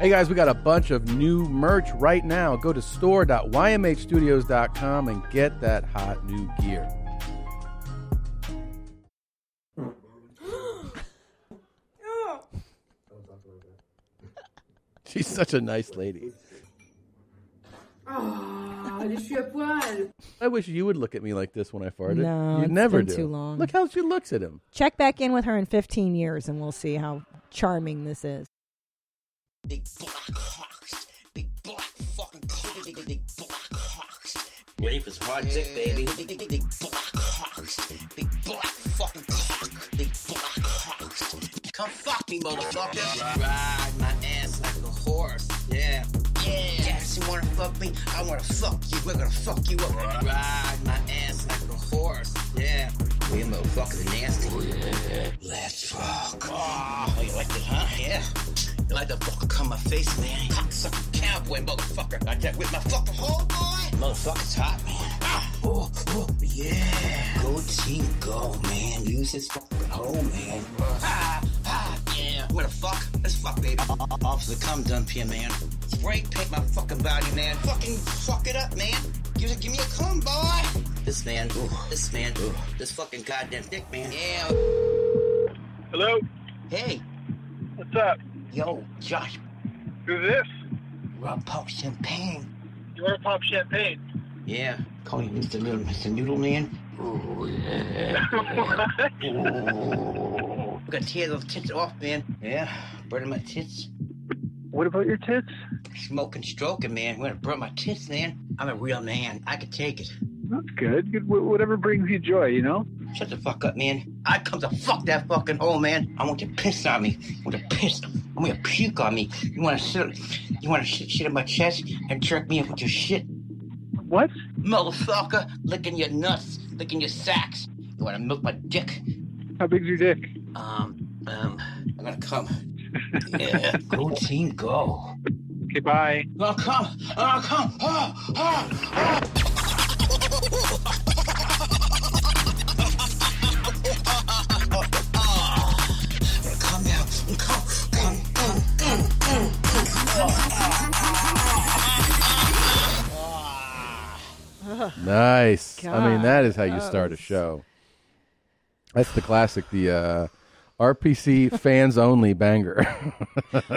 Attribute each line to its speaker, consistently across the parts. Speaker 1: Hey guys, we got a bunch of new merch right now. Go to store.ymhstudios.com and get that hot new gear. She's such a nice lady.
Speaker 2: Ah, je suis à poil.
Speaker 1: I wish you would look at me like this when I farted.
Speaker 3: No,
Speaker 1: you
Speaker 3: it's
Speaker 1: never
Speaker 3: been
Speaker 1: do.
Speaker 3: too long.
Speaker 1: Look how she looks at him.
Speaker 3: Check back in with her in 15 years and we'll see how charming this is.
Speaker 4: Big black hawks. Big black fucking cocks. Big, big, big black hawks. Rape is hard dick, baby. Big, big, big, big black hawks. Big black fucking cock. Big black hawks. Come fuck me, motherfucker. Ride my ass like a horse. Yeah. Yeah. Yes, you wanna fuck me? I wanna fuck you. We're gonna fuck you up. Ride my ass like a horse. Yeah. We motherfuckers are nasty. Let's fuck. Oh, you like it, huh? Yeah. You like to fucking come my face, man. Cocksucker cowboy, motherfucker. Like that with my fucking whole boy. Motherfucker's hot, man. Ah, Oh, oh, yeah. Go team, go, man. Use his fucking hole, man. Ah, ah, yeah. What the fuck? Let's fuck, baby. Officer, come dump here, man. Spray paint my fucking body, man. Fucking fuck it up, man. Give, give me a cum, boy. This man, ooh, this man, ooh, this fucking goddamn dick, man. Yeah.
Speaker 5: Hello?
Speaker 4: Hey,
Speaker 5: What's up?
Speaker 4: yo, Josh,
Speaker 5: Who's this?
Speaker 4: rub pop champagne.
Speaker 5: You want to pop champagne?
Speaker 4: Yeah. Call Oh, you Mr. Little Mr. Noodle Man. Ooh, yeah.
Speaker 5: What?
Speaker 4: Ooh. Got tear those tits off, man. Yeah. Burning my tits.
Speaker 5: what about your tits?
Speaker 4: Smoking, stroking, man. When I burn my tits, man, I'm a real man. I can take it.
Speaker 5: That's good. good. wh- Whatever brings you joy, you know?
Speaker 4: Shut the fuck up, man. I come to fuck that fucking hole, man. I want you to piss on me. I want you to piss. I want you to puke on me. You want to sit? You want to shit, shit in my chest and jerk me up with your shit?
Speaker 5: What?
Speaker 4: Motherfucker, licking your nuts, licking your sacks. You want to milk my dick?
Speaker 5: How big's your dick?
Speaker 4: Um, um, I'm gonna come. Yeah, go team, go.
Speaker 5: Okay, bye.
Speaker 4: I'm gonna come. I'm gonna come. Ah, ah, ah. Come now. Come, come, come, come, come, come. Ah.
Speaker 1: Nice. I mean,
Speaker 3: God,
Speaker 1: that is how you
Speaker 3: that
Speaker 1: start a
Speaker 3: was-
Speaker 1: show. That's the classic, the uh, RPC fans only banger.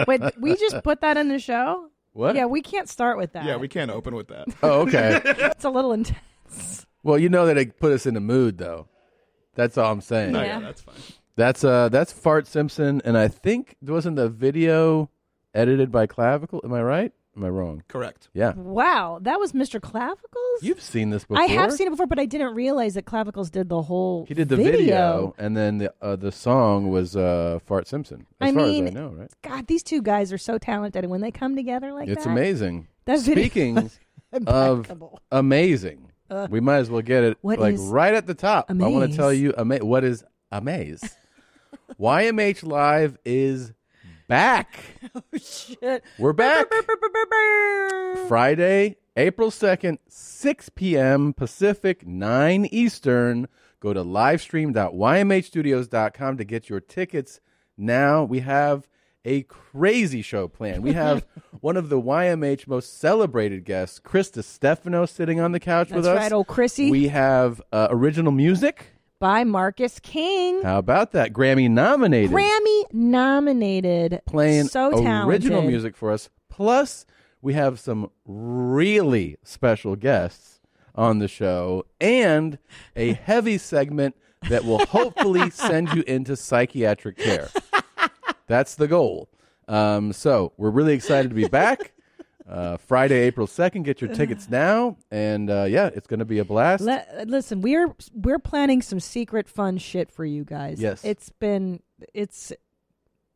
Speaker 3: Wait, th- we just put that in the show?
Speaker 1: what?
Speaker 3: Yeah, we can't start with that.
Speaker 6: Yeah, we can't open with that.
Speaker 1: Oh, okay.
Speaker 3: It's a little intense.
Speaker 1: well, you know that it put us in the mood, though. That's all I'm saying.
Speaker 6: No, yeah.
Speaker 3: Yeah.
Speaker 6: that's fine.
Speaker 1: That's uh, that's Fart Simpson, and I think wasn't the video edited by Clavicle? Am I right? Am I wrong?
Speaker 6: Correct.
Speaker 1: Yeah,
Speaker 3: Wow, that was Mr. Clavicles?
Speaker 1: you've seen this before.
Speaker 3: I have seen it before, but I didn't realize that Clavicles did the whole
Speaker 1: He did the video, and then the uh, the song was uh, Fart Simpson. As
Speaker 3: I
Speaker 1: far
Speaker 3: mean,
Speaker 1: as I know, right?
Speaker 3: God, these two guys are so talented, and when they come together like
Speaker 1: It's
Speaker 3: that,
Speaker 1: amazing.
Speaker 3: That video
Speaker 1: Speaking
Speaker 3: was
Speaker 1: of
Speaker 3: impeccable. Uh,
Speaker 1: amazing, we might as well get it
Speaker 3: What
Speaker 1: like
Speaker 3: is
Speaker 1: right at the top. I want to
Speaker 3: amaze?
Speaker 1: tell you ama- what is amaze. YMH Live is back.
Speaker 3: Oh, shit.
Speaker 1: We're back. Friday, April 2nd, 6 p.m. Pacific, 9 Eastern. Go to livestream.ymhstudios.com to get your tickets now. We have a crazy show planned. We have one of the YMH most celebrated guests, Chris Stefano, sitting on the couch with us.
Speaker 3: That's right, old Chrissy.
Speaker 1: We have uh, original music.
Speaker 3: by Marcus King.
Speaker 1: How about that? Grammy nominated.
Speaker 3: Grammy nominated.
Speaker 1: playing
Speaker 3: so talented.
Speaker 1: original music for us. Plus, we have some really special guests on the show and a heavy segment that will hopefully send you into psychiatric care. That's the goal. Um, so we're really excited to be back. Uh, Friday, April second. Get your tickets now, and uh, yeah, it's going to be a blast.
Speaker 3: Le- listen, we're we're planning some secret fun shit for you guys.
Speaker 1: Yes.
Speaker 3: It's been it's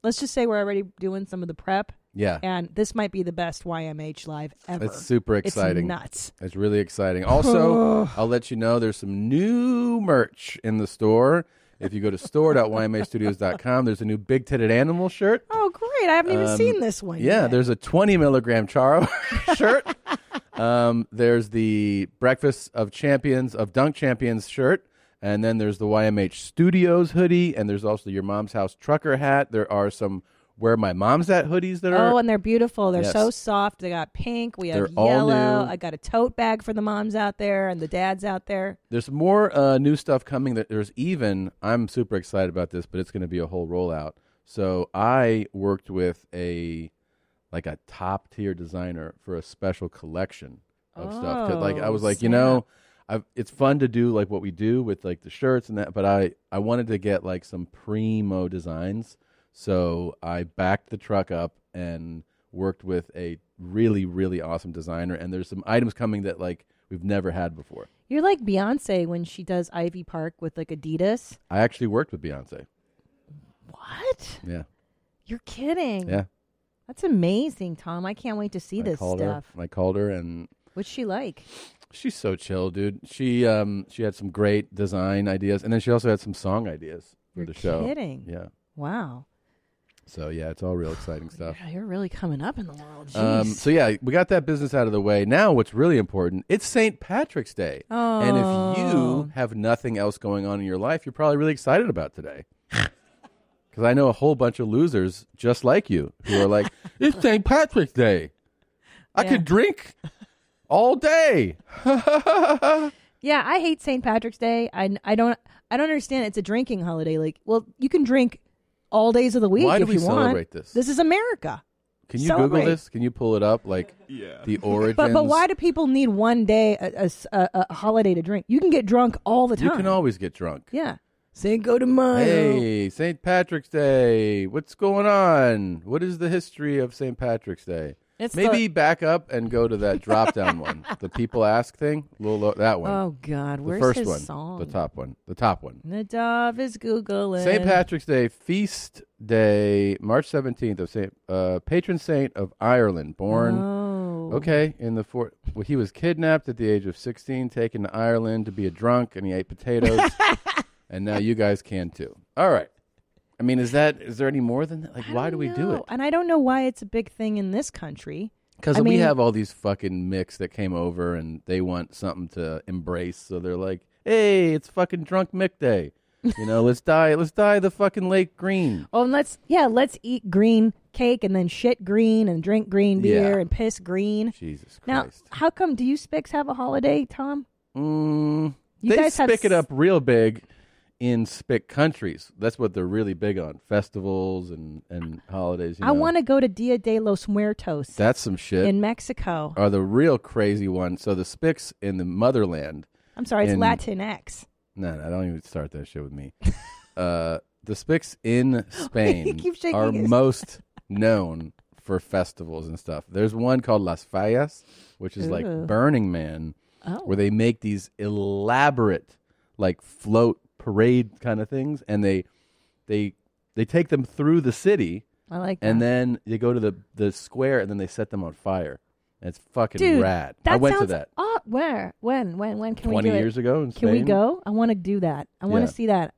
Speaker 3: let's just say we're already doing some of the prep
Speaker 1: yeah,
Speaker 3: and this might be the best YMH live ever.
Speaker 1: it's super exciting.
Speaker 3: It's nuts.
Speaker 1: It's really exciting. Also, I'll let you know there's some new merch in the store. If you go to store.ymhstudios.com, there's a new big titted animal shirt.
Speaker 3: Oh great. I haven't even
Speaker 1: Um,
Speaker 3: seen this one.
Speaker 1: Yeah,
Speaker 3: yet.
Speaker 1: there's a 20 milligram Charo shirt. Um, there's the Breakfast of Champions of Dunk Champions shirt. And then there's the YMH Studios hoodie. And there's also your mom's house trucker hat. There are some where my mom's at hoodies that are
Speaker 3: Oh, and they're beautiful. They're so
Speaker 1: Yes.
Speaker 3: soft. They got pink. We have
Speaker 1: They're all
Speaker 3: yellow.
Speaker 1: new.
Speaker 3: I got a tote bag for the moms out there and the dads out there.
Speaker 1: There's more uh, new stuff coming. That there's even I'm super excited about this, but it's going to be a whole rollout. So I worked with a like a top tier designer for a special collection of stuff. 'Cause, Like I
Speaker 3: Oh,
Speaker 1: was like, you know, I've, it's fun to do like what we do with like the shirts and that, but I I wanted to get like some primo designs. So I backed the truck up and worked with a really really awesome designer. And there's some items coming that like we've never had before.
Speaker 3: You're like Beyonce when she does Ivy Park with like Adidas.
Speaker 1: I actually worked with Beyonce.
Speaker 3: What?
Speaker 1: Yeah,
Speaker 3: You're kidding.
Speaker 1: yeah.
Speaker 3: That's amazing, Tom. I can't wait to see
Speaker 1: I
Speaker 3: this
Speaker 1: called
Speaker 3: stuff.
Speaker 1: her. I called her, and
Speaker 3: What's she like?
Speaker 1: she's so chill, dude. She um she had some great design ideas, and then she also had some song ideas for
Speaker 3: You're
Speaker 1: the show.
Speaker 3: kidding.
Speaker 1: Yeah.
Speaker 3: Wow.
Speaker 1: So yeah, it's all real exciting stuff.
Speaker 3: Yeah, you're really coming up in the world. Jeez.
Speaker 1: Um, so yeah, we got that business out of the way. Now, what's really important? It's St. Patrick's Day, and if you
Speaker 3: Oh.
Speaker 1: have nothing else going on in your life, you're probably really excited about today. Because I know a whole bunch of losers just like you who are like, "It's St. Patrick's Day. I
Speaker 3: Yeah.
Speaker 1: could drink all day."
Speaker 3: yeah, I hate St. Patrick's Day. I, I don't I don't understand. It's a drinking holiday. Like, well, you can drink all days of the week
Speaker 1: Why
Speaker 3: if
Speaker 1: do we
Speaker 3: you
Speaker 1: celebrate
Speaker 3: want.
Speaker 1: this?
Speaker 3: This is America.
Speaker 1: Can you
Speaker 3: Celebrate.
Speaker 1: Google this? Can you pull it up? Like the origins.
Speaker 3: But but why do people need one day a, a s- a- a holiday to drink? You can get drunk all the time.
Speaker 1: you can always get drunk?
Speaker 3: yeah. Cinco de Mayo.
Speaker 1: Hey, St. Patrick's Day. What's going on? What is the history of St. Patrick's Day?
Speaker 3: It's
Speaker 1: Maybe back up and go to that drop down one, the people ask thing. Little lo- that one,
Speaker 3: Oh God,
Speaker 1: the
Speaker 3: where's
Speaker 1: first
Speaker 3: his
Speaker 1: one,
Speaker 3: song?
Speaker 1: the top one, the top one.
Speaker 3: The dove is googling.
Speaker 1: St. Patrick's Day feast day, March seventeenth of Saint uh, patron saint of Ireland, born.
Speaker 3: Oh.
Speaker 1: Okay, in the four, well, he was kidnapped at the age of sixteen, taken to Ireland to be a drunk, and he ate potatoes. and now you guys can too. All right. I mean, is that is there any more than that? Like,
Speaker 3: I
Speaker 1: why
Speaker 3: don't
Speaker 1: do we do
Speaker 3: know.
Speaker 1: it?
Speaker 3: And I don't know why it's a big thing in this country.
Speaker 1: Because
Speaker 3: I
Speaker 1: we
Speaker 3: mean-
Speaker 1: have all these fucking micks that came over and they want something to embrace, so they're like, "Hey, it's fucking drunk Mick Day." You know, let's dye, let's dye the fucking lake green.
Speaker 3: Oh, and let's yeah, let's eat green cake and then shit green and drink green beer
Speaker 1: Yeah.
Speaker 3: and piss green.
Speaker 1: Jesus
Speaker 3: Now,
Speaker 1: Christ.
Speaker 3: how come do you spics have a holiday, Tom?
Speaker 1: Mm,
Speaker 3: You
Speaker 1: they
Speaker 3: guys have
Speaker 1: spick it
Speaker 3: s-
Speaker 1: up real big in spick countries. That's what they're really big on festivals and and holidays. You
Speaker 3: I
Speaker 1: know.
Speaker 3: want to go to Dia de los Muertos
Speaker 1: That's some shit.
Speaker 3: in Mexico.
Speaker 1: are the real crazy ones. So the spicks in the motherland.
Speaker 3: I'm sorry, it's
Speaker 1: in-
Speaker 3: Latinx.
Speaker 1: No, no, don't even start that shit with me. uh, the Spicks in
Speaker 3: He
Speaker 1: Spain
Speaker 3: keeps shaking
Speaker 1: are
Speaker 3: his-
Speaker 1: most known for festivals and stuff. There's one called Las Fallas, which is like
Speaker 3: Ooh.
Speaker 1: Burning Man,
Speaker 3: Oh.
Speaker 1: where they make these elaborate, like float parade kind of things, and they they they take them through the city,
Speaker 3: I like that.
Speaker 1: and then they go to the the square, and then they set them on fire. It's fucking
Speaker 3: Dude,
Speaker 1: rad.
Speaker 3: that
Speaker 1: I went
Speaker 3: sounds
Speaker 1: to that
Speaker 3: aw- where? When? When? When can
Speaker 1: twenty
Speaker 3: we do
Speaker 1: years
Speaker 3: it?
Speaker 1: ago in
Speaker 3: Can
Speaker 1: Spain.
Speaker 3: we go? I want to do that. I want to
Speaker 1: Yeah.
Speaker 3: see that.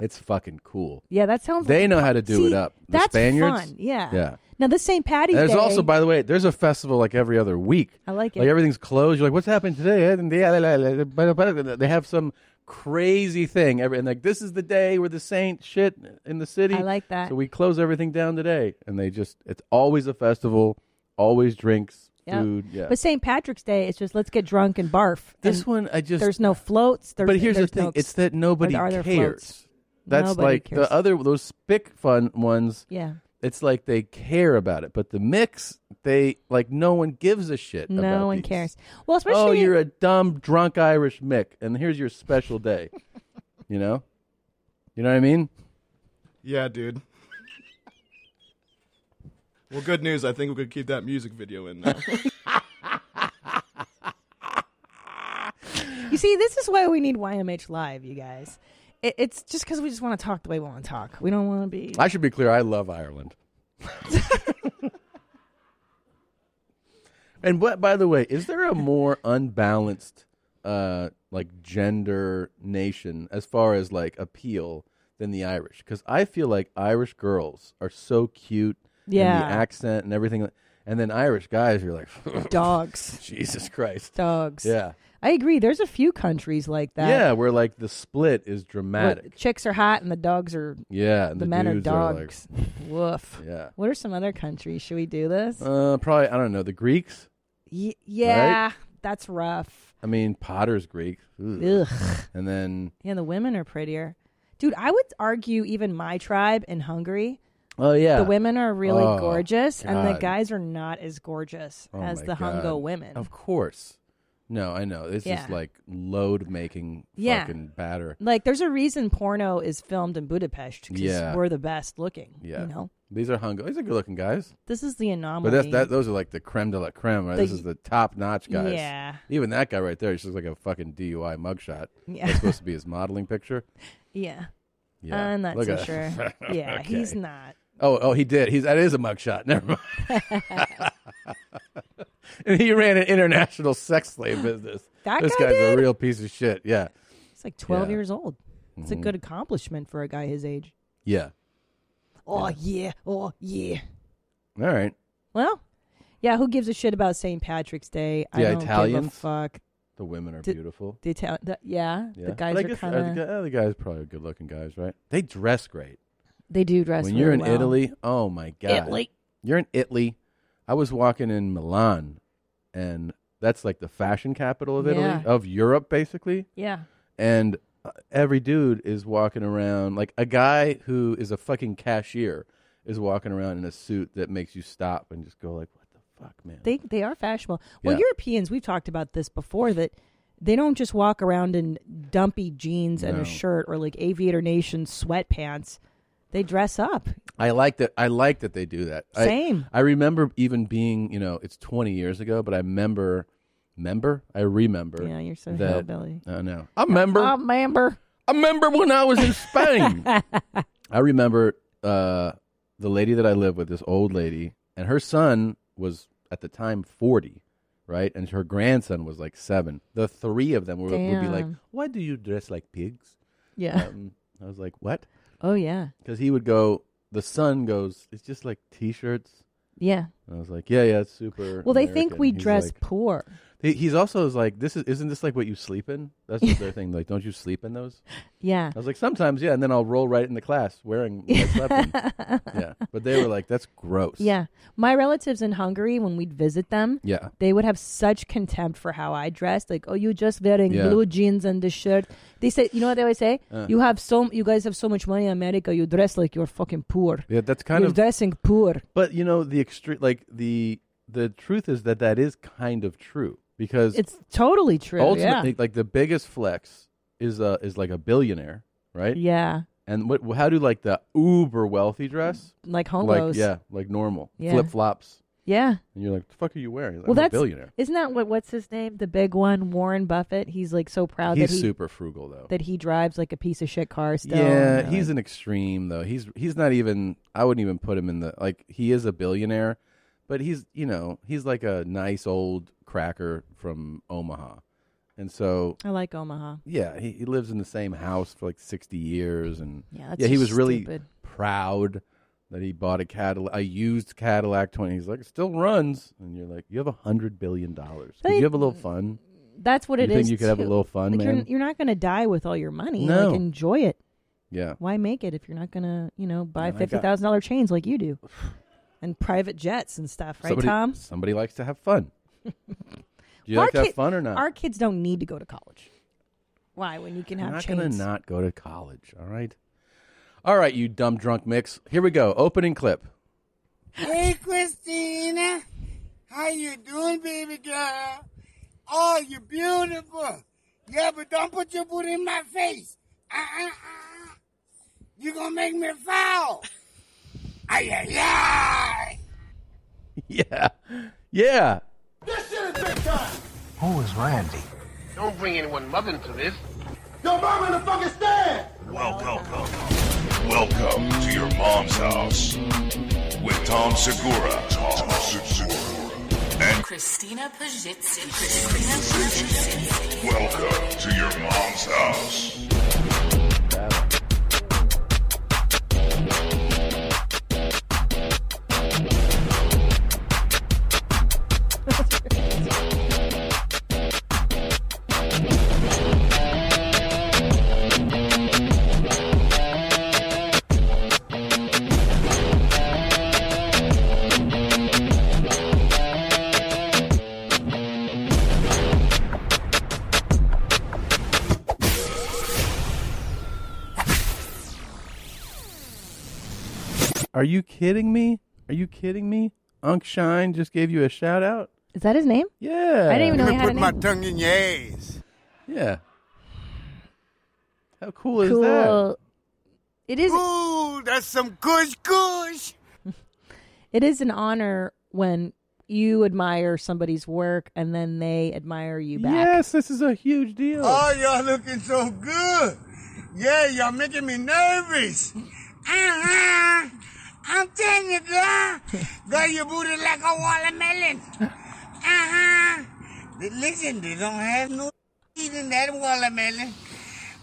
Speaker 1: It's fucking cool.
Speaker 3: Yeah, that sounds.
Speaker 1: They know how to do it
Speaker 3: See,
Speaker 1: up. The
Speaker 3: that's
Speaker 1: Spaniards.
Speaker 3: fun. Yeah.
Speaker 1: Yeah.
Speaker 3: Now this St. Patty's
Speaker 1: And there's
Speaker 3: Day.
Speaker 1: also, by the way, there's a festival like every other week.
Speaker 3: I like it.
Speaker 1: Like everything's closed. You're like, what's happening today? Eh, And they- la- la- la- la- la- la- la- They have some crazy thing. Every- And like, this is the day where the saint shit in the city.
Speaker 3: I like that.
Speaker 1: So we close everything down today. And they just, it's always a festival, always drinks,
Speaker 3: Yeah.
Speaker 1: food. Yeah.
Speaker 3: But St. Patrick's Day, it's just let's get drunk and barf.
Speaker 1: this
Speaker 3: And
Speaker 1: one, I just.
Speaker 3: there's no floats. There's,
Speaker 1: but here's the
Speaker 3: there's
Speaker 1: thing
Speaker 3: no ex-
Speaker 1: it's that nobody
Speaker 3: are there
Speaker 1: cares.
Speaker 3: floats?
Speaker 1: That's
Speaker 3: Nobody
Speaker 1: like
Speaker 3: cares.
Speaker 1: the other, those spick fun ones.
Speaker 3: yeah.
Speaker 1: it's like they care about it, but the mix, they like no one gives a shit. about
Speaker 3: No one
Speaker 1: these.
Speaker 3: cares. Well, especially
Speaker 1: Oh, you're a dumb drunk Irish Mick, and here's your special day. you know, you know what I mean?
Speaker 6: Yeah, dude. Well, good news. I think we could keep that music video in now.
Speaker 3: you see, this is why we need YMH Live, you guys. It, it's just because we just want to talk the way we want to talk. We don't want to be.
Speaker 1: I should be clear. I love Ireland. and what, by the way, is there a more unbalanced, uh, like gender nation as far as like appeal than the Irish? Because I feel like Irish girls are so cute, and
Speaker 3: Yeah.
Speaker 1: the accent and everything, and then Irish guys, you're like,
Speaker 3: dogs.
Speaker 1: Jesus Christ,
Speaker 3: Dogs.
Speaker 1: yeah.
Speaker 3: I agree. There's a few countries like that.
Speaker 1: yeah, where like the split is
Speaker 3: where
Speaker 1: dramatic.
Speaker 3: chicks are hot and the dogs are
Speaker 1: Yeah, and
Speaker 3: the, men are
Speaker 1: dudes are like-
Speaker 3: dogs. Woof.
Speaker 1: yeah,
Speaker 3: What are some other countries? Should we do this?
Speaker 1: uh, probably I don't know the Greeks.
Speaker 3: Y- yeah, that's rough.
Speaker 1: I mean, Potter's Greek. Ugh.
Speaker 3: Ugh.
Speaker 1: And then
Speaker 3: Yeah, the women are prettier. Dude, I would argue even my tribe in Hungary,
Speaker 1: oh yeah,
Speaker 3: the women are really
Speaker 1: Oh,
Speaker 3: gorgeous, and the
Speaker 1: God.
Speaker 3: guys are not as gorgeous
Speaker 1: Oh,
Speaker 3: as
Speaker 1: my
Speaker 3: the
Speaker 1: God.
Speaker 3: Hungo women.
Speaker 1: Of course. No, I know. It's just
Speaker 3: Yeah.
Speaker 1: like load making
Speaker 3: Yeah.
Speaker 1: fucking batter.
Speaker 3: Like, there's a reason porno is filmed in Budapest because
Speaker 1: Yeah.
Speaker 3: we're the best looking.
Speaker 1: Yeah.
Speaker 3: You know,
Speaker 1: These are Hungo. These are good looking guys.
Speaker 3: this is the anomaly.
Speaker 1: But that's that those are like the creme de la creme, right? this
Speaker 3: The-
Speaker 1: is the top notch guys.
Speaker 3: Yeah.
Speaker 1: Even that guy right there, he looks like a fucking DUI mugshot.
Speaker 3: Yeah.
Speaker 1: That's supposed to be his modeling picture.
Speaker 3: Yeah.
Speaker 1: Yeah.
Speaker 3: I'm not
Speaker 1: Look
Speaker 3: so
Speaker 1: at-
Speaker 3: sure. yeah, he's
Speaker 1: Okay.
Speaker 3: not.
Speaker 1: Oh, oh, he did. He's that is a mugshot. Never mind. and he ran an international sex slave business.
Speaker 3: That
Speaker 1: this
Speaker 3: guy
Speaker 1: guy's
Speaker 3: did?
Speaker 1: a real piece of shit. Yeah.
Speaker 3: He's like 12
Speaker 1: Yeah. Mm-hmm.
Speaker 3: years old. It's a good accomplishment for a guy his age.
Speaker 1: Yeah.
Speaker 3: Oh, yeah. Oh, yeah.
Speaker 1: All right.
Speaker 3: Well, yeah, who gives a shit about St. Patrick's Day? I
Speaker 1: The
Speaker 3: don't
Speaker 1: Italians?
Speaker 3: Give a fuck.
Speaker 1: The women are
Speaker 3: Did-
Speaker 1: beautiful.
Speaker 3: The Italian, the, yeah,
Speaker 1: Yeah.
Speaker 3: the guys
Speaker 1: But I
Speaker 3: are
Speaker 1: guess-
Speaker 3: kind of.
Speaker 1: the, gu- uh, the guys are probably good looking guys, right? They dress great.
Speaker 3: they do dress.
Speaker 1: when you're
Speaker 3: really
Speaker 1: in
Speaker 3: well.
Speaker 1: Italy, oh my god,
Speaker 3: Italy.
Speaker 1: You're in Italy. I was walking in Milan, and that's like the fashion capital of Italy,
Speaker 3: Yeah.
Speaker 1: of Europe, basically.
Speaker 3: yeah,
Speaker 1: And uh, every dude is walking around like a guy who is a fucking cashier is walking around in a suit that makes you stop and just go like, "What the fuck, man?"
Speaker 3: they they are fashionable. Well,
Speaker 1: Yeah.
Speaker 3: Europeans, we've talked about this before that they don't just walk around in dumpy jeans and
Speaker 1: No.
Speaker 3: a shirt or like Aviator Nation sweatpants. They dress up.
Speaker 1: I like that. I like that they do that. I-
Speaker 3: Same.
Speaker 1: I, remember even being, you know, it's 20 years ago, but I remember, remember, I remember.
Speaker 3: Yeah, you're so
Speaker 1: that,
Speaker 3: hillbilly.
Speaker 1: I know. I remember.
Speaker 3: Oh, member.
Speaker 1: I remember when I was in Spain. I remember uh, the lady that I lived with, this old lady, and her son was at the time 40, right? And her grandson was like seven. The three of them would, would be like,
Speaker 3: Damn.
Speaker 1: "Why do you dress like pigs?"
Speaker 3: Yeah.
Speaker 1: Um, I was like, "What?"
Speaker 3: oh yeah.
Speaker 1: Because he would go. The son goes. It's just like t-shirts.
Speaker 3: Yeah.
Speaker 1: And I was like, yeah, yeah, it's super.
Speaker 3: Well, they think
Speaker 1: American.
Speaker 3: we
Speaker 1: He's
Speaker 3: dress
Speaker 1: like-
Speaker 3: poor.
Speaker 1: he, he's also is like, this is isn't this like what you sleep in? That's the other thing. Like, don't you sleep in those?
Speaker 3: Yeah.
Speaker 1: I was like, sometimes, yeah. And then I'll roll right in the class wearing what I slept in. Yeah, but they were like, that's gross.
Speaker 3: Yeah. My relatives in Hungary, when we'd visit them,
Speaker 1: yeah.
Speaker 3: they would have such contempt for how I dressed. Like, oh, you just wearing
Speaker 1: Yeah. Uh.
Speaker 3: blue jeans and the shirt. They say, you know what they always say? You have so, you guys have so much money in America. You dress like you're fucking poor.
Speaker 1: Yeah, that's kind
Speaker 3: you're
Speaker 1: of.
Speaker 3: dressing poor.
Speaker 1: but you know, the extreme, like the the truth is that that is kind of true because
Speaker 3: It's totally true.
Speaker 1: ultimately, like the biggest flex is uh is like a billionaire,
Speaker 3: yeah.
Speaker 1: right?
Speaker 3: Yeah.
Speaker 1: And what? How do like the uber wealthy dress?
Speaker 3: Like
Speaker 1: Like
Speaker 3: hongos.
Speaker 1: yeah, like normal
Speaker 3: Yeah.
Speaker 1: flip flops.
Speaker 3: Yeah.
Speaker 1: And you're like, the fuck are you wearing? He's like,
Speaker 3: Well,
Speaker 1: I'm
Speaker 3: that's
Speaker 1: a billionaire.
Speaker 3: Isn't that what? What's his name? The big one, Warren Buffett. He's like so proud
Speaker 1: He's
Speaker 3: that he
Speaker 1: super frugal though.
Speaker 3: that he drives like a piece of shit car. Still.
Speaker 1: yeah,
Speaker 3: you know,
Speaker 1: he's
Speaker 3: like-
Speaker 1: an extreme though. He's he's not even. I wouldn't even put him in the like. He is a billionaire, but he's you know he's like a nice old cracker from Omaha, and so
Speaker 3: I like Omaha.
Speaker 1: yeah, he, he lives in the same house for like sixty years, and
Speaker 3: Yeah, that's
Speaker 1: yeah, he
Speaker 3: just
Speaker 1: was really
Speaker 3: stupid.
Speaker 1: proud that he bought a Cadillac, a used Cadillac twenty. He's like, it still runs, and you're like, you have a hundred billion dollars. Could
Speaker 3: They-
Speaker 1: you have a little fun?
Speaker 3: That's what
Speaker 1: You
Speaker 3: it is.
Speaker 1: think you could have a
Speaker 3: too.
Speaker 1: little fun,
Speaker 3: like You're,
Speaker 1: man?
Speaker 3: you're not going to die with all your money.
Speaker 1: No.
Speaker 3: Like enjoy it.
Speaker 1: Yeah,
Speaker 3: Why make it if you're not going to, you know,
Speaker 1: And
Speaker 3: buy
Speaker 1: I got-
Speaker 3: fifty thousand dollar chains like you do, and private jets and stuff, right,
Speaker 1: somebody,
Speaker 3: Tom?
Speaker 1: Somebody likes to have fun. Do you
Speaker 3: Our
Speaker 1: like to have
Speaker 3: kid-
Speaker 1: fun or not?
Speaker 3: Our kids don't need to go to college. Why? When you can
Speaker 1: You're
Speaker 3: have
Speaker 1: not gonna
Speaker 3: chains.
Speaker 1: not go to college, all right? All right, you dumb drunk mix. Here we go. Opening clip.
Speaker 7: Hey, Christina. How you doing, baby girl? Oh, you're beautiful. Yeah, but don't put your boot in my face. Uh-uh, Uh-uh-uh. You're going to make me foul. Ay, ay, ay.
Speaker 1: Yeah, yeah.
Speaker 8: Who is Randy?
Speaker 9: Don't bring anyone mother into this.
Speaker 10: Welcome. Welcome to your mom's house with Tom Segura. Tom Segura. And
Speaker 11: Christina Pajitsi. Christina Pajitsi.
Speaker 10: welcome to your mom's house.
Speaker 1: Are you kidding me? Are you kidding me? Unc Shine just gave you a shout out.
Speaker 3: Is that his name?
Speaker 1: Yeah.
Speaker 3: I didn't even know
Speaker 1: I'm gonna
Speaker 3: he had a
Speaker 1: put
Speaker 3: name.
Speaker 1: my
Speaker 12: tongue in your ass.
Speaker 1: Yeah. How cool is
Speaker 3: Cool.
Speaker 1: that?
Speaker 3: It is.
Speaker 12: Ooh, that's some kush kush.
Speaker 3: It is an honor when you admire somebody's work and then they admire you back.
Speaker 1: Yes, this is a huge deal.
Speaker 12: Oh, y'all looking so good. Yeah, y'all making me nervous. Uh-huh. I'm telling you, girl. Girl, your booty like a watermelon. Uh-huh. They- Listen, they don't have no seed in that watermelon.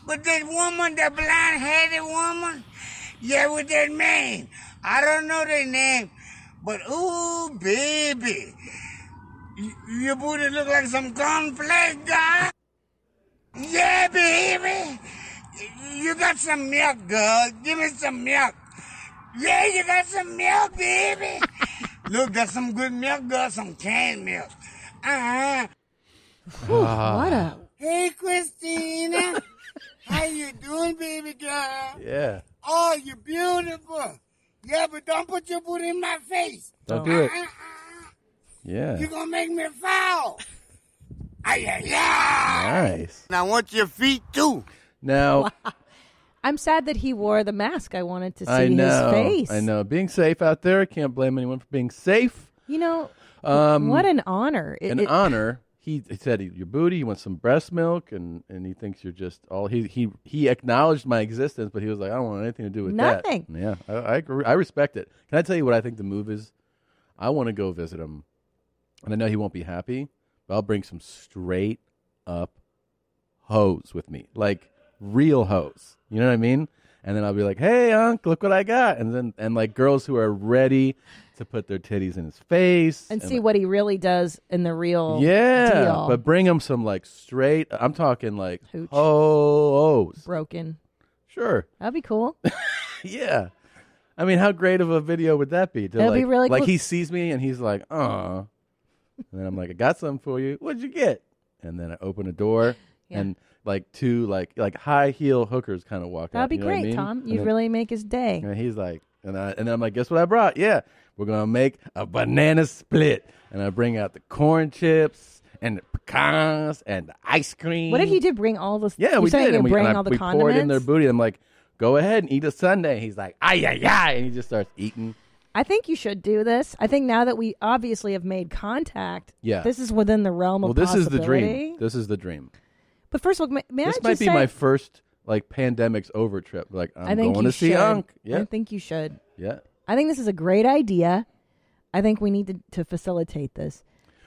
Speaker 12: But that woman, that blind-headed woman, yeah, with that man. I don't know their name. But, ooh, baby. Y- Your booty look like some cornflake, girl. Yeah, baby. You got some milk, girl. Give me some milk. Yeah, you got some milk, baby. Look, that's some good milk, girl. Some canned milk. Uh huh.
Speaker 3: what
Speaker 1: Ah.
Speaker 3: a
Speaker 12: Hey, Christina. How you doing, baby girl?
Speaker 1: Yeah.
Speaker 12: Oh, you're beautiful. Yeah, but don't put your booty in my face.
Speaker 1: Don't do it.
Speaker 12: Uh-uh.
Speaker 1: Yeah.
Speaker 12: You're gonna make me foul. Ay, yeah.
Speaker 1: Nice.
Speaker 12: And I want your feet too.
Speaker 1: Now
Speaker 3: I'm sad that he wore the mask. I wanted to see
Speaker 1: I know.
Speaker 3: his face.
Speaker 1: I know. Being safe out there, I can't blame anyone for being safe.
Speaker 3: You know,
Speaker 1: Um,
Speaker 3: what an honor. It-
Speaker 1: an
Speaker 3: it-
Speaker 1: honor. He, he said he- your booty. He wants some breast milk, and, and he thinks you're just all. He he he acknowledged my existence, but he was like, I don't want anything to do with
Speaker 3: Nothing.
Speaker 1: that. Yeah, I, I agree. I respect it. Can I tell you what I think the move is? I want to go visit him, and I know he won't be happy, but I'll bring some straight up hoes with me, like real hoes. You know what I mean? And then I'll be like, "Hey, Unc, look what I got!" And then and like girls who are ready to put their titties in his face
Speaker 3: and see what he really does in the real
Speaker 1: yeah,
Speaker 3: deal.
Speaker 1: but bring them some like straight. I'm talking like
Speaker 3: Hooch.
Speaker 1: oh,
Speaker 3: broken.
Speaker 1: sure,
Speaker 3: That'd be cool.
Speaker 1: yeah. I mean, how great of a video would that be? To,
Speaker 3: That'd
Speaker 1: like,
Speaker 3: be really
Speaker 1: like
Speaker 3: cool.
Speaker 1: he sees me and he's like, uh and then I'm like, I got something for you. What'd you get? And then I open a door
Speaker 3: Yeah.
Speaker 1: and like two like like high heel hookers kind of walk out.
Speaker 3: That'd be
Speaker 1: you know what I
Speaker 3: great,
Speaker 1: mean?
Speaker 3: Tom.
Speaker 1: And
Speaker 3: You'd
Speaker 1: then-
Speaker 3: really make his day.
Speaker 1: And he's like, and I and I'm like, guess what I brought? Yeah, we're gonna make a banana split. And I bring out the corn chips and the pecans and the ice cream.
Speaker 3: What if you did bring all the?
Speaker 1: Yeah,
Speaker 3: you
Speaker 1: we
Speaker 3: said
Speaker 1: did.
Speaker 3: You
Speaker 1: and we,
Speaker 3: bring
Speaker 1: and I-
Speaker 3: all the
Speaker 1: we
Speaker 3: condiments.
Speaker 1: poured in their booty. I'm like, go ahead and eat a sundae. He's like, ay ay ay, and he just starts eating.
Speaker 3: I think you should do this. I think now that we obviously have made contact,
Speaker 1: Yeah.
Speaker 3: this is within the realm
Speaker 1: Well,
Speaker 3: of
Speaker 1: this is the dream.
Speaker 3: possibility.
Speaker 1: This is the dream.
Speaker 3: But first of all, may, may
Speaker 1: this
Speaker 3: I
Speaker 1: might
Speaker 3: just
Speaker 1: be
Speaker 3: say,
Speaker 1: my first like pandemic's over trip. Like I'm
Speaker 3: I think
Speaker 1: going
Speaker 3: you
Speaker 1: to see
Speaker 3: should.
Speaker 1: Unc.
Speaker 3: I
Speaker 1: Yeah,
Speaker 3: think you should.
Speaker 1: yeah.
Speaker 3: I think this is a great idea. I think we need to, to facilitate this.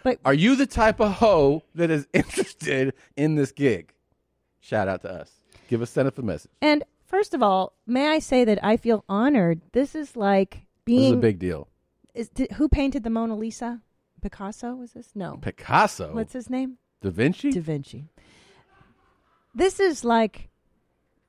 Speaker 3: But
Speaker 1: Are you the type of hoe that is interested in this gig? Shout out to us. Give us send us a message.
Speaker 3: and first of all, may I say that I feel honored. This is like being
Speaker 1: This is a big deal.
Speaker 3: is- did- who painted the Mona Lisa? Picasso was this? No.
Speaker 1: Picasso,
Speaker 3: What's his name?
Speaker 1: Da Vinci.
Speaker 3: Da Vinci. This is like,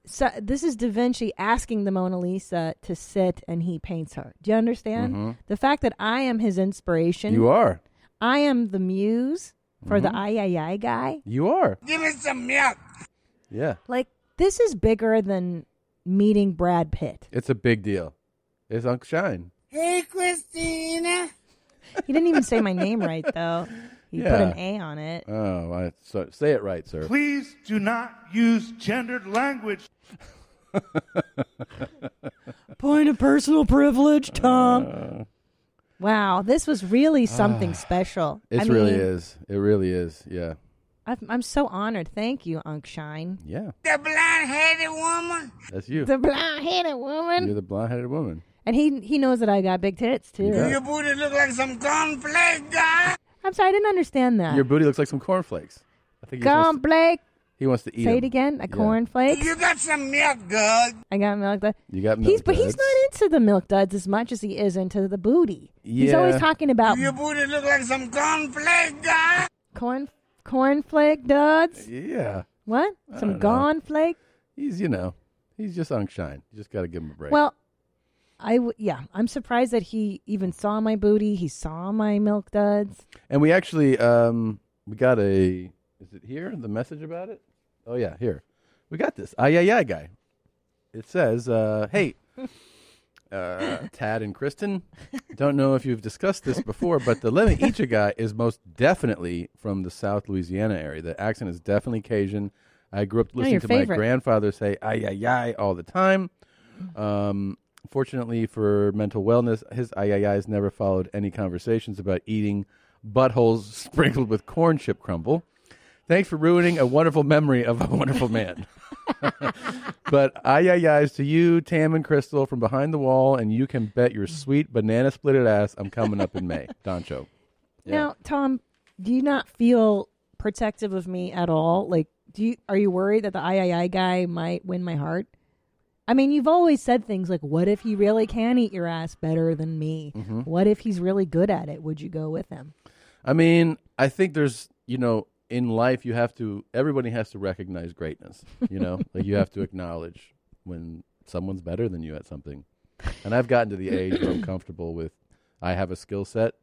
Speaker 3: so, this is Da Vinci asking the Mona Lisa to sit, and he paints her. Do you understand
Speaker 1: Mhm.
Speaker 3: the fact that I am his inspiration?
Speaker 1: you are. Mm-hmm.
Speaker 3: I am the muse for the I I I guy.
Speaker 1: You are.
Speaker 12: Give me some milk.
Speaker 1: Yeah.
Speaker 3: Like this is bigger than meeting Brad Pitt.
Speaker 1: It's a big deal. It's Unc Shine.
Speaker 12: Hey, Christina.
Speaker 3: He didn't even say my name right though. He put
Speaker 1: Yeah.
Speaker 3: an A on it.
Speaker 1: Oh, I, so, say it right, sir.
Speaker 13: Please do not use gendered language.
Speaker 3: Point of personal privilege, Tom. Uh, wow, this was really something special.
Speaker 1: It
Speaker 3: I
Speaker 1: really
Speaker 3: mean,
Speaker 1: is. It really is. Yeah.
Speaker 3: I've, I'm so honored. Thank you, Unc Shine.
Speaker 1: Yeah.
Speaker 12: The blind-headed woman.
Speaker 1: That's you.
Speaker 3: The blonde-headed woman,
Speaker 1: You're the blonde headed woman.
Speaker 3: and he he knows that I got big tits too.
Speaker 1: Yeah.
Speaker 12: Your booty look like some cornflake, girl.
Speaker 3: I'm sorry, I didn't understand that.
Speaker 1: Your booty looks like some cornflakes. I think he just wants
Speaker 3: Gum
Speaker 1: to,
Speaker 3: Blake,
Speaker 1: he wants to eat
Speaker 3: say it
Speaker 1: them.
Speaker 3: again. A
Speaker 1: Yeah.
Speaker 3: cornflake.
Speaker 12: You got some milk, girl.
Speaker 3: I got milk. Duds.
Speaker 1: You got milk
Speaker 3: he's but he's
Speaker 1: duds.
Speaker 3: not into the milk duds as much as he is into the booty. He's
Speaker 1: Yeah.
Speaker 3: always talking about
Speaker 12: Your booty look like some cornflake, girl.
Speaker 3: corn cornflake duds.
Speaker 1: Yeah.
Speaker 3: What? Some
Speaker 1: don't know.
Speaker 3: gone flake.
Speaker 1: He's, you know, he's just Unc Shine. You just got to give him a break.
Speaker 3: Well, I w- yeah, I'm surprised that he even saw my booty. He saw my milk duds.
Speaker 1: And we actually um we got a is it here the message about it? Oh yeah, here. We got this. Ah yeah yeah guy. It says, uh, "Hey, uh, Tad and Kristen. Don't know if you've discussed this before, but the Lemaicha guy is most definitely from the South Louisiana area. The accent is definitely Cajun. I grew up
Speaker 3: Oh,
Speaker 1: listening
Speaker 3: your
Speaker 1: to my
Speaker 3: favorite.
Speaker 1: grandfather say "ay ay ay" all the time. Um, fortunately for mental wellness, his "ay ay ay's" never followed any conversations about eating buttholes sprinkled with corn chip crumble. Thanks for ruining a wonderful memory of a wonderful man. but ay ay ay's to you, Tam and Crystal from behind the wall, and you can bet your sweet banana splitted ass I'm coming up in May. Doncho.
Speaker 3: Now, Tom, do you not feel protective of me at all? Like, do you are you worried that the III guy might win my heart? I mean, you've always said things like, "What if he really can eat your ass better than me?
Speaker 1: Mhm.
Speaker 3: What if he's really good at it? Would you go with him?"
Speaker 1: I mean, I think there's, you know, in life you have to everybody has to recognize greatness, you know? like you have to acknowledge when someone's better than you at something. And I've gotten to the age where I'm comfortable with I have a skill set.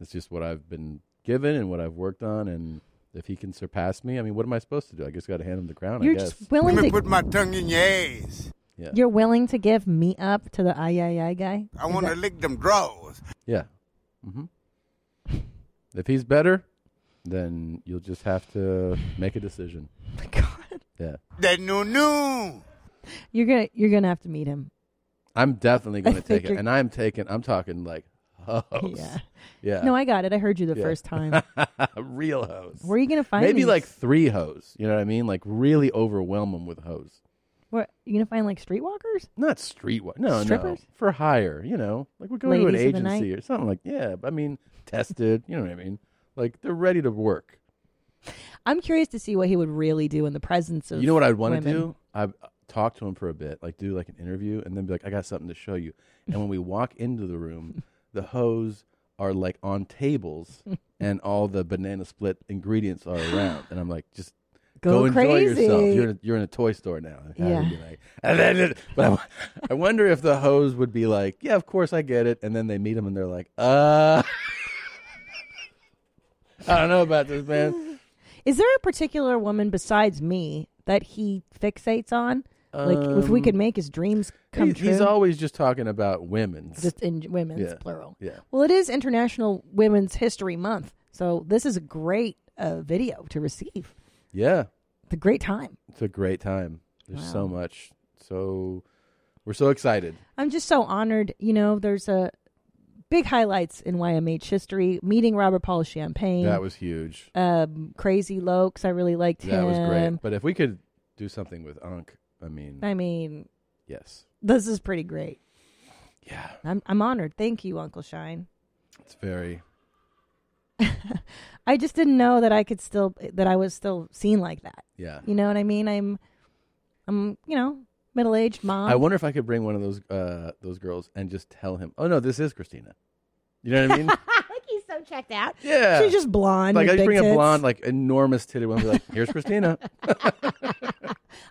Speaker 1: It's just what I've been given and what I've worked on and if he can surpass me, I mean, what am I supposed to do? I just got to hand him the crown,
Speaker 3: You're
Speaker 1: I guess.
Speaker 3: just willing Let me to- put
Speaker 7: my tongue in your ass.
Speaker 1: Yeah.
Speaker 3: You're willing to give me up to the III guy?
Speaker 7: I want to lick them drawers.
Speaker 1: Yeah. hmm
Speaker 3: Mm-hmm.
Speaker 1: If he's better, then you'll just have to make a decision. God. Yeah.
Speaker 7: That no no.
Speaker 3: You're gonna you're gonna have to meet him.
Speaker 1: I'm definitely going to
Speaker 3: think
Speaker 1: take it.
Speaker 3: you're-
Speaker 1: And I'm taking, I'm talking like hoes.
Speaker 3: Yeah.
Speaker 1: Yeah.
Speaker 3: No, I got it. I heard you the
Speaker 1: Yeah.
Speaker 3: first time.
Speaker 1: Real hoes.
Speaker 3: Where are you gonna find
Speaker 1: Maybe
Speaker 3: these?
Speaker 1: like three hoes. You know what I mean? Like really overwhelm them with hoes.
Speaker 3: What you gonna find like streetwalkers?
Speaker 1: Not streetwalk. No,
Speaker 3: Strippers?
Speaker 1: no. For hire, you know. Like we're going to
Speaker 3: Ladies of
Speaker 1: an
Speaker 3: the
Speaker 1: agency
Speaker 3: night?
Speaker 1: or something like, yeah. I mean, tested. You know what I mean? Like they're ready to work.
Speaker 3: I'm curious to see what he would really do in the presence of
Speaker 1: You know what I'd want to
Speaker 3: women.
Speaker 1: do? I talk to him for a bit, like do like an interview, and then be like, "I got something to show you." And when we walk into the room, the hoes are like on tables, and all the banana split ingredients are around, and I'm like, "Just
Speaker 4: Go
Speaker 1: enjoy yourself.
Speaker 4: crazy.
Speaker 1: You're in a, you're in a toy store now." And I would be
Speaker 4: Yeah.
Speaker 1: like- and then it- but I, w- I wonder if the hoes would be like, "Yeah, of course I get it," and then they meet him and they're like, "Uh." I don't know about this, man.
Speaker 3: Is there a particular woman besides me that he fixates on? like if we
Speaker 1: Um,
Speaker 3: could make his dreams come
Speaker 1: He's,
Speaker 3: true.
Speaker 1: he's always just talking about women's.
Speaker 3: Just in women's,
Speaker 1: Yeah,
Speaker 3: plural.
Speaker 1: Yeah.
Speaker 3: well, it is International Women's History Month, so this is a great uh, video to receive.
Speaker 1: Yeah.
Speaker 3: It's a great time.
Speaker 1: It's a great time. There's so much. So we're so excited.
Speaker 3: I'm just so honored. You know, there's a big highlights in YMH history. Meeting Robert Paul Champagne.
Speaker 1: That was huge.
Speaker 3: Um, Crazy Lokes. I really liked
Speaker 1: That
Speaker 3: him.
Speaker 1: was great. But if we could do something with Unc, I mean,
Speaker 3: I mean,
Speaker 1: yes,
Speaker 3: this is pretty great. Yeah, I'm I'm honored. Thank you, Uncle Shine.
Speaker 1: it's very.
Speaker 3: I just didn't know that I could still that I was still seen like that.
Speaker 1: Yeah.
Speaker 3: you know what I mean. I'm, I'm you know middle aged mom.
Speaker 1: I wonder if I could bring one of those uh, those girls and just tell him, "Oh no, this is Christina." You know what I mean?
Speaker 3: like he's so checked out.
Speaker 1: Yeah,
Speaker 3: she's just blonde.
Speaker 1: Like
Speaker 3: with
Speaker 1: I just
Speaker 3: big
Speaker 1: bring a
Speaker 3: tits.
Speaker 1: blonde, like enormous titted one, and be like, "Here's Christina."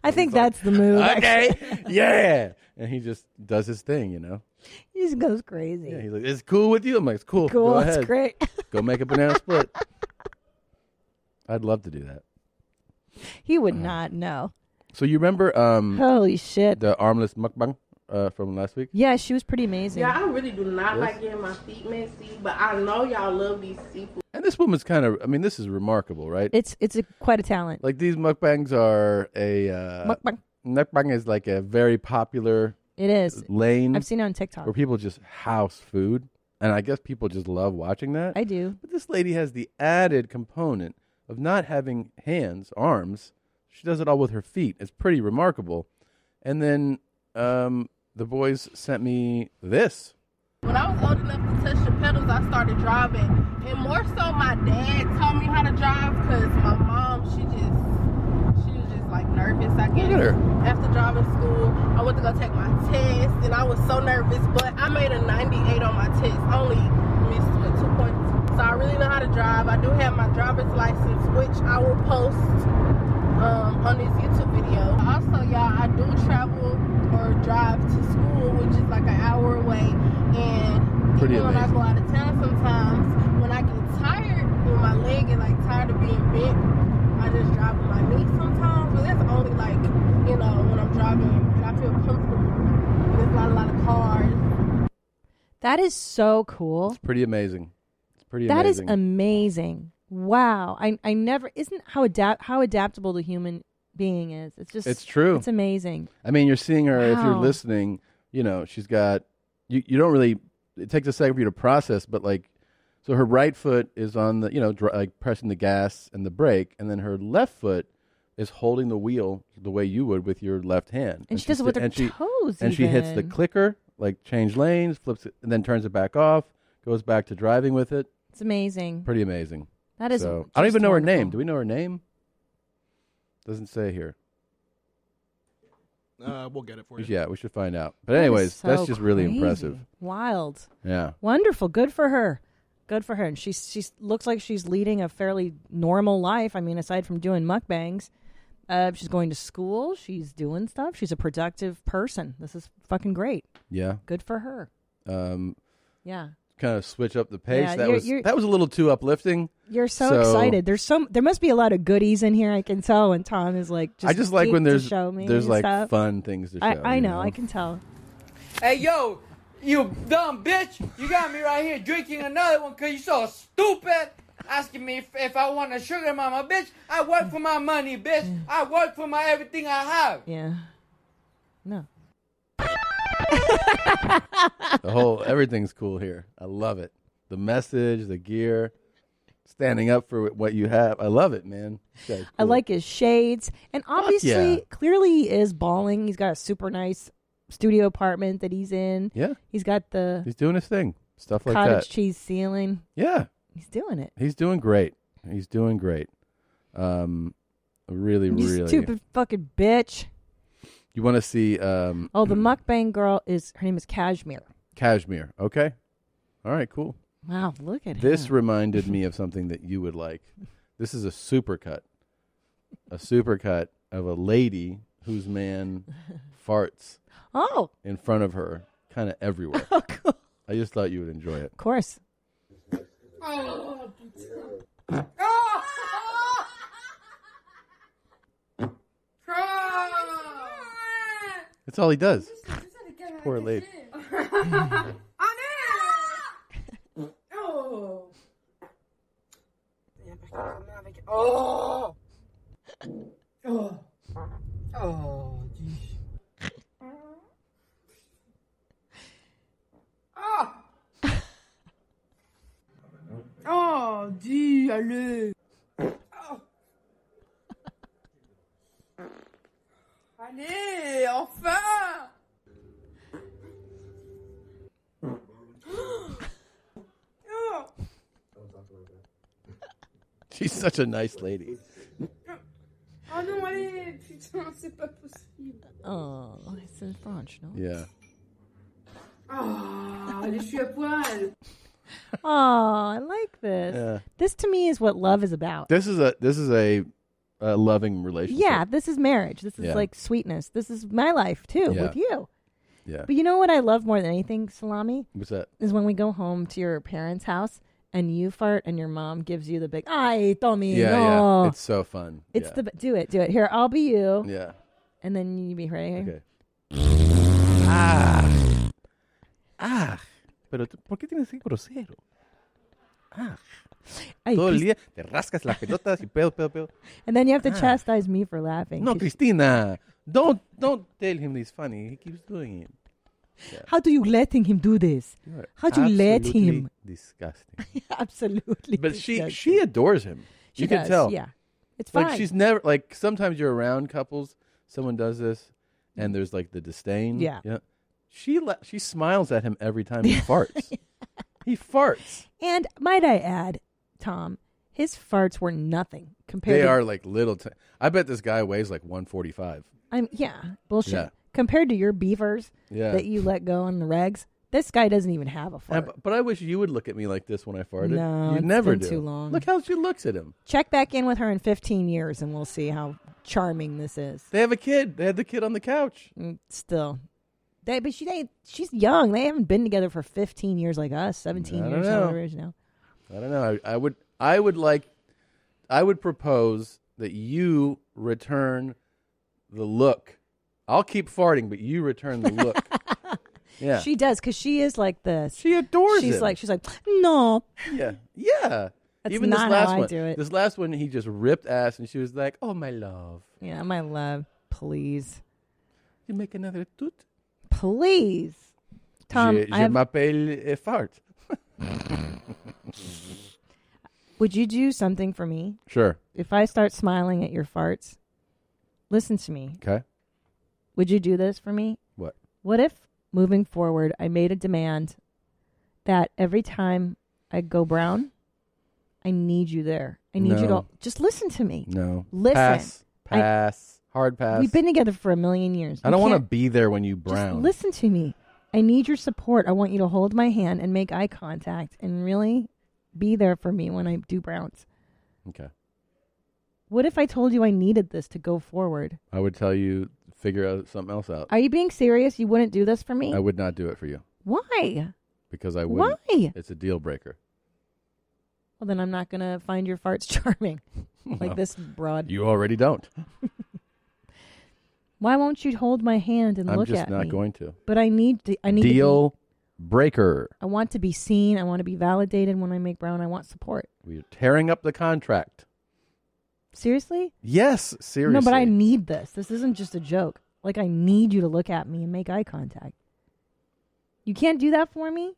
Speaker 3: I think that's the move.
Speaker 1: okay,
Speaker 3: actually.
Speaker 1: yeah, and he just does his thing, you know.
Speaker 3: he just goes crazy.
Speaker 1: Yeah, he's like, "It's cool with you." I'm like, "It's cool.
Speaker 3: Cool,
Speaker 1: Go
Speaker 3: it's
Speaker 1: ahead.
Speaker 3: great.
Speaker 1: Go make a banana split." I'd love to do that.
Speaker 3: He would
Speaker 1: Mm.
Speaker 3: not know.
Speaker 1: So you remember? Um,
Speaker 3: Holy shit!
Speaker 1: The armless mukbang uh, from last week.
Speaker 3: Yeah, she was pretty amazing.
Speaker 14: Yeah, I really do not
Speaker 1: Yes.
Speaker 14: like getting my feet messy, but I know y'all love these seafood.
Speaker 1: And this woman's kind of. I mean, this is remarkable, right?
Speaker 3: It's it's a, quite a talent.
Speaker 1: like these mukbangs are a uh,
Speaker 3: Mukbang.
Speaker 1: Mukbang is like a very popular.
Speaker 3: It is.
Speaker 1: lane.
Speaker 3: I've seen it on TikTok.
Speaker 1: where people just house food, and I guess people just love watching that.
Speaker 3: I do.
Speaker 1: But this lady has the added component of not having hands, arms. She does it all with her feet. It's pretty remarkable. And then um, the boys sent me this.
Speaker 14: When I was old enough to touch the pedals, I started driving. And more so, my dad taught me how to drive because my mom, she just, she was just like nervous, I guess.
Speaker 1: Look at her.
Speaker 14: After driving school, I went to go take my test and I was so nervous, but I made a 98 on my test. I only missed with two points. So I really know how to drive. I do have my driver's license, which I will post um, on this YouTube video. Also, y'all, I do travel or drive to school, which is like an hour away. And
Speaker 15: Pretty
Speaker 14: even when I
Speaker 15: amazing.
Speaker 14: go out of town sometimes, when I get tired, when my leg is like tired of being bent, I just drive with my knee sometimes. But that's only like, you know, when I'm driving and I feel comfortable. And there's not a lot of cars.
Speaker 3: That is so cool.
Speaker 1: Pretty amazing. It's pretty
Speaker 3: That is
Speaker 1: amazing.
Speaker 3: amazing. Wow. I I never isn't how adapt how adaptable the human being is. It's just
Speaker 1: It's true.
Speaker 3: It's amazing.
Speaker 1: I mean, you're seeing her if you're
Speaker 3: Wow.
Speaker 1: listening. You know, she's got you. You don't really. It takes a second for you to process, but like, so her right foot is on the you know dr- like pressing the gas and the brake, and then her left foot is holding the wheel the way you would with your left hand. And,
Speaker 3: she does
Speaker 1: sti-
Speaker 3: it with her
Speaker 1: and she,
Speaker 3: toes
Speaker 1: And she hits the
Speaker 3: even.
Speaker 1: clicker, like change lanes, flips it, and then turns it back off. Goes back to driving with it.
Speaker 3: It's amazing.
Speaker 1: Pretty amazing.
Speaker 3: That is
Speaker 1: So, I don't
Speaker 3: just
Speaker 1: even know her name.
Speaker 3: wonderful.
Speaker 1: Do we know her name? Doesn't say here.
Speaker 6: Uh, we'll get it for you.
Speaker 1: Yeah, we should find out. But
Speaker 3: That is
Speaker 1: anyways, that's
Speaker 3: so
Speaker 1: just really
Speaker 3: crazy.
Speaker 1: impressive.
Speaker 3: Wild.
Speaker 1: Yeah.
Speaker 3: Wonderful. Good for her. Good for her. And she's she looks like she's leading a fairly normal life. I mean, aside from doing mukbangs, uh, she's going to school. She's doing stuff. She's a productive person. This is fucking great.
Speaker 1: Yeah.
Speaker 3: Good for her.
Speaker 1: Um,
Speaker 3: Yeah.
Speaker 1: Kind of switch up the pace.
Speaker 3: Yeah,
Speaker 1: that
Speaker 3: you're-
Speaker 1: was
Speaker 3: you're-
Speaker 1: that was a little too uplifting.
Speaker 3: You're so, excited. There's so there must be a lot of goodies in here. I can tell. And Tom is like, just
Speaker 1: I just like
Speaker 3: geeked
Speaker 1: when
Speaker 3: to
Speaker 1: there's
Speaker 3: show me
Speaker 1: there's
Speaker 3: and
Speaker 1: like
Speaker 3: stuff.
Speaker 1: fun things to show.
Speaker 3: I, I
Speaker 1: you
Speaker 3: know. I can tell.
Speaker 15: Hey, yo, you dumb bitch. You got me right here drinking another one because you so stupid. Asking me if, if I want a sugar mama, bitch. I work for my money, bitch. I work for my everything I have.
Speaker 3: Yeah. No.
Speaker 1: the whole everything's cool here. I love it. The message, the gear, standing up for what you have. I love it, man. This guy's
Speaker 3: I
Speaker 1: cool.
Speaker 3: like his shades. And obviously,
Speaker 1: yeah.
Speaker 3: clearly he is balling. He's got a super nice studio apartment that he's in.
Speaker 1: Yeah.
Speaker 3: He's got the
Speaker 1: He's doing his thing. Stuff like
Speaker 3: cottage
Speaker 1: that.
Speaker 3: cheese ceiling.
Speaker 1: Yeah.
Speaker 3: He's doing it.
Speaker 1: He's doing great. He's doing great. Um, really,
Speaker 3: You
Speaker 1: really.
Speaker 3: stupid fucking bitch.
Speaker 1: You want to see um,
Speaker 3: Oh, the mukbang girl is her name is Kashmir.
Speaker 1: Kashmir? Okay. All right. Cool.
Speaker 3: Wow, look at
Speaker 1: This
Speaker 3: him.
Speaker 1: reminded me of something that you would like. This is a supercut, a supercut of a lady whose man farts.
Speaker 3: Oh.
Speaker 1: In front of her, kind of everywhere.
Speaker 3: Oh, cool.
Speaker 1: I just thought you would enjoy it.
Speaker 3: Of course.
Speaker 2: Oh, putain.
Speaker 1: That's all he does. Poor lady.
Speaker 2: Oh.
Speaker 15: Oh.
Speaker 2: Oh.
Speaker 15: Oh.
Speaker 2: Oh. Oh, dis, allez. Oh. Allez, enfin. Oh.
Speaker 1: She's such a nice lady.
Speaker 2: Oh non, allez, putain, c'est pas possible.
Speaker 3: Oh, it's in French, no?
Speaker 1: Yeah.
Speaker 2: Ah, allez, je suis à poil.
Speaker 3: Oh, I like this.
Speaker 1: Yeah.
Speaker 3: This to me is what love is about.
Speaker 1: This is a this is a, a loving relationship.
Speaker 3: Yeah, this is marriage. This is
Speaker 1: Yeah.
Speaker 3: like sweetness. This is my life too
Speaker 1: Yeah.
Speaker 3: with you.
Speaker 1: Yeah.
Speaker 3: But you know what I love more than anything, Salami?
Speaker 1: What's that?
Speaker 3: Is when we go home to your parents' house and you fart and your mom gives you the big, ay, Tommy.
Speaker 1: Yeah,
Speaker 3: no."
Speaker 1: yeah. It's so fun.
Speaker 3: It's
Speaker 1: Yeah.
Speaker 3: the, do it, do it. Here, I'll be you.
Speaker 1: Yeah.
Speaker 3: And then you be ready.
Speaker 1: Okay. Ah. Ah. Pero tú- ¿por qué tienes que ser grosero? Ah.
Speaker 3: Ay,
Speaker 1: Todo el
Speaker 3: Cris-
Speaker 1: día te rascas las pelotas y pedo, pedo, pedo.
Speaker 3: And then you have to
Speaker 1: Ah.
Speaker 3: chastise me for laughing.
Speaker 1: No,
Speaker 3: 'cause-
Speaker 1: Cristina. Don't don't tell him he's funny. He keeps doing it.
Speaker 3: How do you letting him do this?
Speaker 1: You are
Speaker 3: How do you let him?
Speaker 1: absolutely Disgusting.
Speaker 3: Absolutely.
Speaker 1: But she she adores him.
Speaker 3: She
Speaker 1: you
Speaker 3: does,
Speaker 1: can tell.
Speaker 3: yeah. It's
Speaker 1: like
Speaker 3: fine.
Speaker 1: she's never like sometimes you're around couples. Someone does this, and there's like the disdain.
Speaker 3: Yeah.
Speaker 1: You know? She la- she smiles at him every time he farts. he farts.
Speaker 3: And might I add, Tom, his farts were nothing compared
Speaker 1: they
Speaker 3: to
Speaker 1: are like little. T- I bet this guy weighs like 145.
Speaker 3: I'm yeah, bullshit.
Speaker 1: Yeah.
Speaker 3: Compared to your beavers
Speaker 1: Yeah.
Speaker 3: that you let go on the regs, this guy doesn't even have a
Speaker 1: Yeah,
Speaker 3: fart.
Speaker 1: but, but I wish you would look at me like this when I farted.
Speaker 3: No,
Speaker 1: you
Speaker 3: it's
Speaker 1: never
Speaker 3: been
Speaker 1: do.
Speaker 3: too long.
Speaker 1: Look how she looks at him.
Speaker 3: Check back in with her in 15 years, and we'll see how charming this is. Mm,
Speaker 1: They have a kid. They had the kid on the couch.
Speaker 3: Still, they but she they she's young. They haven't been together for 15 years like us.
Speaker 1: I
Speaker 3: 17
Speaker 1: don't
Speaker 3: years,
Speaker 1: know.
Speaker 3: however it is now.
Speaker 1: I don't know. I, I would. I would like. I would propose that you return the look. I'll keep farting, but you return the look. Yeah.
Speaker 3: She does because she is like this. She
Speaker 1: adores
Speaker 3: She's
Speaker 1: him.
Speaker 3: like she's like no.
Speaker 1: Yeah. Yeah.
Speaker 3: That's
Speaker 1: Even this
Speaker 3: not
Speaker 1: last
Speaker 3: how I
Speaker 1: one.
Speaker 3: do it.
Speaker 1: This last one, he just ripped ass, and she was like, "Oh my love,
Speaker 3: Yeah, my love. Please.
Speaker 1: You make another toot.
Speaker 3: Please. Tom,
Speaker 1: je,
Speaker 3: I
Speaker 1: je
Speaker 3: have-
Speaker 1: m'appelle eh, fart."
Speaker 3: would you do something for me?
Speaker 1: Sure.
Speaker 3: If I start smiling at your farts, listen to me.
Speaker 1: Okay.
Speaker 3: Would you do this for me?
Speaker 1: What?
Speaker 3: What if moving forward, I made a demand that every time I go brown, I need you there. I need you to
Speaker 1: No.
Speaker 3: just listen to me.
Speaker 1: No.
Speaker 3: Listen.
Speaker 1: Pass.
Speaker 3: I-
Speaker 1: Pass. Hard pass.
Speaker 3: We've been together for a million years.
Speaker 1: I
Speaker 3: You
Speaker 1: don't want to
Speaker 3: can't-
Speaker 1: be there when you brown.
Speaker 3: Listen to me. I need your support. I want you to hold my hand and make eye contact and really be there for me when I do browns.
Speaker 1: okay.
Speaker 3: What if I told you I needed this to go forward?
Speaker 1: I would tell you figure out something else out.
Speaker 3: Are you being serious? You wouldn't do this for me?
Speaker 1: I would not do it for you
Speaker 3: Why?
Speaker 1: because I would.
Speaker 3: Why?
Speaker 1: It's a deal breaker.
Speaker 3: Well, then I'm not going to find your farts charming like
Speaker 1: Well,
Speaker 3: this broad.
Speaker 1: You already don't.
Speaker 3: Why won't you hold my hand and
Speaker 1: I'm
Speaker 3: look
Speaker 1: just
Speaker 3: at me?
Speaker 1: not going to.
Speaker 3: But I need to, I need to be-
Speaker 1: deal breaker.
Speaker 3: I want to be seen. I want to be validated when I make brown. I want support.
Speaker 1: We're tearing up the contract.
Speaker 3: Seriously?
Speaker 1: Yes, seriously.
Speaker 3: No, but I need this. This isn't just a joke. Like I need you to look at me and make eye contact. You can't do that for me?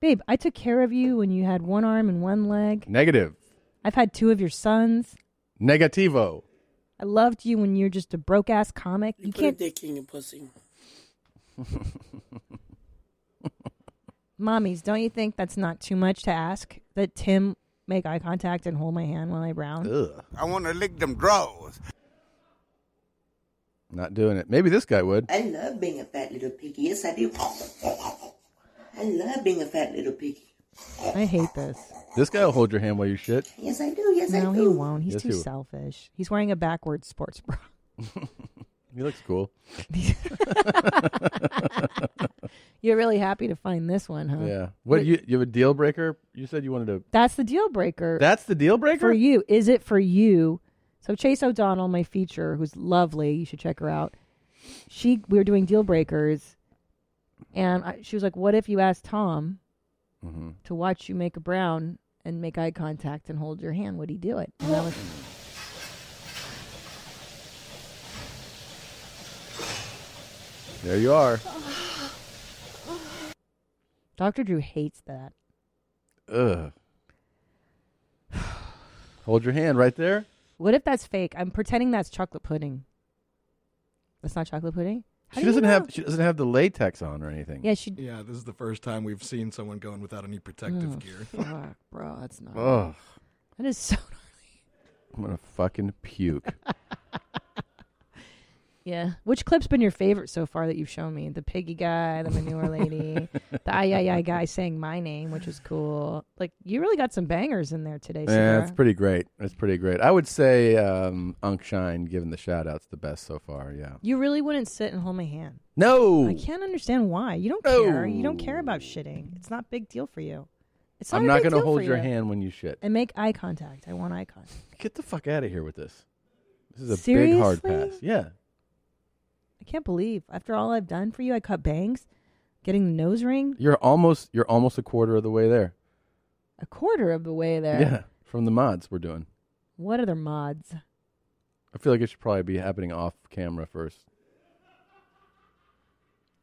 Speaker 3: Babe, I took care of you when you had one arm and one leg.
Speaker 1: Negative.
Speaker 3: I've had two of your sons.
Speaker 1: Negativo.
Speaker 3: I loved you when you were just a broke ass comic. You,
Speaker 11: You
Speaker 3: can't
Speaker 11: put a dick in your pussy.
Speaker 3: mommies, don't you think that's not too much to ask that Tim make eye contact and hold my hand while I brown?
Speaker 7: I want to lick them draws.
Speaker 1: Not doing it. Maybe this guy would.
Speaker 4: I love being a fat little piggy. Yes, I do. I love being a fat little piggy.
Speaker 3: I hate this.
Speaker 1: This guy will hold your hand while you shit.
Speaker 4: Yes, I do. Yes,
Speaker 3: no,
Speaker 4: I
Speaker 3: he
Speaker 4: do.
Speaker 3: won't. He's
Speaker 1: Yes,
Speaker 3: too
Speaker 1: he will.
Speaker 3: selfish. He's wearing a backwards sports bra.
Speaker 1: He looks cool.
Speaker 3: You're really happy to find this one, huh?
Speaker 1: Yeah. What
Speaker 3: But
Speaker 1: you you have a deal breaker? You said you wanted to.
Speaker 3: That's the deal breaker.
Speaker 1: That's the deal breaker.
Speaker 3: for you. Is it for you? So Chase O'Donnell, my feature, who's lovely, you should check her out. She, we were doing deal breakers, and I, she was like, "What if you asked Tom
Speaker 1: Mhm.
Speaker 3: to watch you make a brown and make eye contact and hold your hand? Would he do it?" And I was,
Speaker 1: There you are.
Speaker 3: Dr. Drew hates that.
Speaker 1: Ugh. Hold your hand right there.
Speaker 3: What if that's fake? I'm pretending that's chocolate pudding. That's not chocolate pudding. How
Speaker 1: She
Speaker 3: do you
Speaker 1: doesn't
Speaker 3: know?
Speaker 1: have she doesn't have the latex on or anything.
Speaker 3: Yeah, she.
Speaker 6: Yeah, this is the first time we've seen someone going without any protective
Speaker 3: Oh,
Speaker 6: gear.
Speaker 3: fuck, bro, that's not.
Speaker 1: Ugh.
Speaker 3: That is so.
Speaker 1: I'm gonna fucking puke.
Speaker 3: Yeah. Which clip's been your favorite so far that you've shown me? The piggy guy, the manure lady, the ay ay ay guy saying my name, which was cool. Like you really got some bangers in there today.
Speaker 1: yeah,
Speaker 3: Sarah.
Speaker 1: that's pretty great. That's pretty great. I would say um, Unc Shine, given the shout outs, the best so far. Yeah.
Speaker 3: you really wouldn't sit and hold my hand.
Speaker 1: No.
Speaker 3: I can't understand why. You don't care. You don't care
Speaker 1: Oh.
Speaker 3: about shitting. It's not a big deal for you. It's not
Speaker 1: I'm
Speaker 3: a
Speaker 1: not
Speaker 3: big
Speaker 1: gonna
Speaker 3: deal for
Speaker 1: hold your
Speaker 3: you.
Speaker 1: hand when you shit.
Speaker 3: And make eye contact. I want eye contact.
Speaker 1: Get the fuck out of here with this. This is a
Speaker 3: Seriously?
Speaker 1: big hard pass. Yeah.
Speaker 3: I can't believe after all I've done for you, I cut bangs, getting the nose ring
Speaker 1: You're almost you're almost a quarter of the way there.
Speaker 3: a quarter of the way there.
Speaker 1: Yeah. From the mods we're doing.
Speaker 3: What other mods?
Speaker 1: I feel like it should probably be happening off camera first.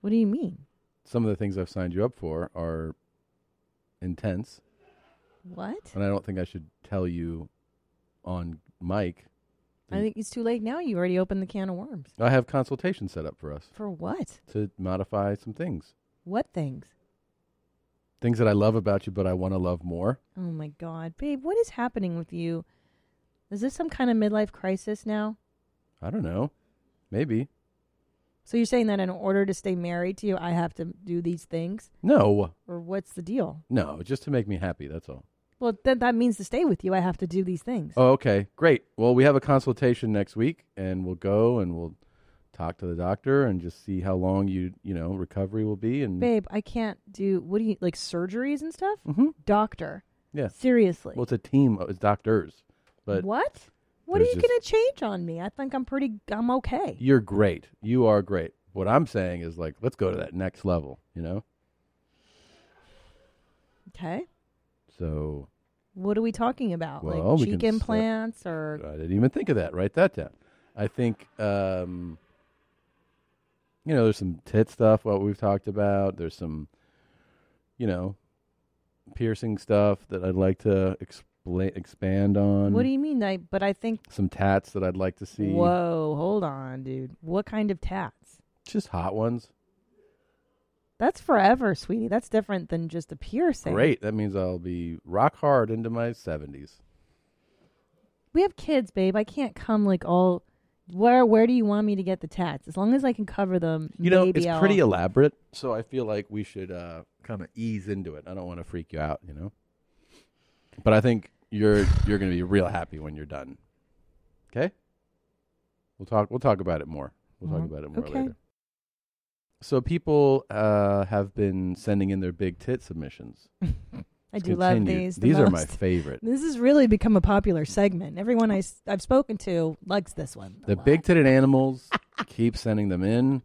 Speaker 3: What do you mean?
Speaker 1: Some of the things I've signed you up for are intense.
Speaker 3: What?
Speaker 1: And I don't think I should tell you on mic. Hmm.
Speaker 3: I think it's too late now. You already opened the can of worms.
Speaker 1: I have consultations set up for us
Speaker 3: For what?
Speaker 1: to modify some things.
Speaker 3: What things?
Speaker 1: Things that I love about you but I want to love more.
Speaker 3: Oh my God, babe, what is happening with you? Is this some kind of midlife crisis now?
Speaker 1: I don't know. Maybe.
Speaker 3: So you're saying that in order to stay married to you, I have to do these things?
Speaker 1: No.
Speaker 3: Or what's the deal?
Speaker 1: No, just to make me happy, that's all.
Speaker 3: Well, then that means to stay with you, I have to do these things.
Speaker 1: Oh, okay. Great. Well, we have a consultation next week and we'll go and we'll talk to the doctor and just see how long you, you know, recovery will be and
Speaker 3: Babe, I can't do, what do you, like surgeries and stuff?
Speaker 1: Mhm.
Speaker 3: Doctor.
Speaker 1: yeah.
Speaker 3: Seriously.
Speaker 1: Well, it's a team of it's doctors. But
Speaker 3: what? What are
Speaker 1: there's
Speaker 3: you
Speaker 1: just-
Speaker 3: going to change on me? I think I'm pretty, I'm okay.
Speaker 1: You're great. You are great. What I'm saying is like, let's go to that next level, you know?
Speaker 3: Okay.
Speaker 1: So
Speaker 3: What are we talking about?
Speaker 1: Well, we
Speaker 3: like cheek
Speaker 1: can
Speaker 3: implants or
Speaker 1: I didn't even think of that. Write that down. I think, um, you know, there's some tit stuff, what we've talked about. There's some, you know, piercing stuff that I'd like to explain, expand on.
Speaker 3: what do you mean? I but I think
Speaker 1: Some tats that I'd like to see.
Speaker 3: whoa, hold on, dude. What kind of tats?
Speaker 1: Just hot ones.
Speaker 3: That's forever, sweetie. That's different than just a piercing.
Speaker 1: Great. That means I'll be rock hard into my 70s.
Speaker 3: We have kids, babe. I can't come like all. Where where do you want me to get the tats? As long as I can cover them,
Speaker 1: You know,
Speaker 3: maybe
Speaker 1: it's
Speaker 3: I'll-
Speaker 1: pretty elaborate, so I feel like we should uh, kind of ease into it. I don't want to freak you out, you know. But I think you're you're going to be real happy when you're done. Okay? We'll talk we'll talk about it more. We'll talk
Speaker 3: Mm-hmm.
Speaker 16: Mhm.
Speaker 1: about it more
Speaker 16: Okay.
Speaker 1: later. So people uh, have been sending in their big tit submissions.
Speaker 3: I
Speaker 1: Let's
Speaker 3: do love
Speaker 1: continue.
Speaker 3: these. the
Speaker 1: These are my
Speaker 3: most.
Speaker 1: favorite.
Speaker 3: This has really become a popular segment. Everyone I, s- I've spoken to likes this one.
Speaker 1: The big titted animals keep sending them in.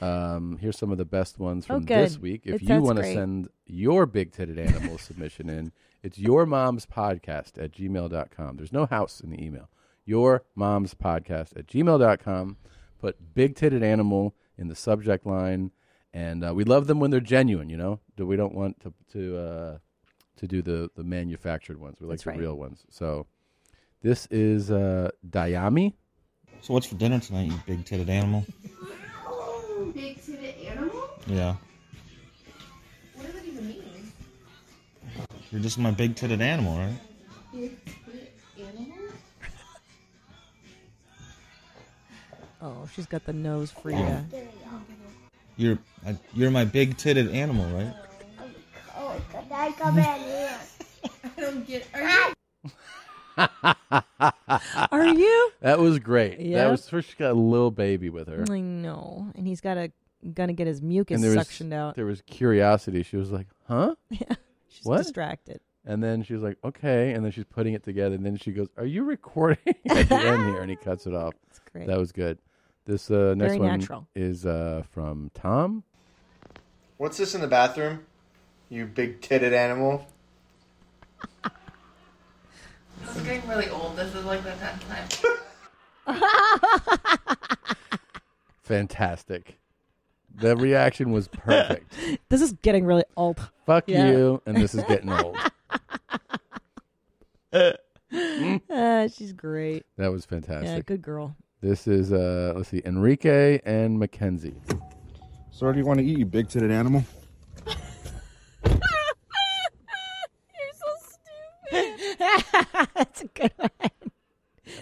Speaker 1: Um, here's some of the best ones
Speaker 3: Oh,
Speaker 1: from this
Speaker 3: good.
Speaker 1: week.
Speaker 3: It
Speaker 1: If you
Speaker 3: sounds
Speaker 1: want to
Speaker 3: great.
Speaker 1: send your big titted animal submission in, it's your mom's podcast at gmail.com. There's no house in the email. Your mom's podcast at gmail.com. Put big titted animal in the subject line. And uh, we love them when they're genuine, you know? Do- We don't want to, to, uh, to do the, the manufactured ones. We like
Speaker 3: That's
Speaker 1: the
Speaker 3: right.
Speaker 1: real ones. So this is uh, Dayami.
Speaker 17: So what's for dinner tonight, you big titted animal?
Speaker 2: Big to the animal?
Speaker 17: Yeah.
Speaker 2: What does that even mean?
Speaker 17: You're just my big titted animal, right?
Speaker 2: Big to the animal?
Speaker 3: Oh, she's got the nose for you.
Speaker 17: You're I, you're my big titted animal, right?
Speaker 2: Oh, could I come in here? I don't get Are you?
Speaker 3: Are you?
Speaker 1: That was great. That
Speaker 3: Yep.
Speaker 1: was first. She got a little baby with her,
Speaker 3: I know, and he's got a gonna get his mucus
Speaker 1: and there was
Speaker 3: suctioned out.
Speaker 1: there was curiosity. She was like, "Huh? Yeah,
Speaker 3: she's distracted.
Speaker 1: And then she was like, "Okay." And then she's putting it together. And then she goes, "Are you recording?" at the end here, and he cuts it off. That's
Speaker 3: great.
Speaker 1: That was good. This uh, next
Speaker 18: Very
Speaker 1: one
Speaker 18: natural.
Speaker 1: is uh, from Tom.
Speaker 18: What's this in the bathroom? You big titted animal.
Speaker 14: This is getting really old. This is like the 10th time.
Speaker 1: Fantastic. The reaction was perfect.
Speaker 3: This is getting really old.
Speaker 1: Fuck
Speaker 3: Yeah.
Speaker 1: you, and this is getting old.
Speaker 3: Ah, she's great.
Speaker 1: Mm. That was fantastic.
Speaker 3: Yeah, good girl.
Speaker 1: This is uh, let's see, Enrique and Mackenzie.
Speaker 19: So, what do you want to eat, you big titted animal?
Speaker 3: That's a good one.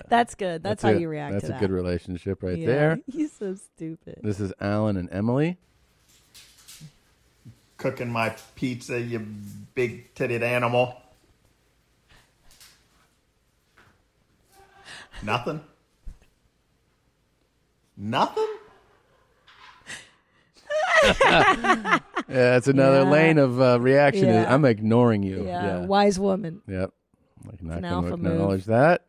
Speaker 3: That's good. That's, how
Speaker 1: it.
Speaker 3: you react
Speaker 1: That's
Speaker 3: to that.
Speaker 1: a good relationship right
Speaker 3: Yeah,
Speaker 1: there.
Speaker 3: He's so stupid.
Speaker 1: This is Alan and Emily.
Speaker 18: Cooking my pizza, you big titted animal. Nothing. Nothing?
Speaker 1: yeah, that's another
Speaker 3: Yeah.
Speaker 1: lane of uh, reaction. is,
Speaker 3: Yeah.
Speaker 1: I'm ignoring you.
Speaker 3: Yeah, wise woman.
Speaker 1: Yep. Like not
Speaker 3: an
Speaker 1: going to
Speaker 3: alpha move.
Speaker 1: acknowledge that.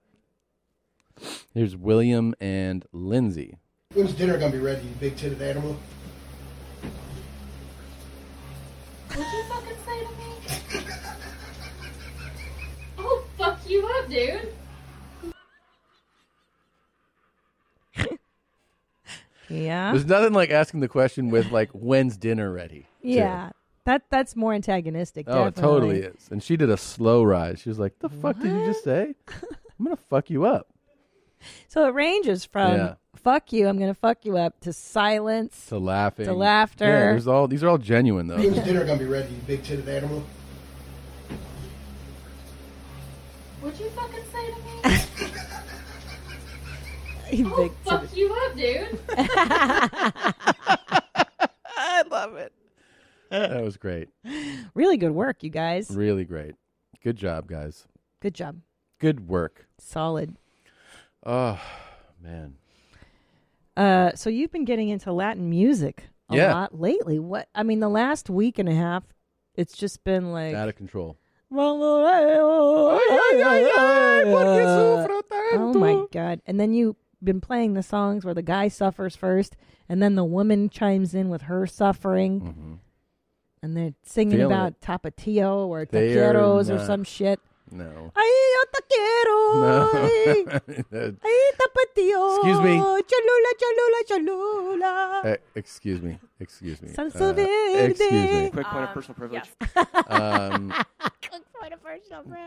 Speaker 1: Here's William and Lindsay.
Speaker 20: When's dinner gonna be ready, you big titted animal?
Speaker 2: What'd you fucking say to me? oh, fuck you up, dude.
Speaker 3: Yeah.
Speaker 1: There's nothing like asking the question with like, "When's dinner ready?" too.
Speaker 3: Yeah. That that's more antagonistic.
Speaker 1: Oh, it
Speaker 3: definitely.
Speaker 1: totally is. And she did a slow ride. She was like, "The fuck did you just say? I'm gonna fuck you up."
Speaker 3: So it ranges from
Speaker 1: Yeah.
Speaker 3: fuck you, I'm gonna fuck you up to silence.
Speaker 1: To laughing.
Speaker 3: To laughter.
Speaker 1: Yeah, there's all these are all genuine though.
Speaker 20: When's dinner gonna be ready, you big titted animal?
Speaker 2: What'd you fucking say to me?
Speaker 3: oh,
Speaker 2: fuck you up, dude.
Speaker 3: I love it.
Speaker 1: that was great.
Speaker 3: Really good work, you guys.
Speaker 1: Really great. Good job, guys.
Speaker 3: Good job.
Speaker 1: Good work.
Speaker 3: Solid.
Speaker 1: Oh man.
Speaker 3: Uh, so you've been getting into Latin music a
Speaker 1: Yeah.
Speaker 3: lot lately. What I mean, the last week and a half, it's just been like
Speaker 1: Out of control.
Speaker 3: Oh my god! And then you been playing the songs where the guy suffers first, and then the woman chimes in with her suffering, and they're singing
Speaker 1: Feeling
Speaker 3: about tapatio or
Speaker 1: They are
Speaker 3: taqueros or
Speaker 1: not-
Speaker 3: some shit.
Speaker 1: No.
Speaker 3: Ay, yo taquero. ay.
Speaker 1: No.
Speaker 3: Ay, tapatio.
Speaker 1: Excuse me.
Speaker 3: Cholula, cholula, cholula.
Speaker 1: Uh, excuse me. Excuse me.
Speaker 3: Salsa
Speaker 1: Uh,
Speaker 3: verde.
Speaker 1: excuse me.
Speaker 16: Quick point of personal privilege.
Speaker 1: um,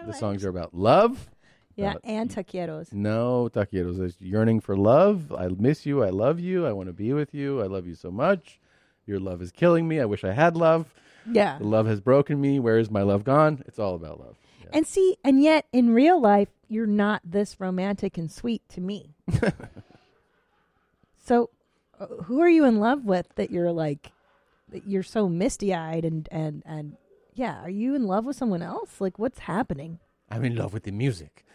Speaker 1: the songs are about love.
Speaker 3: Yeah,
Speaker 1: about-
Speaker 3: and taqueros.
Speaker 1: No, taqueros. It's yearning for love. I miss you. I love you. I want to be with you. I love you so much. Your love is killing me. I wish I had love.
Speaker 3: Yeah.
Speaker 1: The love has broken me. Where is my love gone? It's all about love.
Speaker 3: And see, and yet in real life, you're not this romantic and sweet to me. so, uh, who are you in love with that you're like, that you're so misty eyed and and and yeah, are you in love with someone else? Like, what's happening?
Speaker 1: I'm in love with the music.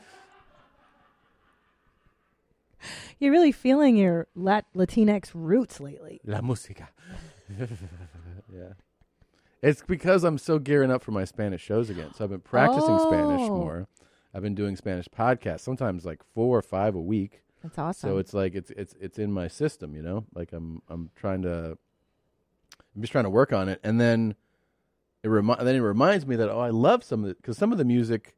Speaker 3: You're really feeling your Lat- Latinx roots lately.
Speaker 1: La música. yeah. It's because I'm still gearing up for my Spanish shows again. So I've been practicing Spanish
Speaker 3: Oh.
Speaker 1: more. I've been doing Spanish podcasts, sometimes like four or five a week.
Speaker 3: That's awesome.
Speaker 1: So it's like it's it's it's in my system, you know? Like I'm I'm trying to I'm just trying to work on it and then it remi- then it reminds me that oh I love some of it cuz some of the music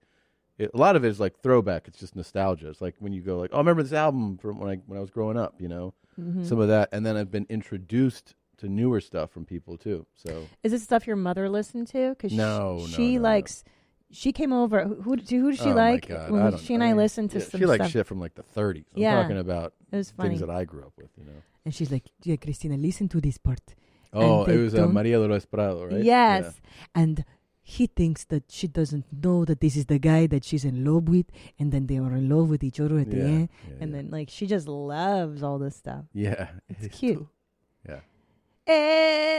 Speaker 1: it, a lot of it is like throwback. It's just nostalgia. It's like when you go like, "Oh, I remember this album from when I when I was growing up," you know?
Speaker 3: Mhm.
Speaker 1: Some of that and then I've been introduced to newer stuff from people too. So
Speaker 3: Is this stuff your mother listened to? Because
Speaker 1: No, no,
Speaker 3: she, likes. She came over. Who who, did- who does she
Speaker 1: Oh my
Speaker 3: like?
Speaker 1: God,
Speaker 3: When
Speaker 1: I
Speaker 3: we-
Speaker 1: don't-
Speaker 3: she and
Speaker 1: I
Speaker 3: I,
Speaker 1: mean,
Speaker 3: listened to
Speaker 1: yeah,
Speaker 3: some
Speaker 1: she likes
Speaker 3: stuff.
Speaker 1: shit from like the 30s. I'm
Speaker 3: yeah.
Speaker 1: talking about
Speaker 3: it was funny.
Speaker 1: things that I grew up with, you know.
Speaker 3: And she's like, yeah, Christina, listen to this part. And
Speaker 1: Oh, it
Speaker 3: they
Speaker 1: was uh,
Speaker 3: don't-
Speaker 1: Maria Dolores Prado, right?
Speaker 3: Yes. And he thinks that she doesn't know that this is the guy that she's in love with. And then they are in love with each other at the
Speaker 1: Yeah,
Speaker 3: end.
Speaker 1: yeah,
Speaker 3: and then, like, she just loves all this stuff.
Speaker 1: Yeah.
Speaker 3: It's cute.
Speaker 1: Yeah.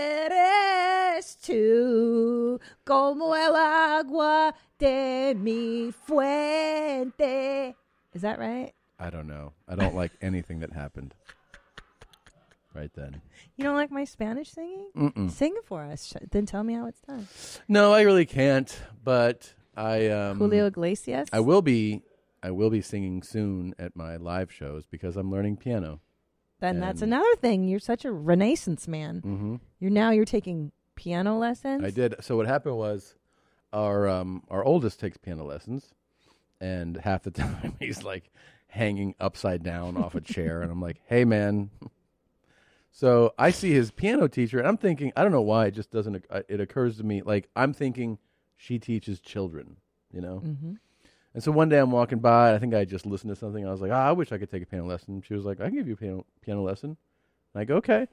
Speaker 3: Eres tú como el agua de mi fuente. Is that right?
Speaker 1: I don't know. I don't like anything that happened right then.
Speaker 3: You don't like my Spanish singing?
Speaker 1: Mm-mm.
Speaker 3: Sing it for us. Sh- Then tell me how it's done.
Speaker 1: No, I really can't. But I um,
Speaker 3: Julio Iglesias?
Speaker 1: I will be. I will be singing soon at my live shows because I'm learning piano.
Speaker 3: Then that's
Speaker 1: And
Speaker 3: another thing. You're such a renaissance man.
Speaker 1: Mhm.
Speaker 3: You're now you're taking piano lessons.
Speaker 1: I did. So what happened was, our um, our oldest takes piano lessons, and half the time he's like hanging upside down off a chair, and I'm like, "Hey, man." So I see his piano teacher, and I'm thinking, I don't know why it just doesn't. uh, It occurs to me like I'm thinking she teaches children, you know.
Speaker 3: Mhm.
Speaker 1: And so one day I'm walking by, and I think I just listened to something. I was like, ah, I wish I could take a piano lesson. She was like, I can give you a piano piano lesson. And I go, okay.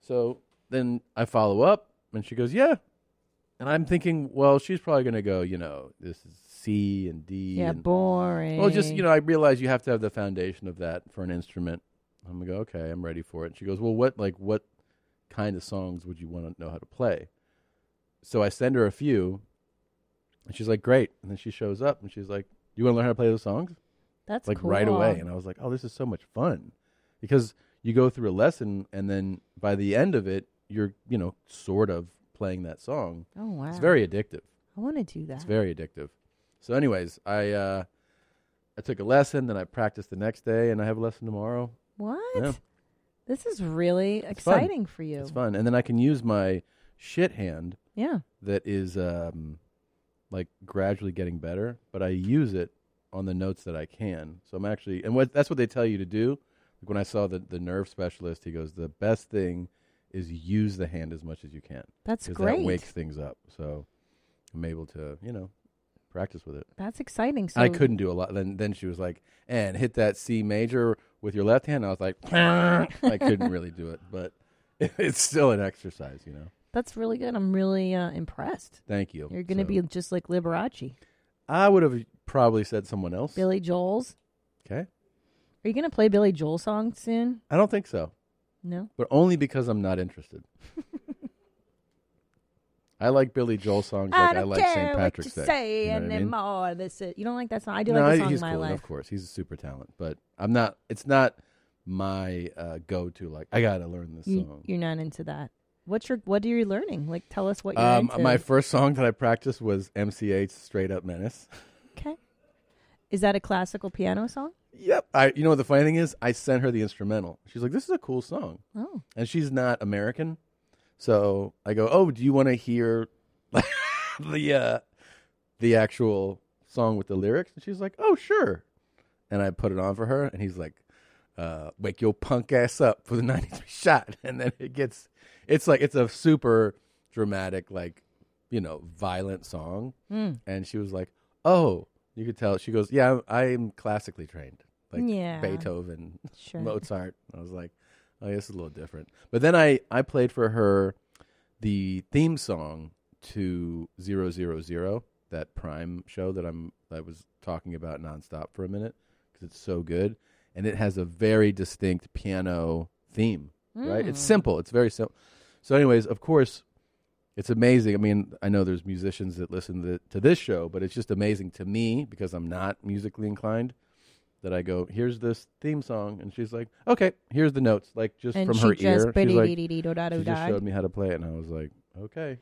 Speaker 1: So then I follow up, and she goes, yeah. And I'm thinking, well, she's probably going to go, you know, this is C and D.
Speaker 3: Yeah,
Speaker 1: and,
Speaker 3: boring.
Speaker 1: Well, just you know, I realize you have to have the foundation of that for an instrument. I'm gonna go, okay, I'm ready for it. She goes, well, what like what kind of songs would you want to know how to play? So I send her a few, and she's like, great. And then she shows up and she's like, you want to learn how to play those songs?
Speaker 3: That's
Speaker 1: like right away.
Speaker 3: cool.
Speaker 1: And I was like, oh, this is so much fun because you go through a lesson and then by the end of it, you're you know sort of playing that song.
Speaker 3: Oh,
Speaker 1: it's
Speaker 3: wow.
Speaker 1: very addictive.
Speaker 3: I want to do that.
Speaker 1: It's very addictive. So, anyways, I uh, I took a lesson, then I practiced the next day, and I have a lesson tomorrow.
Speaker 3: What?
Speaker 1: Yeah,
Speaker 3: This is really
Speaker 1: it's fun.
Speaker 3: exciting for you.
Speaker 1: It's fun, and then I can use my shit hand.
Speaker 3: Yeah.
Speaker 1: That is um, like gradually getting better, but I use it on the notes that I can. So I'm actually, and what that's what they tell you to do. Like when I saw the the nerve specialist, he goes, the best thing is use the hand as much as you can.
Speaker 3: That's
Speaker 1: 'Cause
Speaker 3: great.
Speaker 1: That wakes things up. So I'm able to, you know, practice with it.
Speaker 3: That's exciting. So
Speaker 1: I couldn't do a lot. Then then she was like, and hit that C major with your left hand. I was like, I couldn't really do it, but it's still an exercise, you know.
Speaker 3: That's really good. I'm really uh, impressed.
Speaker 1: Thank you.
Speaker 3: You're going to
Speaker 1: So-
Speaker 3: be just like Liberace,
Speaker 1: I would have probably said someone else.
Speaker 3: Billy Joel's.
Speaker 1: Okay.
Speaker 3: Are you going to play Billy Joel songs soon?
Speaker 1: I don't think so.
Speaker 3: No?
Speaker 1: But only because I'm not interested. I like Billy Joel songs
Speaker 3: I
Speaker 1: like I
Speaker 3: don't
Speaker 1: like
Speaker 3: care
Speaker 1: St. Patrick's
Speaker 3: what you
Speaker 1: Day.
Speaker 3: say
Speaker 1: you know what I mean?
Speaker 3: anymore. This is, you don't like that song. I do
Speaker 1: no,
Speaker 3: like the
Speaker 1: I-
Speaker 3: song
Speaker 1: he's
Speaker 3: My
Speaker 1: cool,
Speaker 3: Life.
Speaker 1: of course. He's a super talent, but I'm not. It's not my uh, go-to. Like I gotta learn this song.
Speaker 3: You, you're not into that. What's your What are you learning? Like, tell us what you're
Speaker 1: Um,
Speaker 3: into.
Speaker 1: my first song that I practiced was MCA's "Straight Up Menace."
Speaker 3: Okay. Is that a classical piano song?
Speaker 1: Yep. I, you know what the funny thing is? I sent her the instrumental. She's like, "This is a cool song,"
Speaker 3: Oh.
Speaker 1: and she's not American, so I go, "Oh, do you want to hear the uh, the actual song with the lyrics?" And she's like, "Oh, sure." And I put it on for her, and he's like, uh, "Wake your punk ass up for the ninety-three shot," and then it gets, it's like it's a super dramatic, like you know, violent song,
Speaker 3: Mm.
Speaker 1: and she was like, "Oh." You could tell. She goes, "Yeah, I'm classically trained." like
Speaker 3: Yeah.
Speaker 1: Beethoven,
Speaker 3: Sure.
Speaker 1: Mozart. I was like, oh, this is a little different. But then I, I played for her the theme song to Zero Zero Zero, that Prime show that I'm that I was talking about nonstop for a minute because it's so good, and it has a very distinct piano theme. Right? It's
Speaker 16: Mm.
Speaker 1: simple. It's very simple. So, anyways, of course, it's amazing. I mean, I know there's musicians that listen to, to this show, but it's just amazing to me because I'm not musically inclined that I go, here's this theme song, and she's like, okay, here's the notes, like just
Speaker 3: And
Speaker 1: from
Speaker 3: she
Speaker 1: her
Speaker 3: just
Speaker 1: ear. She's like, she
Speaker 3: ba-dee-dee-dee-do-da-do-da.
Speaker 1: just showed me how to play it, and I was like, okay.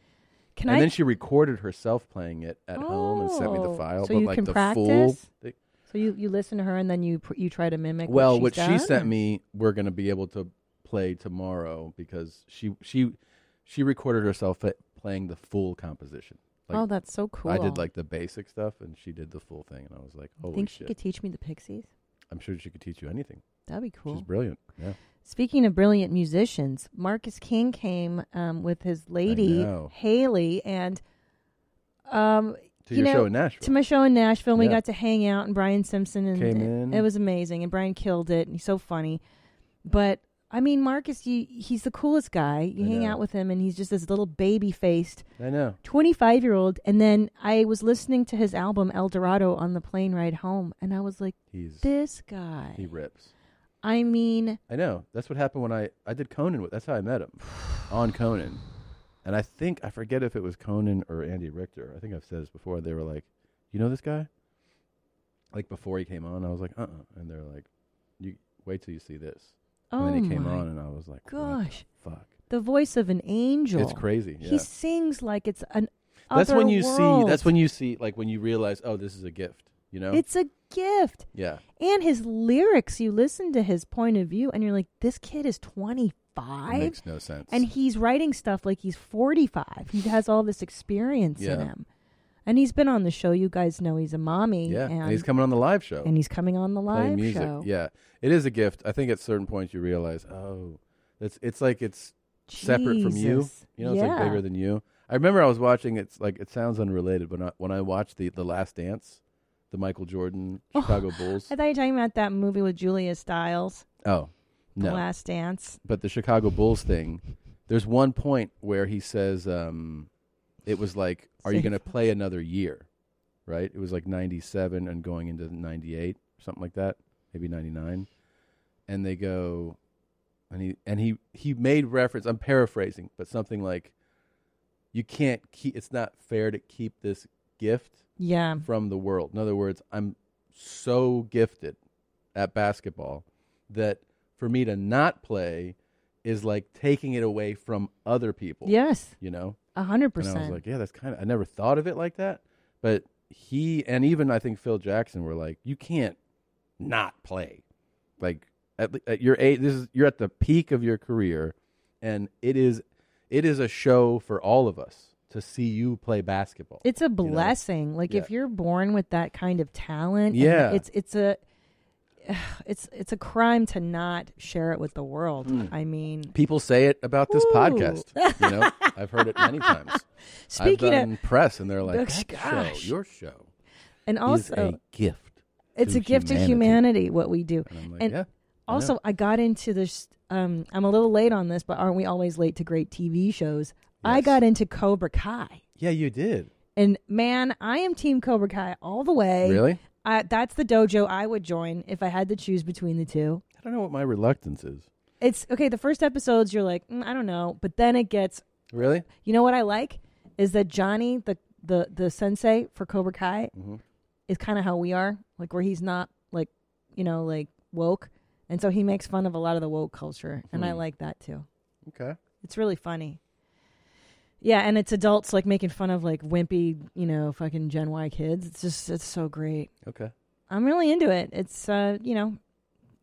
Speaker 3: Can
Speaker 1: and
Speaker 3: I-
Speaker 1: then she recorded herself playing it at home and sent me the
Speaker 3: Oh,
Speaker 1: file,
Speaker 3: So
Speaker 1: but
Speaker 3: you
Speaker 1: like
Speaker 3: can
Speaker 1: the
Speaker 3: practice.
Speaker 1: full. thi-
Speaker 3: So you, you listen to her and then you pr- you try to mimic.
Speaker 1: well,
Speaker 3: what,
Speaker 1: what
Speaker 3: she's
Speaker 1: she
Speaker 3: done,
Speaker 1: sent
Speaker 3: or-
Speaker 1: me, we're gonna be able to play tomorrow because she she she recorded herself at playing the full composition.
Speaker 3: Oh, that's so
Speaker 1: I
Speaker 3: cool.
Speaker 1: did like the basic stuff, and she did the full thing, and I was like, holy
Speaker 3: Think she
Speaker 1: shit!
Speaker 3: could teach me the Pixies?
Speaker 1: I'm sure she could teach you anything.
Speaker 3: That'd be cool.
Speaker 1: She's brilliant. Yeah.
Speaker 3: Speaking of brilliant musicians, Marcus King came um, with his lady
Speaker 1: know.
Speaker 3: Haley, and um,
Speaker 1: To
Speaker 3: you
Speaker 1: your
Speaker 3: know,
Speaker 1: show in Nashville.
Speaker 3: To my show in Nashville, and we
Speaker 1: Yeah.
Speaker 3: got to hang out, and Brian Simpson and
Speaker 1: Came
Speaker 3: it-
Speaker 1: in.
Speaker 3: It, was amazing, and Brian killed it, and he's so funny. But I mean, Marcus, you, he's the coolest guy. You
Speaker 1: I
Speaker 3: hang
Speaker 1: know.
Speaker 3: out with him, and he's just this little baby faced.
Speaker 1: I know.
Speaker 3: 25 year old and then i was listening to his album el dorado on the plane ride home and i was like
Speaker 1: He's-
Speaker 3: this guy
Speaker 1: He rips.
Speaker 3: i mean
Speaker 1: I know. That's what happened when I I did Conan with. That's how I met him, on Conan, and I think I forget if it was Conan or Andy Richter. I think I've said this before. They were like, "You know this guy?" Like before he came on, I was like, "Uh," uh and they're like, "You wait till you see this." and
Speaker 3: Oh
Speaker 1: then he came
Speaker 3: my
Speaker 1: on, and I was like, "What the
Speaker 3: gosh
Speaker 1: fuck."
Speaker 3: the voice of an angel
Speaker 1: It's crazy, yeah.
Speaker 3: he sings like it's an
Speaker 1: That's when you see.
Speaker 3: otherworld.
Speaker 1: That's when you see. Like when you realize, oh, this is a gift. You know.
Speaker 3: it's a gift
Speaker 1: Yeah.
Speaker 3: and his lyrics you listen to his point of view and you're like this kid is 25
Speaker 1: It makes no sense.
Speaker 3: and he's writing stuff like he's 45 he has all this experience in
Speaker 1: Yeah.
Speaker 3: him and he's been on the show you guys know he's a mommy
Speaker 1: Yeah,
Speaker 3: and,
Speaker 1: and he's coming on the live show.
Speaker 3: and he's coming on the
Speaker 1: Playing
Speaker 3: live
Speaker 1: music.
Speaker 3: show
Speaker 1: Yeah, it is a gift. I think at certain points you realize, oh, it's it's like it's separate from you.
Speaker 3: Jesus.
Speaker 1: You know, it's like
Speaker 3: Yeah.
Speaker 1: bigger than you. I remember I was watching. It's like it sounds unrelated, but when I, when I watched the the Last Dance, the Michael Jordan
Speaker 3: Oh,
Speaker 1: Chicago Bulls.
Speaker 3: I thought you were talking about that movie with Julia Stiles.
Speaker 1: Oh,
Speaker 3: The
Speaker 1: no.
Speaker 3: Last Dance.
Speaker 1: But the Chicago Bulls thing, there's one point where he says, um, it was like, are you
Speaker 3: Safe.
Speaker 1: going to play another year? Right? It was like 97 and going into 98, something like that, maybe 99. And they go, and he, and he, he made reference, I'm paraphrasing, but something like, you can't keep, it's not fair to keep this gift
Speaker 3: Yeah.
Speaker 1: from the world. In other words, I'm so gifted at basketball that for me to not play is like taking it away from other people.
Speaker 3: Yes.
Speaker 1: You know?
Speaker 3: A hundred
Speaker 1: And I was
Speaker 3: percent.
Speaker 1: like, yeah, that's kind of, I never thought of it like that. But he, and even I think Phil Jackson were like, you can't not play. Like, at, le- at your age, this is, you're at the peak of your career. And it is, it is a show for all of us to see you play basketball.
Speaker 3: It's a
Speaker 1: you know?
Speaker 3: blessing. Like
Speaker 1: Yeah.
Speaker 3: if you're born with that kind of talent, and
Speaker 1: Yeah.
Speaker 3: it's it's a it's it's a crime to not share it with the world.
Speaker 1: Hmm.
Speaker 3: I mean,
Speaker 1: people say it about this
Speaker 3: Ooh.
Speaker 1: podcast. You know, I've heard it many times.
Speaker 3: Speaking
Speaker 1: I've done
Speaker 3: of-
Speaker 1: press, and they're like,
Speaker 3: Gosh,
Speaker 1: "That
Speaker 3: gosh.
Speaker 1: show, your show,
Speaker 3: and
Speaker 1: is
Speaker 3: also
Speaker 1: a gift.
Speaker 3: It's
Speaker 1: to
Speaker 3: a gift to humanity what we do. And,
Speaker 1: like, yeah, I know.
Speaker 3: also, I got into this. Um, I'm a little late on this, but aren't we always late to great TV shows? I got into Cobra Kai,
Speaker 1: Yeah, you did.
Speaker 3: and man, I am Team Cobra Kai all the way.
Speaker 1: Really?
Speaker 3: I, that's the dojo I would join if I had to choose between the two.
Speaker 1: I don't know what my reluctance is.
Speaker 3: It's okay. The first episodes, you're like, mm, I don't know, but then it gets.
Speaker 1: Really?
Speaker 3: You know what I like is that Johnny, the the the sensei for Cobra Kai,
Speaker 1: Mhm.
Speaker 3: is kind of how we are, like where he's not like, you know, like woke, and so he makes fun of a lot of the woke culture, and I
Speaker 1: Hmm.
Speaker 3: like that too.
Speaker 1: Okay.
Speaker 3: It's really funny. Yeah, and it's adults like making fun of like wimpy, you know, fucking Gen Y kids. It's just it's so great.
Speaker 1: Okay.
Speaker 3: I'm really into it. It's uh, you know,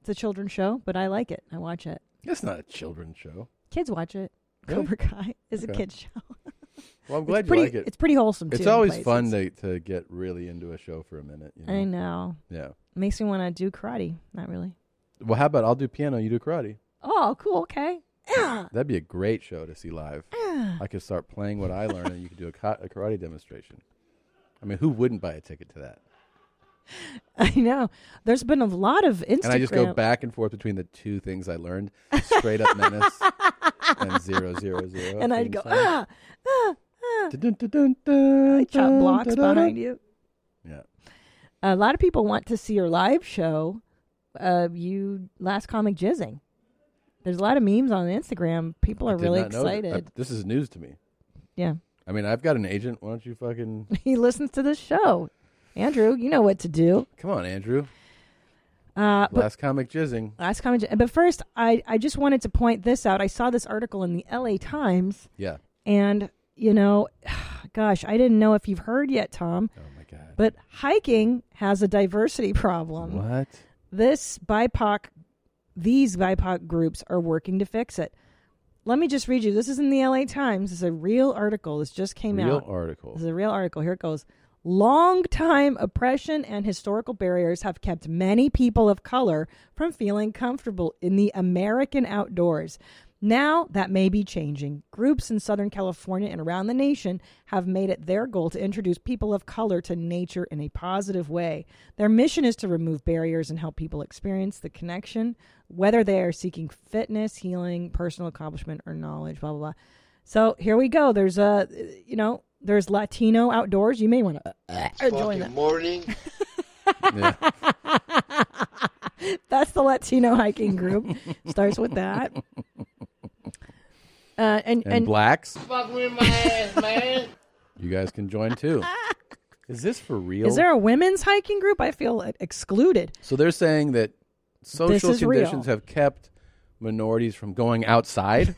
Speaker 3: it's a children's show, but I like it. I watch it.
Speaker 1: It's not a children's show.
Speaker 3: Kids watch it.
Speaker 1: Really?
Speaker 3: Cobra Kai is a
Speaker 1: Okay.
Speaker 3: kids show.
Speaker 1: Well, I'm
Speaker 3: It's
Speaker 1: glad you
Speaker 3: pretty-
Speaker 1: like it.
Speaker 3: It's pretty wholesome.
Speaker 1: It's
Speaker 3: too in
Speaker 1: always
Speaker 3: places.
Speaker 1: fun to, to get really into a show for a minute. You know?
Speaker 3: I know.
Speaker 1: Yeah.
Speaker 3: Makes me want to do karate. Not really.
Speaker 1: Well, how about I'll do piano, you do karate.
Speaker 3: Oh, cool. Okay. Ah,
Speaker 1: That'd be a great show to see live.
Speaker 3: Ah.
Speaker 1: I could start playing what I learned, and you could do a, ka- a karate demonstration. I mean, who wouldn't buy a ticket to that?
Speaker 3: I know. There's been a lot of Instagram.
Speaker 1: And I just go back and forth between the two things I learned: straight up menace and zero zero zero.
Speaker 3: and I'd go
Speaker 1: theme song.
Speaker 3: ah, ah, ah.
Speaker 1: I
Speaker 3: chop
Speaker 1: dun,
Speaker 3: blocks
Speaker 1: dun, dun,
Speaker 3: behind
Speaker 1: dun.
Speaker 3: you.
Speaker 1: Yeah.
Speaker 3: A lot of people want to see your live show. Uh, you last comic jizzing. There's a lot of memes on Instagram. People
Speaker 1: I
Speaker 3: are
Speaker 1: did
Speaker 3: really
Speaker 1: not know that.
Speaker 3: excited.
Speaker 1: I- this is news to me.
Speaker 3: Yeah.
Speaker 1: I mean, I've got an agent. Why don't you fucking
Speaker 3: he listens to this show. Andrew, you know what to do.
Speaker 1: come on, Andrew?
Speaker 3: Uh, but-
Speaker 1: Last comic jizzing.
Speaker 3: Last comment. But first, I, I just wanted to point this out. I saw this article in the LA Times.
Speaker 1: Yeah.
Speaker 3: And, you know, gosh, I didn't know if you've heard yet, Tom. Oh, my God. But hiking has a diversity problem.
Speaker 1: What?
Speaker 3: This BIPOC, these BIPOC groups are working to fix it. Let me just read you. This is in the LA Times. It's a real article. This just came
Speaker 1: Real
Speaker 3: out.
Speaker 1: article.
Speaker 3: This is a real article. Here it goes. Long time oppression and historical barriers have kept many people of color from feeling comfortable in the American outdoors. Now that may be changing. Groups in Southern California and around the nation have made it their goal to introduce people of color to nature in a positive way. Their mission is to remove barriers and help people experience the connection, whether they are seeking fitness, healing, personal accomplishment, or knowledge, blah, blah, blah. So here we go. There's a, you know, there's Latino outdoors. You may want to uh, uh, join that.
Speaker 4: morning.
Speaker 3: That's the Latino hiking group. Starts with that. Uh, and,
Speaker 1: And blacks?
Speaker 4: Fuck me in my ass, man.
Speaker 1: You guys can join too. is this for real?
Speaker 3: Is there a women's hiking group? I feel uh, excluded.
Speaker 1: So they're saying that social
Speaker 3: is
Speaker 1: conditions
Speaker 3: real.
Speaker 1: have kept minorities from going outside.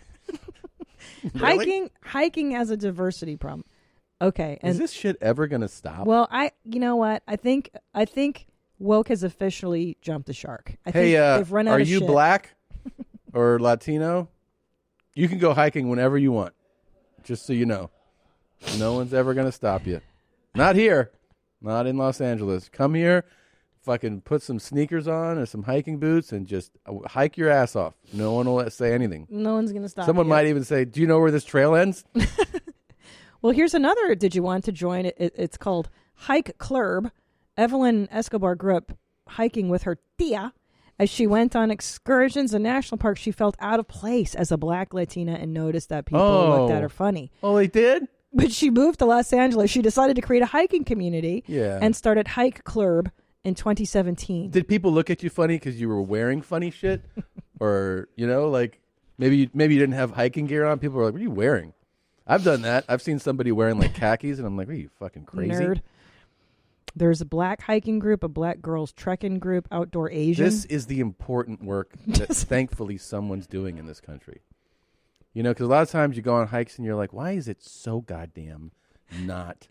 Speaker 3: Hiking hiking has a diversity problem. Okay. And
Speaker 1: is this shit ever going to stop?
Speaker 3: well, I you know what? I think I think woke has officially jumped the shark. I
Speaker 1: hey,
Speaker 3: think
Speaker 1: uh,
Speaker 3: they've run out
Speaker 1: are
Speaker 3: of
Speaker 1: you
Speaker 3: shit.
Speaker 1: black or Latino? You can go hiking whenever you want, just so you know. No one's ever going to stop you. Not here. Not in Los Angeles. Come here, fucking put some sneakers on or some hiking boots and just uh, hike your ass off. No one will say anything.
Speaker 3: No one's gonna stop.
Speaker 1: Someone
Speaker 3: you.
Speaker 1: might even say, "Do you know where this trail ends?"
Speaker 3: Well, here's another. Did you want to join? It, it, it's called Hike Club. Evelyn Escobar grew up hiking with her tia. As she went on excursions in national parks, she felt out of place as a black Latina and noticed that people looked at
Speaker 1: Oh.
Speaker 3: her funny.
Speaker 1: Oh, they did?
Speaker 3: But she moved to Los Angeles. She decided to create a hiking community
Speaker 1: Yeah.
Speaker 3: and started Hike Club in 2017.
Speaker 1: Did people look at you funny because you were wearing funny shit, or you know, like maybe you, maybe you didn't have hiking gear on? People were like, "What are you wearing?" I've done that. I've seen somebody wearing like khakis, and I'm like, "Are you fucking crazy?"
Speaker 3: Nerd. There's a black hiking group, a black girls trekking group, outdoor Asian.
Speaker 1: This is the important work that thankfully someone's doing in this country. You know, because a lot of times you go on hikes and you're like, "Why is it so goddamn not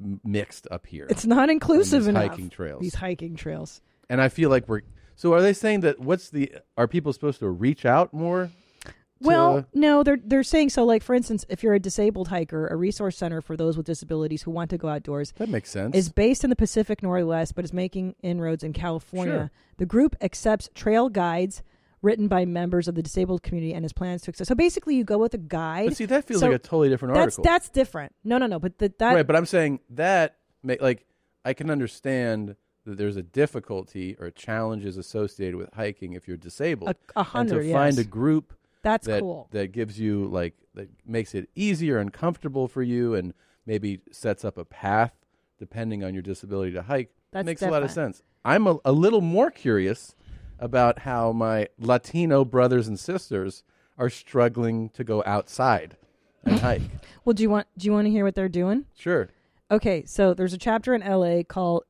Speaker 1: m- mixed up here?"
Speaker 3: it's not
Speaker 1: on
Speaker 3: inclusive
Speaker 1: these
Speaker 3: enough.
Speaker 1: Hiking trails.
Speaker 3: These hiking trails.
Speaker 1: and I feel like we're. So are they saying that what's the are people supposed to reach out more? to- uh,
Speaker 3: Well, no, they're they're saying so. Like for instance, if you're a disabled hiker, a resource center for those with disabilities who want to go outdoors
Speaker 1: that makes sense.
Speaker 3: is based in the Pacific Northwest, but is making inroads in California.
Speaker 1: Sure.
Speaker 3: The group accepts trail guides written by members of the disabled community and has plans to accept. So basically, you go with a guide.
Speaker 1: But see, that feels
Speaker 3: So
Speaker 1: like a totally different
Speaker 3: that's,
Speaker 1: article.
Speaker 3: That's different. No, no, no. But the, that
Speaker 1: right, but I'm saying that make like I can understand that there's a difficulty or challenges associated with hiking if you're disabled.
Speaker 3: A- a hundred,
Speaker 1: And to find
Speaker 3: yes.
Speaker 1: a group
Speaker 3: That's
Speaker 1: that,
Speaker 3: cool.
Speaker 1: that gives you like that makes it easier and comfortable for you, and maybe sets up a path depending on your disability to hike.
Speaker 3: That's
Speaker 1: makes a lot of
Speaker 3: different.
Speaker 1: sense. I'm a, a little more curious about how my Latino brothers and sisters are struggling to go outside and hike.
Speaker 3: well, do you want do you want to hear what they're doing?
Speaker 1: Sure.
Speaker 3: Okay, so there's a chapter in LA called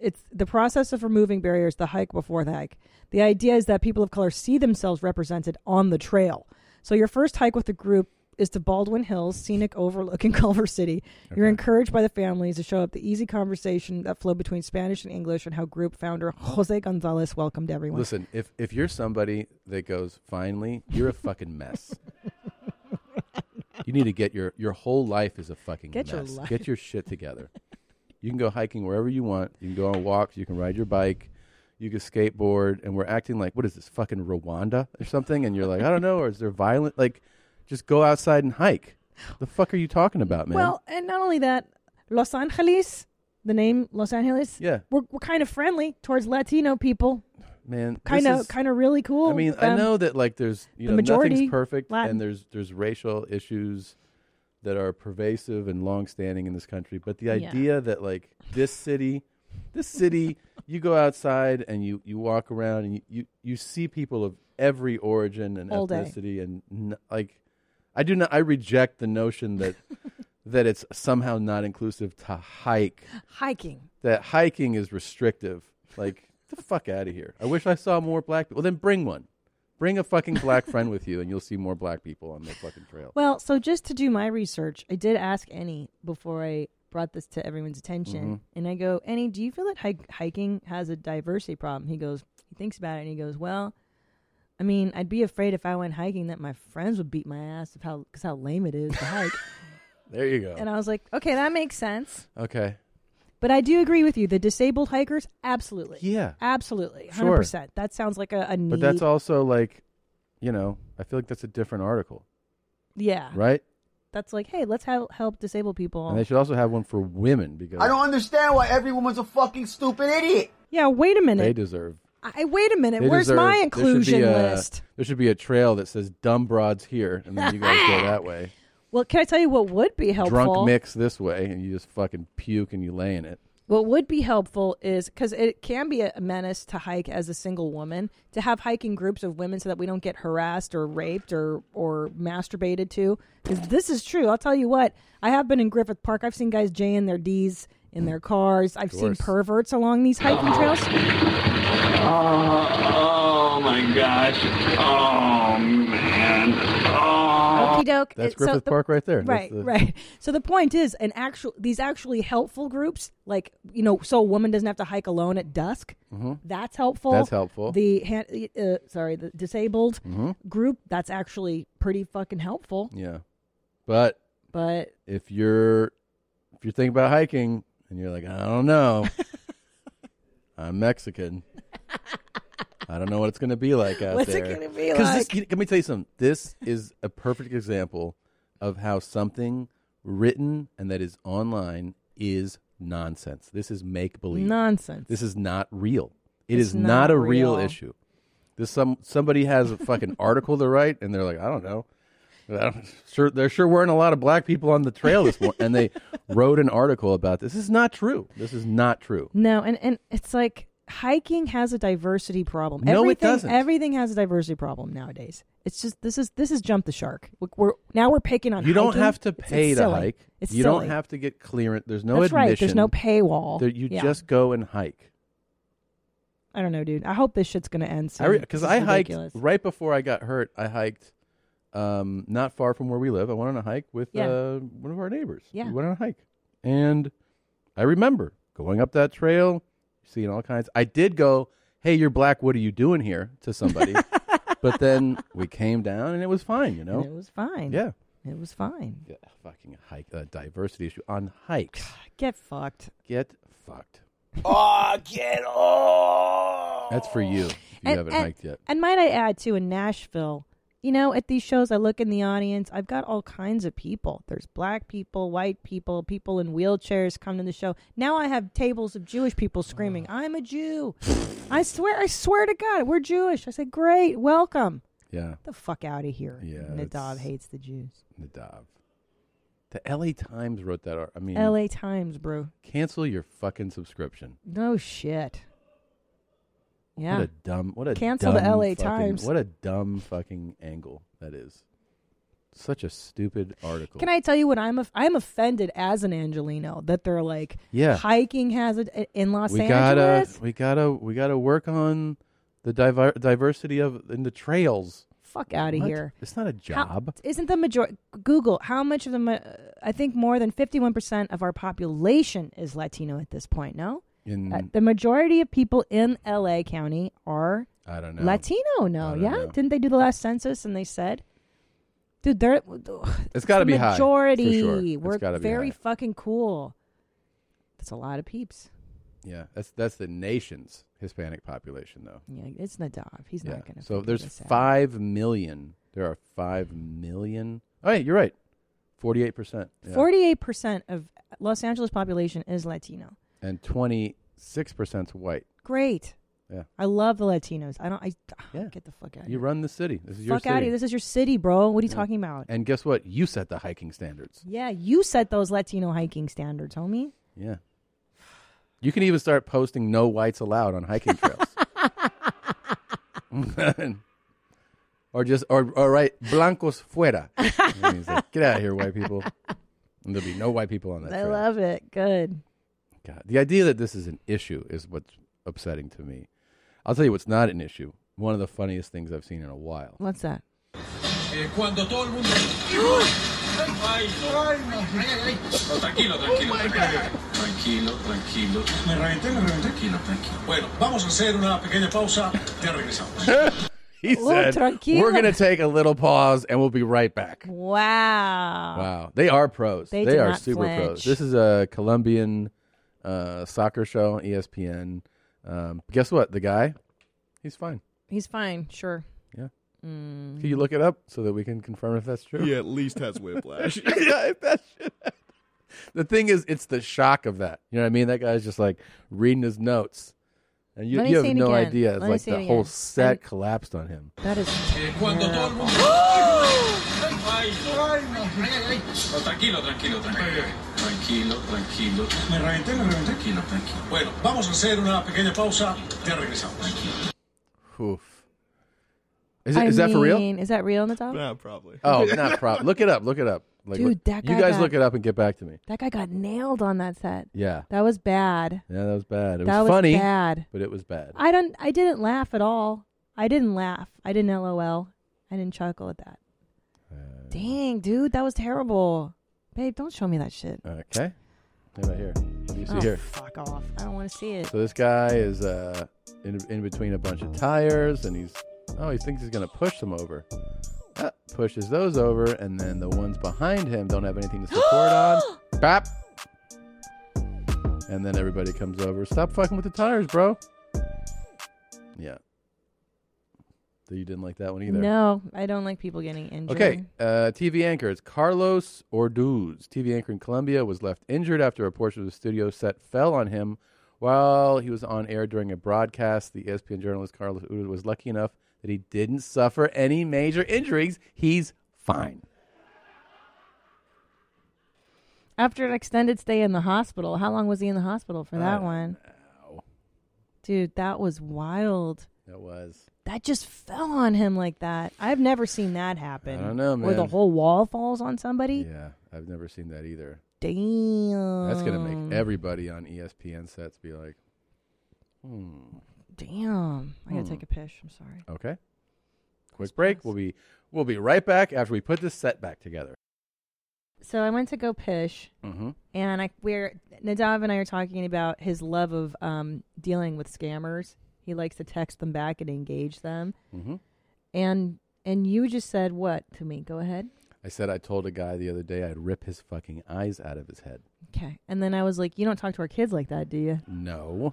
Speaker 3: it's the process of removing barriers, the hike before the hike. The idea is that people of color see themselves represented on the trail. So your first hike with the group is to Baldwin Hills, scenic overlooking Culver City. You're encouraged by the families to show up the easy conversation that flowed between Spanish and English and how group founder Jose Gonzalez welcomed everyone.
Speaker 1: Listen, if if you're somebody that goes finally, you're a fucking mess. you need to get your your whole life is a fucking
Speaker 3: Get your
Speaker 1: mess.
Speaker 3: life.
Speaker 1: Get your shit together. you can go hiking wherever you want. You can go on walks. You can ride your bike. You can skateboard. And we're acting like what is this fucking Rwanda or something? And you're like, I don't know. Or is there violent? Like, just go outside and hike. The fuck are you talking about, man?
Speaker 3: Well, and not only that, Los Angeles, the name Los Angeles,
Speaker 1: Yeah.
Speaker 3: we're, we're kind of friendly towards Latino people.
Speaker 1: man,
Speaker 3: Kind
Speaker 1: this
Speaker 3: of,
Speaker 1: is-
Speaker 3: kind of really cool.
Speaker 1: I mean,
Speaker 3: with
Speaker 1: I
Speaker 3: them.
Speaker 1: know that like there's you
Speaker 3: the
Speaker 1: know
Speaker 3: majority
Speaker 1: nothing's perfect,
Speaker 3: Latin.
Speaker 1: and there's there's racial issues that are pervasive and longstanding in this country. But the
Speaker 3: Yeah.
Speaker 1: idea that like this city, this city, you go outside and you you walk around and you you, you see people of every origin and
Speaker 3: All day.
Speaker 1: ethnicity, and n- like I do not, I reject the notion that that it's somehow not inclusive to hike
Speaker 3: hiking.
Speaker 1: that hiking is restrictive. Like, get the fuck out of here. I wish I saw more black people. Well, then bring one. Bring a fucking black friend with you, and you'll see more black people on the fucking trail.
Speaker 3: Well, so just to do my research, I did ask Annie before I brought this to everyone's attention.
Speaker 1: Mhm.
Speaker 3: And I go, Annie, do you feel that hike- hiking has a diversity problem? He goes, he thinks about it and he goes, well, I mean, I'd be afraid if I went hiking that my friends would beat my ass of how, because how lame it is to hike.
Speaker 1: There you go.
Speaker 3: And I was like, okay, that makes sense.
Speaker 1: okay.
Speaker 3: But I do agree with you. The disabled hikers, absolutely.
Speaker 1: Yeah.
Speaker 3: Absolutely. 100%.
Speaker 1: Sure.
Speaker 3: That sounds like a, a need.
Speaker 1: But that's also like, you know, I feel like that's a different article,
Speaker 3: Yeah.
Speaker 1: right?
Speaker 3: That's like, hey, let's help help disabled people.
Speaker 1: And they should also have one for women because
Speaker 16: I don't understand why every woman's a fucking stupid idiot.
Speaker 3: yeah, wait a
Speaker 1: they
Speaker 3: minute.
Speaker 1: deserve.
Speaker 3: I wait a minute.
Speaker 1: they
Speaker 3: Where's
Speaker 1: deserve-
Speaker 3: my
Speaker 1: there should be
Speaker 3: inclusion
Speaker 1: a-
Speaker 3: list?
Speaker 1: There should be a trail that says "dumb broads here," and then you guys go that way.
Speaker 3: Well, can I tell you what would be helpful?
Speaker 1: Drunk mix this way, and you just fucking puke and you lay in it.
Speaker 3: What would be helpful is because it can be a menace to hike as a single woman to have hiking groups of women so that we don't get harassed or raped or or masturbated to. Because this is true. I'll tell you what. I have been in Griffith Park. I've seen guys jaying their D's in their cars. I've seen
Speaker 21: course.
Speaker 3: perverts along these hiking
Speaker 1: Ah.
Speaker 3: trails.
Speaker 21: Oh, oh my gosh. Oh man. Oh.
Speaker 3: Okie doke.
Speaker 1: That's
Speaker 3: Uh, so
Speaker 1: Griffith
Speaker 3: the-
Speaker 1: Park right there. That's
Speaker 3: Right,
Speaker 1: the-
Speaker 3: right. So the point is, an actual these actually helpful groups, like you know, so a woman doesn't have to hike alone at dusk.
Speaker 1: Mhm.
Speaker 3: That's helpful.
Speaker 1: That's helpful.
Speaker 3: The hand, uh, sorry, the disabled
Speaker 1: Mhm.
Speaker 3: group. That's actually pretty fucking helpful.
Speaker 1: Yeah. But
Speaker 3: But-
Speaker 1: if you're if you're thinking about hiking and you're like, I don't know. I'm Mexican. I don't know what it's going to be like out
Speaker 3: What's it
Speaker 1: there.
Speaker 3: gonna be
Speaker 1: 'Cause this-
Speaker 3: like?
Speaker 1: let me tell you something. This is a perfect example of how something written and that is online is nonsense. This is make believe.
Speaker 3: Nonsense.
Speaker 1: This is not real. It
Speaker 3: It's
Speaker 1: is not,
Speaker 3: not
Speaker 1: a real,
Speaker 3: real.
Speaker 1: issue. This some somebody has a fucking article to write, and they're like, I don't know. I don't- Sure, there sure weren't a lot of black people on the trail this morning, and they wrote an article about this. This is not true. This is not true.
Speaker 3: No, and and it's like hiking has a diversity problem.
Speaker 1: No, it
Speaker 3: everything,
Speaker 1: doesn't.
Speaker 3: Everything has a diversity problem nowadays. It's just this is this is jump the shark. We're, we're now we're picking on.
Speaker 1: You don't
Speaker 3: hiking.
Speaker 1: have to
Speaker 3: It's- it's
Speaker 1: pay to
Speaker 3: silly.
Speaker 1: hike.
Speaker 3: It's
Speaker 1: you
Speaker 3: silly.
Speaker 1: don't have to get clearance. There's no
Speaker 3: That's
Speaker 1: admission.
Speaker 3: right. There's no paywall.
Speaker 1: There, you
Speaker 3: Yeah.
Speaker 1: just go and hike.
Speaker 3: I don't know, dude. I hope this shit's gonna end soon.
Speaker 1: Because
Speaker 3: This
Speaker 1: I,
Speaker 3: is
Speaker 1: hiked
Speaker 3: ridiculous.
Speaker 1: right before I got hurt. I hiked um, not far from where we live. I went on a hike with
Speaker 3: Yeah.
Speaker 1: uh, one of our neighbors.
Speaker 3: Yeah.
Speaker 1: we went on a hike, and I remember going up that trail, seeing all kinds. I did go, "Hey, you're black. What are you doing here?" to somebody, but then we came down and it was fine. You know,
Speaker 3: And it was fine.
Speaker 1: Yeah,
Speaker 3: it was fine.
Speaker 1: Yeah, fucking hike uh, diversity issue on hikes.
Speaker 3: Get fucked.
Speaker 1: Get fucked.
Speaker 16: Oh, get off.
Speaker 1: That's for you. If you
Speaker 3: and,
Speaker 1: haven't
Speaker 3: and-
Speaker 1: hiked yet.
Speaker 3: And might I add too, in Nashville, you know, at these shows, I look in the audience. I've got all kinds of people. There's black people, white people, people in wheelchairs come to the show. Now I have tables of Jewish people screaming, "I'm a Jew." I swear, I swear to God, we're Jewish. I say, great, welcome.
Speaker 1: Yeah.
Speaker 3: The fuck out of here.
Speaker 1: Yeah,
Speaker 3: Nadav
Speaker 1: it's-
Speaker 3: hates the Jews.
Speaker 1: Nadav. The LA Times wrote that. ar- I mean,
Speaker 3: L.A. Times, bro.
Speaker 1: Cancel your fucking subscription.
Speaker 3: No shit. Yeah.
Speaker 1: What a dumb. What a
Speaker 3: cancel
Speaker 1: dumb
Speaker 3: the L.A.
Speaker 1: fucking-
Speaker 3: Times.
Speaker 1: What a dumb fucking angle that is. Such a stupid article.
Speaker 3: Can I tell you what I'm? Off- I'm offended as an Angelino that they're like,
Speaker 1: Yeah.
Speaker 3: hiking has a in Los
Speaker 1: we gotta.
Speaker 3: Angeles.
Speaker 1: We gotta. We gotta work on the diver- diversity of in the trails.
Speaker 3: fuck out of
Speaker 1: What?
Speaker 3: here.
Speaker 1: It's not a
Speaker 3: How-
Speaker 1: job.
Speaker 3: isn't the majority Google how much of the ma- I think more than 51% of our population is Latino at this point, no?
Speaker 1: In-
Speaker 3: Uh, the majority of people in LA County are
Speaker 1: I don't know.
Speaker 3: Latino now, yeah? Didn't they do the last census and they said Dude, they're
Speaker 1: It's got to be high. for sure.
Speaker 3: majority.
Speaker 1: It's
Speaker 3: We're
Speaker 1: gotta be
Speaker 3: very
Speaker 1: high.
Speaker 3: fucking cool. That's a lot of peeps.
Speaker 1: Yeah, that's that's the nation's Hispanic population, though.
Speaker 3: Yeah, it's Nadav. He's
Speaker 1: yeah.
Speaker 3: not gonna
Speaker 1: So
Speaker 3: figure
Speaker 1: there's
Speaker 3: this out.
Speaker 1: five million. There are five million. Oh, yeah, you're right. Forty-eight percent.
Speaker 3: Forty-eight percent of Los Angeles population is Latino.
Speaker 1: And twenty-six percent's white.
Speaker 3: Great.
Speaker 1: Yeah.
Speaker 3: I love the Latinos. I don't. I get the fuck out.
Speaker 1: You run the city. This is your
Speaker 3: fuck out of
Speaker 1: city.
Speaker 3: here. This is your city, bro. What are you
Speaker 1: Yeah.
Speaker 3: talking about?
Speaker 1: And guess what? You set the hiking standards.
Speaker 3: Yeah, you set those Latino hiking standards, homie.
Speaker 1: Yeah. You can even start posting no whites allowed on hiking trails. or just or or write blancos fuera. That means, like, Get out of here, white people. And there'll be no white people on that
Speaker 3: I
Speaker 1: trail.
Speaker 3: love it. Good.
Speaker 1: God, the idea that this is an issue is what's upsetting to me. I'll tell you what's not an issue. One of the funniest things I've seen in a while.
Speaker 3: What's that?
Speaker 12: Eh, cuando todo el mundo. Ay, ay, ay, ay. Tranquilo,
Speaker 3: Oh
Speaker 12: tranquilo, tranquilo. Tranquilo, tranquilo. Me reventé, me reventé. Tranquilo, tranquilo. Bueno, vamos a hacer una pequeña pausa. Ya regresamos.
Speaker 1: He
Speaker 12: Oh,
Speaker 1: said,
Speaker 12: tranquilo.
Speaker 1: "We're going to take a little pause and we'll be right back."
Speaker 3: Wow.
Speaker 1: Wow, they are pros.
Speaker 3: Uh, They
Speaker 1: They,
Speaker 3: did
Speaker 1: are
Speaker 3: not
Speaker 1: super
Speaker 3: flinch.
Speaker 1: pros. This is a Colombian uh, soccer show on ESPN. Um, guess what? The guy, he's fine.
Speaker 3: He's fine. Sure.
Speaker 1: Yeah.
Speaker 3: Mm.
Speaker 1: Can you look it up so that we can confirm if that's true?
Speaker 6: He at least has whiplash.
Speaker 1: yeah, if that shit happened. The thing is, it's the shock of that. You know what I mean? That guy's just like reading his notes, and you,
Speaker 3: Let me
Speaker 1: you have
Speaker 3: see it
Speaker 1: no
Speaker 3: again.
Speaker 1: idea. It's
Speaker 3: Let me
Speaker 1: like
Speaker 3: see
Speaker 1: the
Speaker 3: it
Speaker 1: whole
Speaker 3: again.
Speaker 1: set collapsed on him.
Speaker 3: That is.
Speaker 12: Eh, cuando todo el mundo. Ay, ay, ay, ay. Tranquilo, tranquilo, tranquilo. Tranquilo, tranquilo. Me reventé, me reventé. Tranquilo, tranquilo. Bueno, vamos a hacer una pequeña pausa. Ya regresamos.
Speaker 1: Oof. Is, it, is that for real?
Speaker 3: Is that real, Nadav?
Speaker 6: probably.
Speaker 1: Oh, not prob. Look it up. Look it up. Like,
Speaker 3: Dude,
Speaker 1: look-
Speaker 3: that guy
Speaker 1: you guys
Speaker 3: got-
Speaker 1: look it up and get back to me.
Speaker 3: That guy got nailed on that set.
Speaker 1: Yeah.
Speaker 3: That was bad.
Speaker 1: Yeah, that was bad. It
Speaker 3: That was
Speaker 1: was funny,
Speaker 3: bad.
Speaker 1: but it was bad.
Speaker 3: I don't. I didn't laugh at all. I didn't laugh. I didn't LOL. I didn't chuckle at that.
Speaker 1: Uh,
Speaker 3: Dang, dude, that was terrible. Babe, don't show me that shit.
Speaker 1: Okay. How about here? What do Uh, you see
Speaker 3: Oh,
Speaker 1: here?
Speaker 3: Fuck off. I don't want to see it.
Speaker 1: So this guy is uh, in, in between a bunch of tires, and he's oh, he thinks he's gonna push them over. Ah, pushes those over, and then the ones behind him don't have anything to support on. Bap. And then everybody comes over. Stop fucking with the tires, bro. Yeah. So you didn't like that one either.
Speaker 3: No, I don't like people getting injured.
Speaker 1: Okay, uh, TV anchor. It's Carlos Orduz. TV anchor in Colombia was left injured after a portion of the studio set fell on him while he was on air during a broadcast. The E ESPN journalist Carlos Orduz was lucky enough that he didn't suffer any major injuries. He's fine.
Speaker 3: After an extended stay in the hospital, how long was he in the hospital for that one? Dude, that was wild.
Speaker 1: That was.
Speaker 3: That just fell on him like that. I've never seen that happen.
Speaker 1: I don't know,
Speaker 3: Where the
Speaker 1: man.
Speaker 3: whole wall falls on somebody.
Speaker 1: Yeah, I've never seen that either.
Speaker 3: Damn.
Speaker 1: That's gonna make everybody on E ESPN sets be like, hmm.
Speaker 3: Damn. I gotta
Speaker 1: Hmm.
Speaker 3: take a pish. I'm sorry.
Speaker 1: Okay. Quick break. We'll be we'll be right back after we put this set back together.
Speaker 3: So I went to go pish,
Speaker 1: Mhm.
Speaker 3: and I we're Nadav and I are talking about his love of um, dealing with scammers. He likes to text them back and engage them.
Speaker 1: Mhm.
Speaker 3: And and you just said what to me? Go ahead.
Speaker 1: I said I told a guy the other day I'd rip his fucking eyes out of his head.
Speaker 3: Okay. And then I was like, you don't talk to our kids like that, do you?
Speaker 1: No.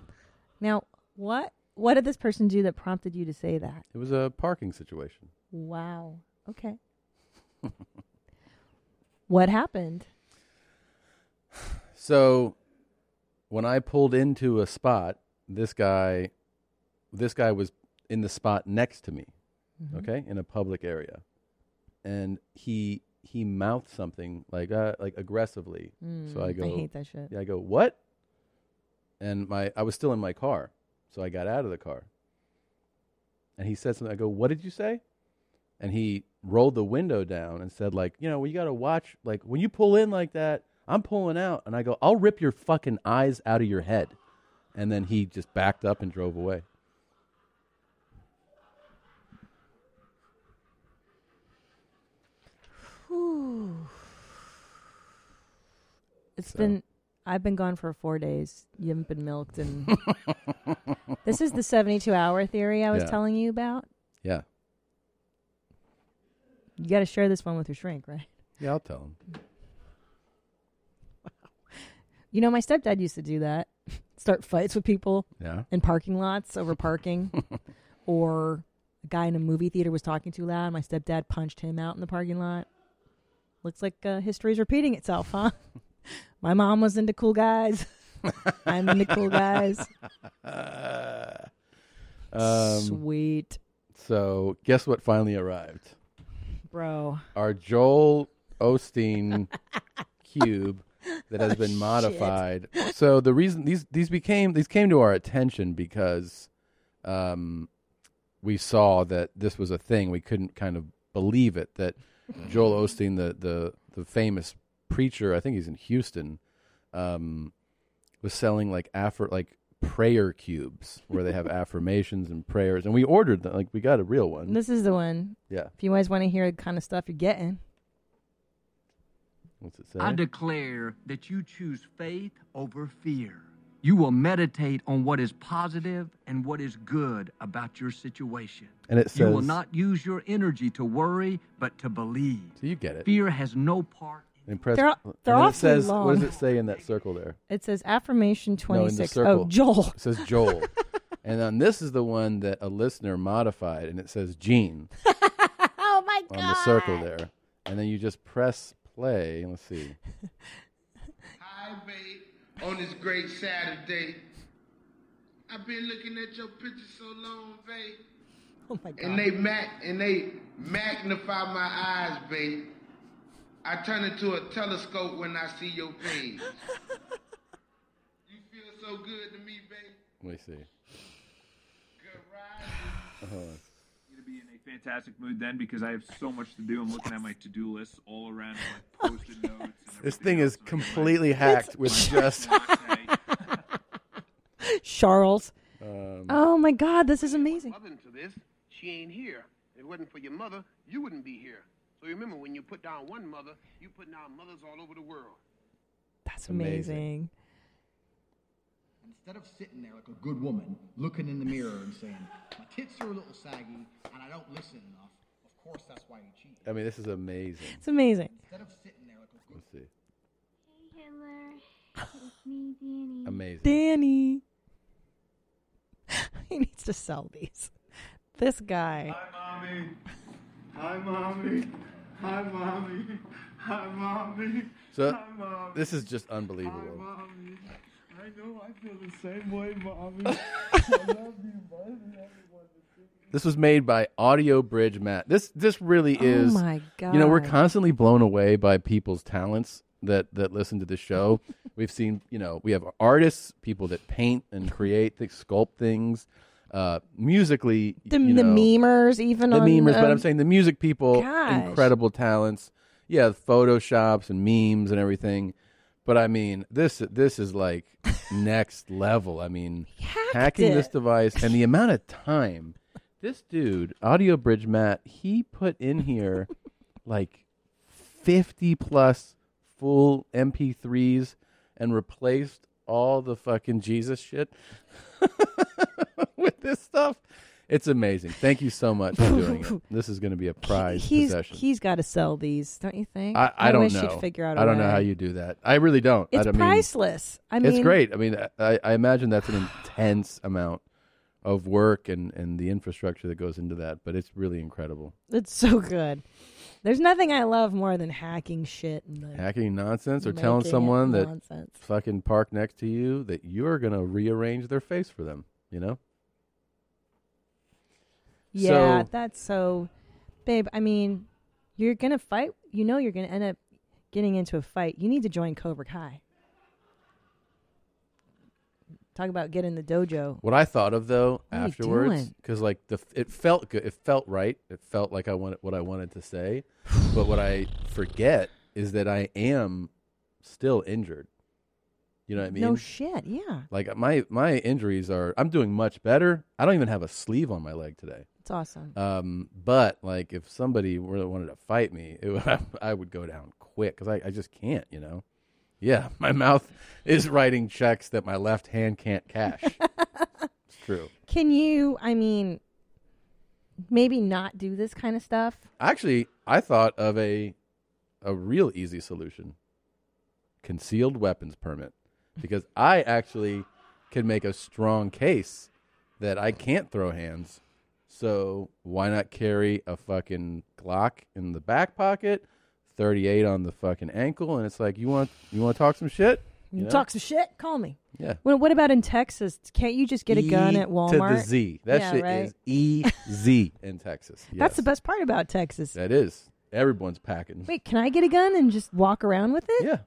Speaker 3: Now what what did this person do that prompted you to say that?
Speaker 1: It was a parking situation.
Speaker 3: Wow. Okay. what happened?
Speaker 1: So when I pulled into a spot, this guy this guy was in the spot next to me.
Speaker 10: Mhm.
Speaker 1: Okay? In a public area. And he he mouthed something like uh, like aggressively. so
Speaker 3: Mm, I
Speaker 1: I go
Speaker 3: hate that shit.
Speaker 1: Yeah, I go, "What?" And my I was still in my car. So I got out of the car. And he said something. I go, "What did you say?" And he rolled the window down and said, "Like, you know, well, you got to watch. Like, when you pull in like that, I'm pulling out." And I go, "I'll rip your fucking eyes out of your head." And then he just backed up and drove away.
Speaker 3: It's been I've been gone for four days. You haven't been milked, and this is the seventy-two hour theory I was
Speaker 1: Yeah.
Speaker 3: telling you about.
Speaker 1: Yeah.
Speaker 3: You got to share this one with your shrink, right?
Speaker 1: Yeah, I'll tell him.
Speaker 3: You know, my stepdad used to do that. Start fights with people
Speaker 1: Yeah.
Speaker 3: in parking lots over parking. or a guy in a movie theater was talking too loud. My stepdad punched him out in the parking lot. Looks like uh, history's repeating itself, huh? my mom was into cool guys. I'm into cool guys.
Speaker 1: Uh,
Speaker 3: Sweet.
Speaker 1: Um, So, guess what finally arrived?
Speaker 3: Bro.
Speaker 1: Our Joel Osteen cube that has
Speaker 3: Oh,
Speaker 1: been
Speaker 3: shit.
Speaker 1: modified. So the reason these these became these came to our attention because um, we saw that this was a thing. We couldn't kind of believe it that Joel Osteen, the the the famous preacher, I think he's in Houston, um, was selling like affer like prayer cubes where they have affirmations and prayers, and we ordered them. Like we got a real one.
Speaker 3: This is the one.
Speaker 1: Yeah.
Speaker 3: If you guys want to hear the kind of stuff you're getting.
Speaker 1: What's it say?
Speaker 22: I declare that you choose faith over fear. You will meditate on what is positive and what is good about your situation.
Speaker 1: And it
Speaker 22: you will
Speaker 1: says-
Speaker 22: not use your energy to worry, but to believe.
Speaker 1: So you get it.
Speaker 22: Fear has no part.
Speaker 1: And press-
Speaker 3: They're-
Speaker 1: and
Speaker 3: they're
Speaker 1: then
Speaker 3: awfully
Speaker 1: it says, What does
Speaker 3: long.
Speaker 1: it say in that circle there?
Speaker 3: It says affirmation
Speaker 1: No, in the
Speaker 3: 26.
Speaker 1: circle.
Speaker 3: oh, Joel.
Speaker 1: It says Joel. and then this is the one that a listener modified, and it says Gene
Speaker 3: oh my
Speaker 1: on the circle there. And then you just press play. and Let's see.
Speaker 23: on this great Saturday. I've been looking at your pictures so long, babe.
Speaker 3: Oh my God.
Speaker 23: And they mag and they magnify my eyes, babe. I turn into a telescope when I see your page. you feel so good to me, babe.
Speaker 1: Let me see.
Speaker 24: I'm gonna be in a fantastic mood then because I have so much to do. I'm looking at my to-do list all around, like post-it notes.
Speaker 1: This thing is completely hacked with just.
Speaker 3: Charles.
Speaker 1: Um,
Speaker 3: oh my God, this is amazing.
Speaker 9: Mother into this, she ain't here. If it wasn't for your mother, you wouldn't be here. So remember, when you put down one mother, you put down mothers all over the world.
Speaker 3: That's amazing.
Speaker 25: Instead of sitting there like a good woman, looking in the mirror and saying, "My tits are a little saggy, and I don't listen enough," of course that's why you cheat.
Speaker 1: I mean, this is amazing.
Speaker 3: It's amazing.
Speaker 25: Instead of sitting there like a
Speaker 1: Let's see.
Speaker 26: Hitler, it's me, Danny.
Speaker 1: Amazing.
Speaker 3: Danny. he needs to sell these. This guy.
Speaker 5: mommy. Hi, mommy. Hi, mommy. Hi, mommy.
Speaker 1: So
Speaker 5: Hi, mommy.
Speaker 1: this is just unbelievable.
Speaker 5: mommy. I know I feel the same way, mommy. I love you, buddy.
Speaker 1: This was made by Audio Bridge Matt. This this really
Speaker 3: Oh
Speaker 1: is.
Speaker 3: my
Speaker 1: You know, we're
Speaker 3: God.
Speaker 1: constantly blown away by people's talents that that listen to the show. We've seen, you know, we have artists, people that paint and create, that sculpt things. Uh, musically,
Speaker 3: The,
Speaker 1: you
Speaker 3: the
Speaker 1: know,
Speaker 3: memers, even
Speaker 1: the
Speaker 3: on
Speaker 1: memers, but
Speaker 3: um,
Speaker 1: I'm saying the music people,
Speaker 3: Gosh.
Speaker 1: incredible talents. Yeah, the photoshops and memes and everything. But I mean, this this is like next level. I mean, hacking this
Speaker 27: it.
Speaker 1: device and the amount of time this dude, Audio Bridge Matt, he put in here like 50 plus full MP3s and replaced all the fucking Jesus shit with this stuff. It's amazing. Thank you so much for doing it. This is going to be a prize
Speaker 3: he's
Speaker 1: possession.
Speaker 3: he's got to sell these, don't you think?
Speaker 1: I, I, don't
Speaker 3: wish
Speaker 1: know.
Speaker 3: You'd figure out.
Speaker 1: I
Speaker 3: I
Speaker 1: don't know how you do that. I really don't. I
Speaker 3: It's
Speaker 1: don't mean-
Speaker 3: priceless. I
Speaker 1: it's
Speaker 3: mean-
Speaker 1: great. I mean, I, I imagine that's an intense amount of work and, and the infrastructure that goes into that, but it's really incredible.
Speaker 3: It's so good. There's nothing I love more than hacking shit. And like,
Speaker 1: Hacking nonsense or
Speaker 3: Making
Speaker 1: telling
Speaker 3: it
Speaker 1: someone that
Speaker 3: nonsense.
Speaker 1: fucking park next to you that you're going to rearrange their face for them, you know?
Speaker 3: Yeah,
Speaker 1: So-
Speaker 3: that's so, babe. I mean, you're gonna fight. You know, you're gonna end up getting into a fight. You need to join Cobra Kai. Talk about getting the dojo.
Speaker 1: What I thought of though
Speaker 3: What are you
Speaker 1: afterwards,
Speaker 3: doing?
Speaker 1: because like the it felt good, it felt right, it felt like I wanted what I wanted to say, but what I forget is that I am still injured. You know what I mean?
Speaker 3: No shit. Yeah,
Speaker 1: Like my my injuries are. I'm doing much better. I don't even have a sleeve on my leg today.
Speaker 3: it's awesome.
Speaker 1: Um, but like if somebody really wanted to fight me, it would, I would go down quick because I, I just can't. You know, Yeah, my mouth is writing checks that my left hand can't cash. it's true.
Speaker 3: Can you? I mean, maybe not do this kind of stuff.
Speaker 1: Actually, I thought of a a real easy solution. Concealed weapons permit. Because I actually can make a strong case that I can't throw hands. So why not carry a fucking Glock in the back pocket, 38 on the fucking ankle and it's like you want you want to talk some shit?
Speaker 3: You
Speaker 1: know?
Speaker 3: talk some shit. Call me.
Speaker 1: Yeah.
Speaker 3: Well, what about in Texas? Can't you just get a gun
Speaker 1: E
Speaker 3: at Walmart?
Speaker 1: To the Z. That
Speaker 3: Yeah,
Speaker 1: shit
Speaker 3: right?
Speaker 1: is easy in Texas.
Speaker 3: That's the
Speaker 1: Yes.
Speaker 3: best part about Texas.
Speaker 1: That is. Everyone's packing.
Speaker 3: Wait, can I get a gun and just walk around with it?
Speaker 1: Yeah,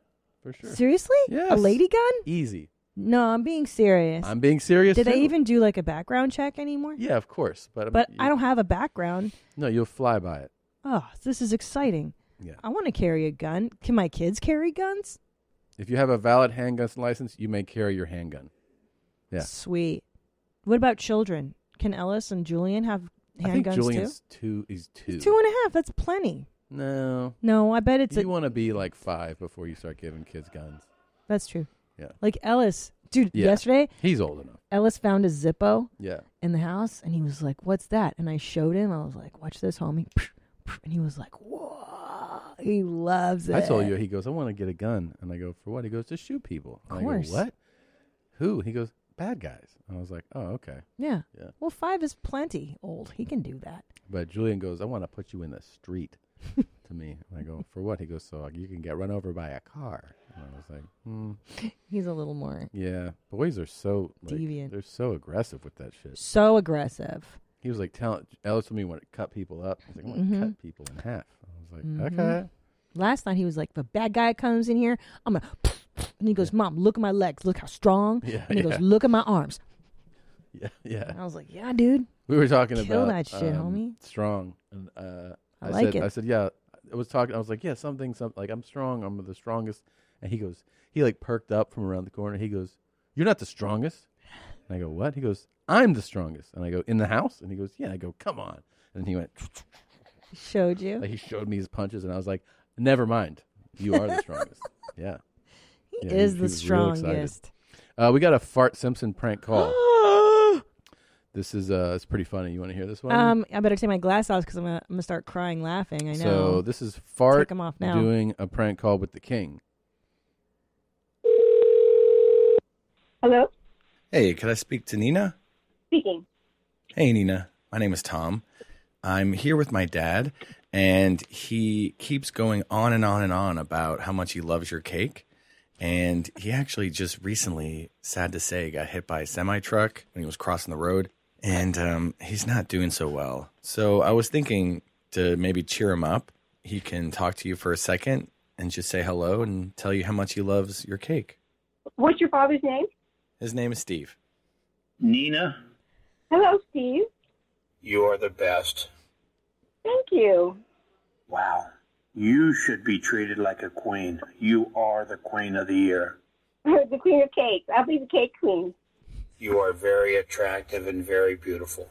Speaker 1: for sure.
Speaker 3: Seriously? A
Speaker 1: Yes.
Speaker 3: lady gun?
Speaker 1: Easy.
Speaker 3: No, I'm being serious.
Speaker 1: I'm being serious.
Speaker 3: Do
Speaker 1: too.
Speaker 3: they even do like a background check anymore?
Speaker 1: Yeah, of course. But, um,
Speaker 3: But I don't have a background.
Speaker 1: No, you'll fly by it.
Speaker 3: Oh, this is exciting.
Speaker 1: Yeah.
Speaker 3: I want to carry a gun. Can my kids carry guns?
Speaker 1: If you have a valid handgun license, you may carry your handgun. Yeah.
Speaker 3: Sweet. What about children? Can Ellis and Julian have handguns
Speaker 1: I think
Speaker 3: too?
Speaker 1: Julian's two. He's two.
Speaker 3: Two and a half. That's plenty.
Speaker 1: No.
Speaker 3: No, I bet it's
Speaker 1: You
Speaker 3: a-
Speaker 1: want to be like five before you start giving kids guns.
Speaker 3: That's true.
Speaker 1: Yeah.
Speaker 3: Like Ellis, dude.
Speaker 1: Yeah.
Speaker 3: Yesterday,
Speaker 1: He's old enough.
Speaker 3: Ellis found a Zippo.
Speaker 1: Yeah.
Speaker 3: In the house, and he was like, "What's that?" And I showed him. I was like, "Watch this, homie." And he was like, "Whoa!" He loves it.
Speaker 1: I told you. He goes, I want to get a gun, and I go, for what? He goes, to shoot people.
Speaker 3: Of
Speaker 1: And
Speaker 3: course.
Speaker 1: I go, what? Who? He goes, bad guys. And I was like, oh, okay.
Speaker 3: Yeah.
Speaker 1: Yeah.
Speaker 3: Well, five is plenty old. He can do that.
Speaker 1: But Julian goes, I want to put you in the street to me. And I go, for what? He goes, so like, you can get run over by a car. And I was like, hmm.
Speaker 3: He's a little more
Speaker 1: Yeah. Boys are so like,
Speaker 3: Deviant.
Speaker 1: They're so aggressive with that shit.
Speaker 3: so aggressive.
Speaker 1: He was like, tell Ellis told me want to cut people up. He's like, I want
Speaker 3: Mhm.
Speaker 1: to cut people in half. I was like,
Speaker 3: Mhm.
Speaker 1: okay.
Speaker 3: Last night he was like, "If a bad guy comes in here, I'm gonna." And he goes, "Mom, look at my legs. Look how strong."
Speaker 1: Yeah,
Speaker 3: and he
Speaker 1: yeah.
Speaker 3: goes, "Look at my arms."
Speaker 1: Yeah. Yeah.
Speaker 3: And I was like, "Yeah, dude."
Speaker 1: We were talking
Speaker 3: Kill
Speaker 1: about
Speaker 3: that shit,
Speaker 1: um,
Speaker 3: homie.
Speaker 1: Strong. And uh,
Speaker 3: I
Speaker 1: I,
Speaker 3: like
Speaker 1: said,
Speaker 3: it.
Speaker 1: I said, yeah. I was talking. I was like, yeah, something, something. Like I'm strong. I'm the strongest. And he goes, he like perked up from around the corner. He goes, you're not the strongest. And I go, what? He goes, I'm the strongest. And I go, in the house. And he goes, yeah. I go, come on. And he went.
Speaker 3: Showed you.
Speaker 1: Like he showed me his punches, and I was like, never mind. You are the strongest. yeah.
Speaker 3: He
Speaker 1: Yeah,
Speaker 3: is the
Speaker 1: was real excited.
Speaker 3: strongest.
Speaker 1: Uh, we got a Fart Simpson prank call. this is uh, it's pretty funny. You want to hear this one?
Speaker 3: Um, I better take my glass off because I'm gonna, I'm gonna start crying laughing. I know.
Speaker 1: So this is Fart
Speaker 3: Take 'em off now.
Speaker 1: doing a prank call with the king.
Speaker 7: Hello,
Speaker 8: Hey, could I speak to Nina?
Speaker 7: speaking.
Speaker 8: Hey, Nina. My name is Tom. I'm here with my dad, and he keeps going on and on and on about how much he loves your cake. And he actually just recently, sad to say, got hit by a semi truck when he was crossing the road, and um, he's not doing so well. So I was thinking to maybe cheer him up. He can talk to you for a second and just say hello and tell you how much he loves your cake.
Speaker 7: What's your father's name?
Speaker 8: His name is Steve.
Speaker 11: Nina,
Speaker 7: Hello, Steve.
Speaker 11: you are the best.
Speaker 7: Thank you.
Speaker 11: Wow. You should be treated like a queen. You are the queen of the year.
Speaker 7: the queen of cakes. I'll be the cake queen.
Speaker 11: You are very attractive and very beautiful.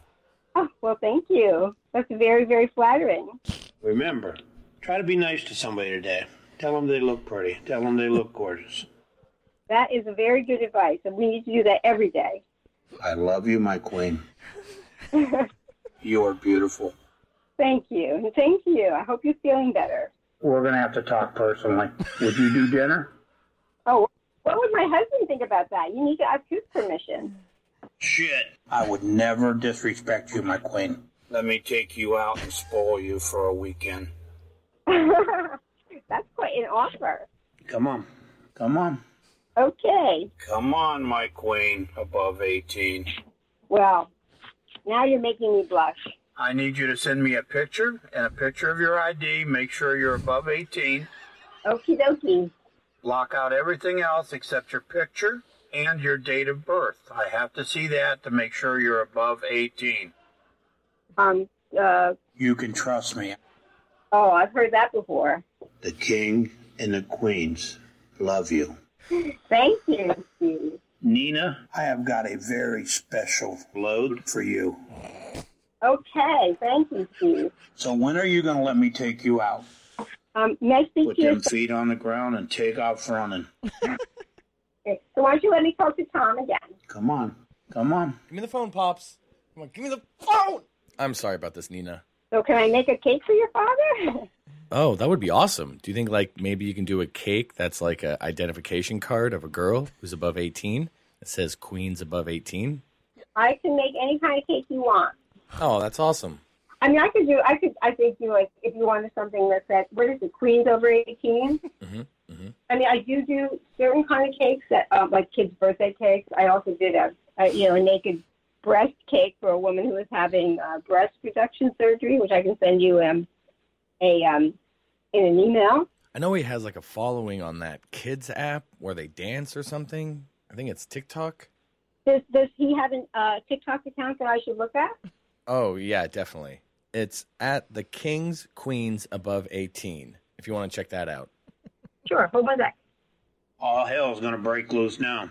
Speaker 7: Oh, well, thank you. That's very, very flattering.
Speaker 11: Remember, try to be nice to somebody today. Tell them they look pretty. Tell them they look gorgeous.
Speaker 7: That is a very good advice, and we need to do that every day.
Speaker 11: I love you, my queen. You are beautiful.
Speaker 7: thank you. And Thank you. I hope you're feeling better.
Speaker 11: We're going to have to talk personally. Would you do dinner?
Speaker 7: Oh, what would my husband think about that? You need to ask his permission.
Speaker 11: Shit. I would never disrespect you, my queen. Let me take you out and spoil you for a weekend.
Speaker 7: That's quite an offer.
Speaker 11: Come on. Come on.
Speaker 7: Okay.
Speaker 11: Come on, my queen, above 18.
Speaker 7: Well, now you're making me blush.
Speaker 11: I need you to send me a picture and a picture of your ID. Make sure you're above 18.
Speaker 7: Okie dokie.
Speaker 11: Block out everything else except your picture and your date of birth. I have to see that to make sure you're above 18.
Speaker 7: Um, uh,
Speaker 11: You can trust me.
Speaker 7: oh, I've heard that before.
Speaker 11: The king and the queens love you.
Speaker 7: Thank you, Steve.
Speaker 11: Nina, I have got a very special load for you.
Speaker 7: Okay, thank you, Steve.
Speaker 11: So when are you going to let me take you out?
Speaker 28: Um, Mesty
Speaker 11: Put them
Speaker 28: Hughes.
Speaker 11: feet on the ground and take off running.
Speaker 28: So why don't you let me talk to Tom again?
Speaker 11: Come on. Come on.
Speaker 8: Give me the phone, Pops. Come on, give me the phone. I'm sorry about this, Nina.
Speaker 28: So can I make a cake for your father?
Speaker 8: Oh, that would be awesome. Do you think like maybe you can do a cake that's like a identification card of a girl who's above 18 that says Queen's above 18?
Speaker 28: I can make any kind of cake you want.
Speaker 8: Oh, that's awesome.
Speaker 28: I mean, I could do. I could. I think you like if you wanted something that said, "What is it? Queens over 18?
Speaker 8: Mhm,
Speaker 28: I mean, I do do certain kind of cakes that, um, like kids' birthday cakes. I also did a, a, you know, a naked breast cake for a woman who was having uh, breast reduction surgery, which I can send you um, a um, in an email.
Speaker 8: I know he has like a following on that kids app where they dance or something. I think it's TikTok.
Speaker 28: Does Does he have a uh, TikTok account that I should look at?
Speaker 8: Oh, yeah, definitely. It's at the Kings Queens above 18 if you want to check that out.
Speaker 28: Sure. Hold on a sec.
Speaker 11: All hell's going to break loose now.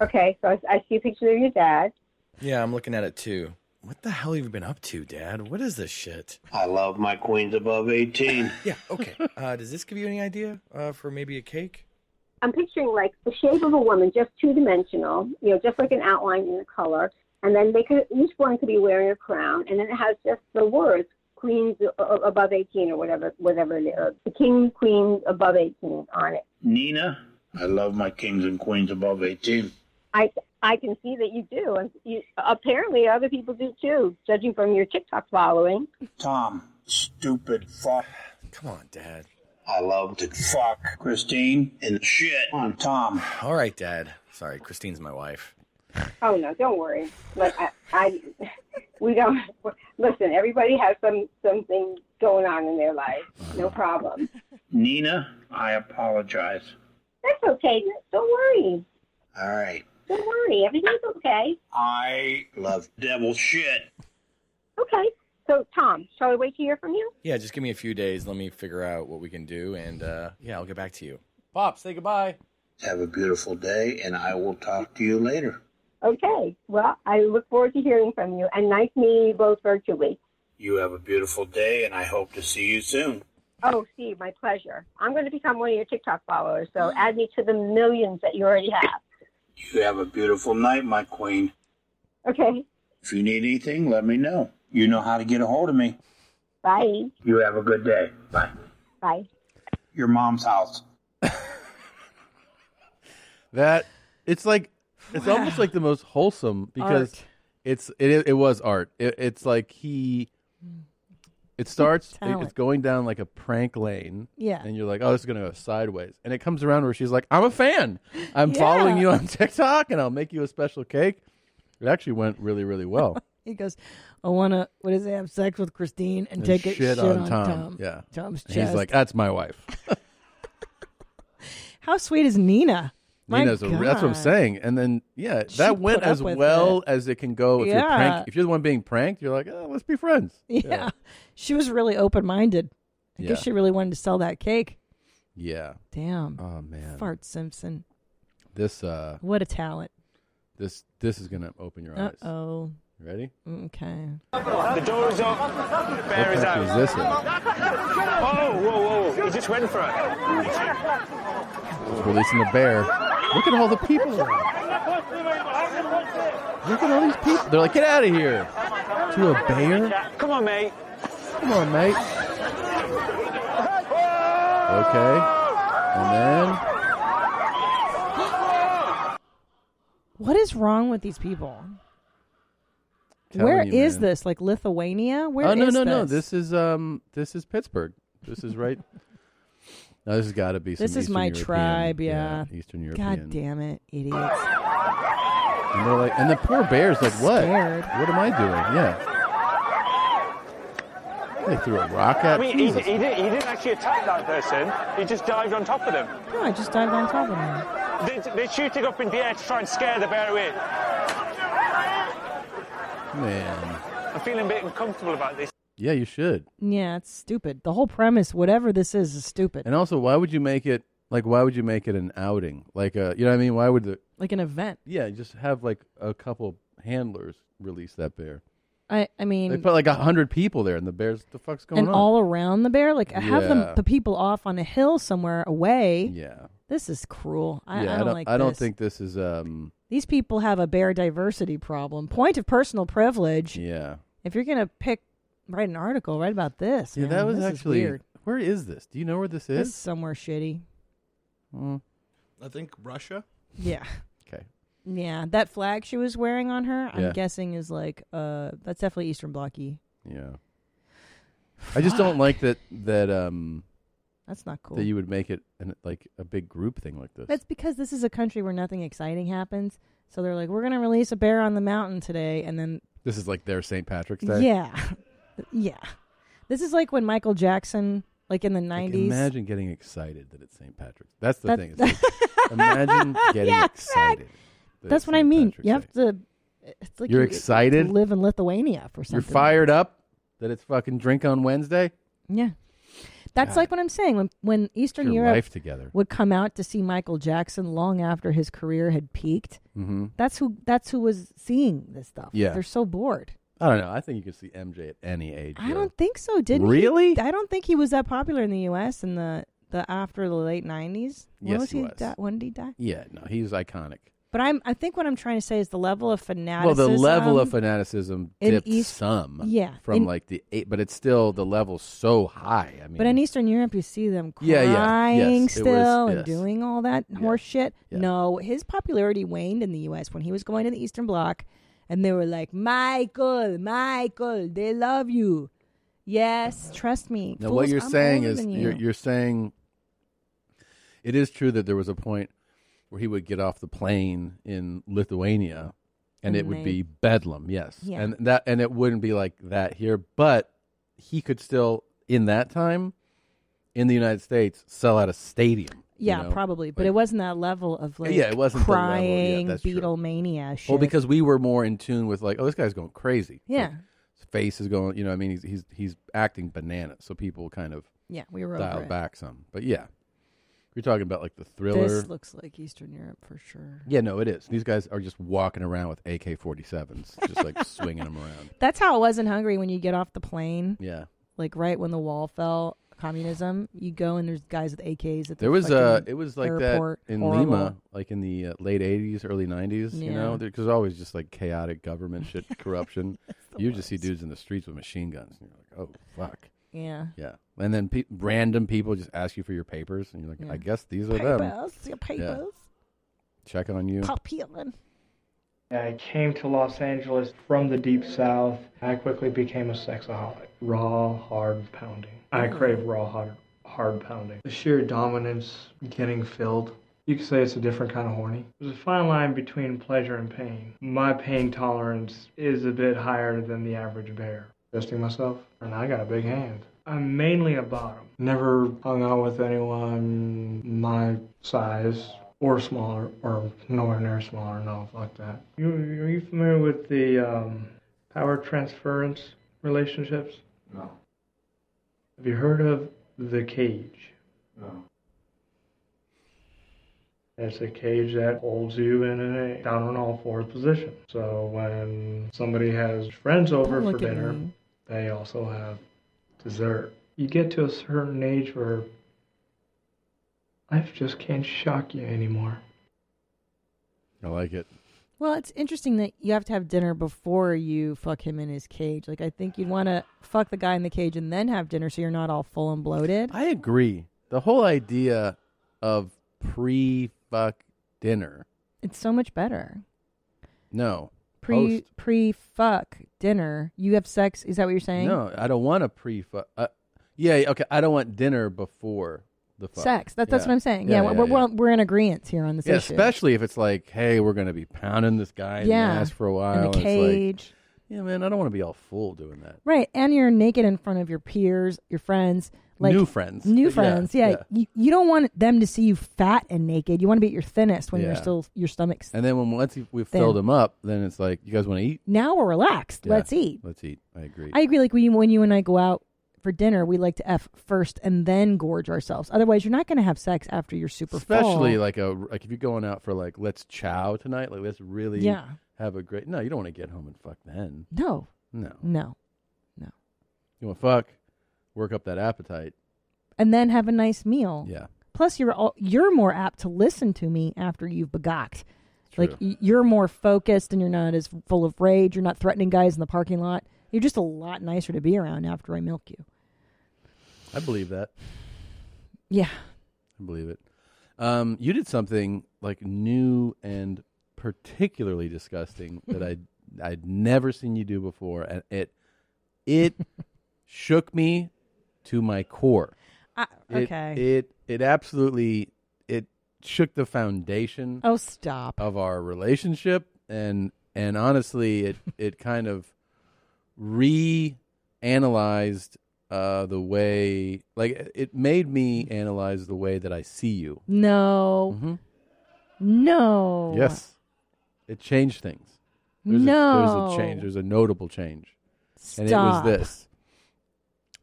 Speaker 28: Okay, so I, I see a picture of your dad.
Speaker 8: Yeah, I'm looking at it too. What the hell have you been up to, Dad? What is this shit?
Speaker 11: I love my queens above 18.
Speaker 8: yeah, okay. Uh, does this give you any idea uh, for maybe a cake?
Speaker 28: I'm picturing like the shape of a woman, just two dimensional, you know, just like an outline and a color. And then they could each one could be wearing a crown, and then it has just the words "Queens a- a- above 18" or whatever, whatever it is, the King Queens above 18 on it.
Speaker 11: Nina, I love my kings and queens above 18.
Speaker 28: I I can see that you do, and you, apparently other people do too, judging from your TikTok following.
Speaker 11: Tom, stupid fuck.
Speaker 8: Come on, Dad.
Speaker 11: I love to fuck Christine and shit on Tom.
Speaker 8: All right, Dad. Sorry, Christine's my wife.
Speaker 28: Oh no, don't worry. Like I, I we don't listen. Everybody has some something going on in their life. No problem.
Speaker 11: Nina, I apologize.
Speaker 28: That's okay. Don't worry.
Speaker 11: All right.
Speaker 28: Don't worry. Everything's okay.
Speaker 11: I love devil shit.
Speaker 28: Okay. So, Tom, shall I wait to hear from you?
Speaker 8: Yeah, just give me a few days. Let me figure out what we can do, and uh, yeah, I'll get back to you. Pop, say goodbye.
Speaker 11: Have a beautiful day, and I will talk to you later.
Speaker 28: Okay. Well, I look forward to hearing from you, and nice meeting you both virtually.
Speaker 11: You have a beautiful day, and I hope to see you soon.
Speaker 28: Oh, Steve, my pleasure. I'm going to become one of your TikTok followers, so add me to the millions that you already have.
Speaker 11: You have a beautiful night, my queen.
Speaker 28: Okay.
Speaker 11: If you need anything, let me know. You know how to get a hold of me.
Speaker 28: Bye.
Speaker 11: You have a good day. Bye.
Speaker 28: Bye.
Speaker 11: Your mom's house.
Speaker 1: That it's like it's almost like the most wholesome because
Speaker 3: Art.
Speaker 1: it's it it was art. It, it's like he it starts it-
Speaker 3: Talent.
Speaker 1: it's going down like a prank lane.
Speaker 3: Yeah.
Speaker 1: And you're like, "Oh, this is going to go sideways." And it comes around where she's like, "I'm a fan. I'm following
Speaker 3: Yeah.
Speaker 1: you on TikTok and I'll make you a special cake." It actually went really really well.
Speaker 3: He goes, I want to, what is it, have sex with Christine and,
Speaker 1: And
Speaker 3: take it shit on,
Speaker 1: Tom.
Speaker 3: Tom.
Speaker 1: Yeah.
Speaker 3: Tom's
Speaker 1: And
Speaker 3: chest.
Speaker 1: He's like, "That's my wife."
Speaker 3: How sweet is Nina? My
Speaker 1: Nina's a, that's what I'm
Speaker 3: God.
Speaker 1: saying. And then yeah,
Speaker 3: She
Speaker 1: that went
Speaker 3: put up
Speaker 1: as
Speaker 3: with
Speaker 1: well
Speaker 3: it.
Speaker 1: as it can go if you're
Speaker 3: Yeah.
Speaker 1: prank if you're the one being pranked, you're like, "Oh, let's be friends."
Speaker 3: Yeah. She was really open minded. I
Speaker 1: Yeah.
Speaker 3: guess she really wanted to sell that cake.
Speaker 1: Yeah.
Speaker 3: Damn.
Speaker 1: Oh man.
Speaker 3: Fart Simpson.
Speaker 1: This uh
Speaker 3: What a talent.
Speaker 1: this this is going to open your
Speaker 3: Uh
Speaker 1: eyes.
Speaker 3: oh.
Speaker 1: You ready?
Speaker 3: Okay.
Speaker 2: The door is open. The bear is
Speaker 1: What
Speaker 2: out.
Speaker 1: country is this in?
Speaker 2: Oh, whoa, whoa. He just went for it.
Speaker 1: It's releasing a bear. Look at all the people. around. Look at all these people. They're like, "Get out of here." To a bear?
Speaker 2: Come on, mate.
Speaker 1: Come on, mate. Okay. And then
Speaker 3: What is wrong with these people?
Speaker 1: Telling
Speaker 3: Where
Speaker 1: you,
Speaker 3: is
Speaker 1: man.
Speaker 3: this? Like Lithuania? Where
Speaker 1: oh no
Speaker 3: is
Speaker 1: no no! This is um this is Pittsburgh. This is right. no, this has got to be. Some
Speaker 3: This is
Speaker 1: Eastern
Speaker 3: my
Speaker 1: European-
Speaker 3: tribe, yeah.
Speaker 1: Eastern European.
Speaker 3: God damn it, idiots.
Speaker 1: And they're like, and the poor bear's like, what?
Speaker 3: Scared.
Speaker 1: What am I doing? Yeah. They threw a rock
Speaker 2: I
Speaker 1: at
Speaker 2: mean, he, he,
Speaker 1: Jesus.
Speaker 2: didn't, he didn't actually attack that person. He just dived on top of them.
Speaker 3: No, I just dived on top of him.
Speaker 2: They, they're shooting up in the air to try and scare the bear away.
Speaker 1: Man.
Speaker 2: I'm feeling a bit uncomfortable about this.
Speaker 1: Yeah, you should.
Speaker 3: Yeah, it's stupid. The whole premise, whatever this is, is stupid.
Speaker 1: And also, why would you make it like? Why would you make it an outing? Like, uh, you know what I mean? Why would the
Speaker 3: Like an event.
Speaker 1: yeah just have like a couple handlers release that bear?
Speaker 3: I I mean,
Speaker 1: They put like a hundred people there, and the bears. The fuck's going
Speaker 3: and
Speaker 1: on?
Speaker 3: all around the bear. Like I have
Speaker 1: Yeah.
Speaker 3: them, the people off on a hill somewhere away.
Speaker 1: Yeah.
Speaker 3: This is cruel. I,
Speaker 1: yeah,
Speaker 3: I don't, like
Speaker 1: I don't
Speaker 3: this.
Speaker 1: think this is. Um.
Speaker 3: These people have a bear diversity problem. Point of personal privilege.
Speaker 1: Yeah.
Speaker 3: If you're gonna pick, write an article, write about this.
Speaker 1: Yeah,
Speaker 3: man.
Speaker 1: that was
Speaker 3: This is
Speaker 1: actually.
Speaker 3: weird.
Speaker 1: Where is this? Do you know where this is?
Speaker 3: This is somewhere shitty.
Speaker 6: I think Russia.
Speaker 3: Yeah.
Speaker 1: Hmm. Okay.
Speaker 3: Yeah, that flag she was wearing on her, I'm
Speaker 1: Yeah.
Speaker 3: guessing is like uh that's definitely Eastern Blocky.
Speaker 1: Yeah. I just don't like that. That um.
Speaker 3: That's not cool.
Speaker 1: That you would make it an, like a big group thing like this.
Speaker 3: That's because this is a country where nothing exciting happens. So they're like, we're gonna release a bear on the mountain today, and then
Speaker 1: This is like their St. Patrick's Day.
Speaker 3: yeah, yeah. This is like when Michael Jackson, like in the nineties.
Speaker 1: Imagine getting excited that it's St. Patrick's. That's the
Speaker 3: That-
Speaker 1: thing. It's like, imagine getting
Speaker 3: Yeah,
Speaker 1: excited. that
Speaker 3: that's
Speaker 1: it's
Speaker 3: what I mean. you have to. It's like
Speaker 1: You're
Speaker 3: you
Speaker 1: excited?
Speaker 3: Live in Lithuania for something.
Speaker 1: You're fired up that it's fucking drink on Wednesday.
Speaker 3: Yeah. That's
Speaker 1: God.
Speaker 3: like what I'm saying. When when Eastern
Speaker 1: your
Speaker 3: Europe
Speaker 1: life together.
Speaker 3: would come out to see Michael Jackson long after his career had peaked,
Speaker 1: Mhm.
Speaker 3: that's who that's who was seeing this stuff.
Speaker 1: Yeah.
Speaker 3: they're so bored.
Speaker 1: I don't know. I think you could see MJ at any age.
Speaker 3: I don't think so. Didn't he?
Speaker 1: Really?
Speaker 3: I don't think he was that popular in the U.S. in the the after the late '90s. When
Speaker 1: Yes,
Speaker 3: was
Speaker 1: he
Speaker 3: he,
Speaker 1: was.
Speaker 3: di- when did he die?
Speaker 1: Yeah, no, he's iconic.
Speaker 3: But I'm I think what I'm trying to say is the level of
Speaker 1: well,
Speaker 3: fanaticism.
Speaker 1: the level of fanaticism
Speaker 3: in
Speaker 1: dipped
Speaker 3: East-
Speaker 1: some.
Speaker 3: yeah,
Speaker 1: From
Speaker 3: in-
Speaker 1: like the eight, but it's still the level so high. I mean,
Speaker 3: But in Eastern Europe, you see them crying
Speaker 1: Yeah, yeah, yes, it was-
Speaker 3: still and
Speaker 1: yes.
Speaker 3: doing all that horse shit. No, his popularity waned in the U.S. when he was going to the Eastern Bloc, and they were like, "Michael, Michael, they love you." Yes, trust me.
Speaker 1: Now, what
Speaker 3: Fools,
Speaker 1: you're
Speaker 3: I'm
Speaker 1: saying
Speaker 3: older
Speaker 1: is
Speaker 3: than you.
Speaker 1: are you're saying it is true that there was a point where he would get off the plane in Lithuania, and,
Speaker 3: And
Speaker 1: it would
Speaker 3: they-
Speaker 1: be bedlam. Yes,
Speaker 3: Yeah.
Speaker 1: and that and it wouldn't be like that here, but he could still in that time in the United States sell out a stadium. you
Speaker 3: yeah,
Speaker 1: know?
Speaker 3: probably, but
Speaker 1: Like-
Speaker 3: it wasn't that level of like
Speaker 1: yeah, it wasn't the level. Yeah,
Speaker 3: crying
Speaker 1: that's true.
Speaker 3: Beatlemania shit.
Speaker 1: Well, because we were more in tune with like, oh, this guy's going crazy.
Speaker 3: Yeah.
Speaker 1: Like, his face is going. You know, what I mean, he's he's he's acting bananas. So people kind of
Speaker 3: Yeah, we were over
Speaker 1: dialed
Speaker 3: it.
Speaker 1: back some. But yeah, you're talking about like the thriller.
Speaker 3: this looks like Eastern Europe for sure.
Speaker 1: yeah, no, it is. These guys are just walking around with AK-47s, just like swinging them around.
Speaker 3: That's how it was in Hungary when you get off the plane.
Speaker 1: Yeah.
Speaker 3: Like right when the wall fell, communism, you go and there's guys with AKs at the
Speaker 1: There was uh,
Speaker 3: fucking
Speaker 1: it was like
Speaker 3: airport.
Speaker 1: that in
Speaker 3: Horrible.
Speaker 1: Lima, like in the uh, late '80s, early '90s. You
Speaker 3: Yeah.
Speaker 1: know, because always just like chaotic government shit, corruption. You just see dudes in the streets with machine guns, and you're like, oh fuck.
Speaker 3: Yeah.
Speaker 1: Yeah. And then pe- random people just ask you for your papers, and you're like,
Speaker 3: Yeah.
Speaker 1: I guess these are them.
Speaker 3: Papers, your
Speaker 1: Yeah.
Speaker 3: papers.
Speaker 1: Check on you.
Speaker 3: Pop peeling.
Speaker 15: I came to Los Angeles from the deep south. I quickly became a sexaholic. Raw, hard pounding. I crave raw, hard, hard pounding. The sheer dominance, getting filled. You could say it's a different kind of horny. There's a fine line between pleasure and pain. My pain tolerance is a bit higher than the average bear. Testing myself, and I got a big hand. I'm mainly a bottom. Never hung out with anyone my size or smaller or nowhere near smaller. No, fuck that. You, are you familiar with the um, power transference relationships?
Speaker 25: No.
Speaker 15: Have you heard of the cage?
Speaker 25: No.
Speaker 15: It's a cage that holds you in a down on all fours position. So when somebody has friends over
Speaker 25: Don't
Speaker 15: for
Speaker 25: look at
Speaker 15: dinner,
Speaker 25: me.
Speaker 15: they also have dessert. You get to a certain age where life just can't shock you anymore.
Speaker 1: I like it.
Speaker 3: Well, it's interesting that you have to have dinner before you fuck him in his cage. Like I think you'd want to fuck the guy in the cage and then have dinner so you're not all full and bloated.
Speaker 1: I agree. The whole idea of pre fuck dinner.
Speaker 3: It's so much better.
Speaker 1: No.
Speaker 3: Pre
Speaker 1: Post-
Speaker 3: pre fuck dinner. You have sex. Is that what you're saying?
Speaker 1: No, I don't want a pre fuck. Uh, yeah, okay. I don't want dinner before the fuck.
Speaker 3: Sex. That, that's
Speaker 1: Yeah.
Speaker 3: what I'm saying. Yeah, we're,
Speaker 1: yeah.
Speaker 3: We're, we're in agreement here on this
Speaker 1: Yeah,
Speaker 3: issue.
Speaker 1: especially if it's like, hey, we're going to be pounding this guy in the
Speaker 3: Yeah,
Speaker 1: ass for
Speaker 3: in
Speaker 1: a
Speaker 3: the
Speaker 1: while. and it's like,
Speaker 3: cage.
Speaker 1: yeah, man, I don't want to be all full doing that.
Speaker 3: Right, and you're naked in front of your peers, your friends, like
Speaker 1: New friends. Yeah,
Speaker 3: new friends. Yeah,
Speaker 1: yeah.
Speaker 3: You, you don't want them to see you fat and naked. You want to be at your thinnest when you're
Speaker 1: Yeah.
Speaker 3: still your stomach's.
Speaker 1: And then when once you- we've
Speaker 3: Then-
Speaker 1: filled them up, then it's like, you guys want to eat?
Speaker 3: Now we're relaxed.
Speaker 1: Yeah,
Speaker 3: Let's eat.
Speaker 1: Let's eat. I agree.
Speaker 3: I agree. Like when you, when you and I go out for dinner, we like to f first and then gorge ourselves. Otherwise, you're not going to have sex after you're super
Speaker 1: Especially
Speaker 3: full.
Speaker 1: like a like if you're going out for like let's chow tonight, like let's really
Speaker 3: Yeah.
Speaker 1: have a great. No, you don't want to get home and fuck then.
Speaker 3: no,
Speaker 1: No.
Speaker 3: No.
Speaker 1: You want to fuck, work up that appetite.
Speaker 3: And then have a nice meal.
Speaker 1: Yeah.
Speaker 3: Plus, you're all, you're more apt to listen to me after you've begocked. Like y- you're more focused, and you're not as full of rage. You're not threatening guys in the parking lot. You're just a lot nicer to be around after I milk you.
Speaker 1: I believe that.
Speaker 3: Yeah.
Speaker 1: I believe it. Um, you did something like new and particularly disgusting that I I'd never seen you do before, and it it shook me to my core.
Speaker 3: Ah,
Speaker 1: It-
Speaker 3: okay.
Speaker 1: It, it absolutely it shook the foundation.
Speaker 3: Oh, stop.
Speaker 1: Of our relationship, and and honestly, it it kind of reanalyzed uh, the way like it made me analyze the way that I see you.
Speaker 3: No. No.
Speaker 1: Mm-hmm. Yes. It changed things. There's A, there's
Speaker 3: No.
Speaker 1: a change. There's a notable change. And it was
Speaker 3: Stop.
Speaker 1: this.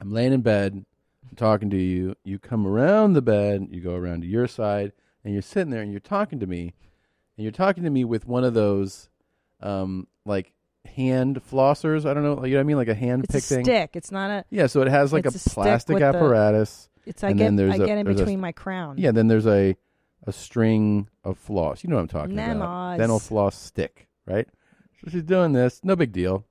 Speaker 1: I'm laying in bed, I'm talking to you. You come around the bed, you go around to your side, and you're sitting there and you're talking to me. And you're talking to me with one of those um like hand flossers. I don't know. You know what I mean? Like a hand
Speaker 3: It's
Speaker 1: pick
Speaker 3: a
Speaker 1: thing.
Speaker 3: stick. It's not a.
Speaker 1: Yeah, so it has like
Speaker 3: it's
Speaker 1: a
Speaker 3: stick
Speaker 1: plastic
Speaker 3: with the-
Speaker 1: apparatus.
Speaker 3: it's I
Speaker 1: and
Speaker 3: get
Speaker 1: then there's
Speaker 3: I
Speaker 1: a-
Speaker 3: get in
Speaker 1: there's a-
Speaker 3: between my crown.
Speaker 1: Yeah, then there's a a string of floss. You know what I'm talking about?
Speaker 3: Nemos.
Speaker 1: Dental floss stick, right? So she's doing this. No big deal.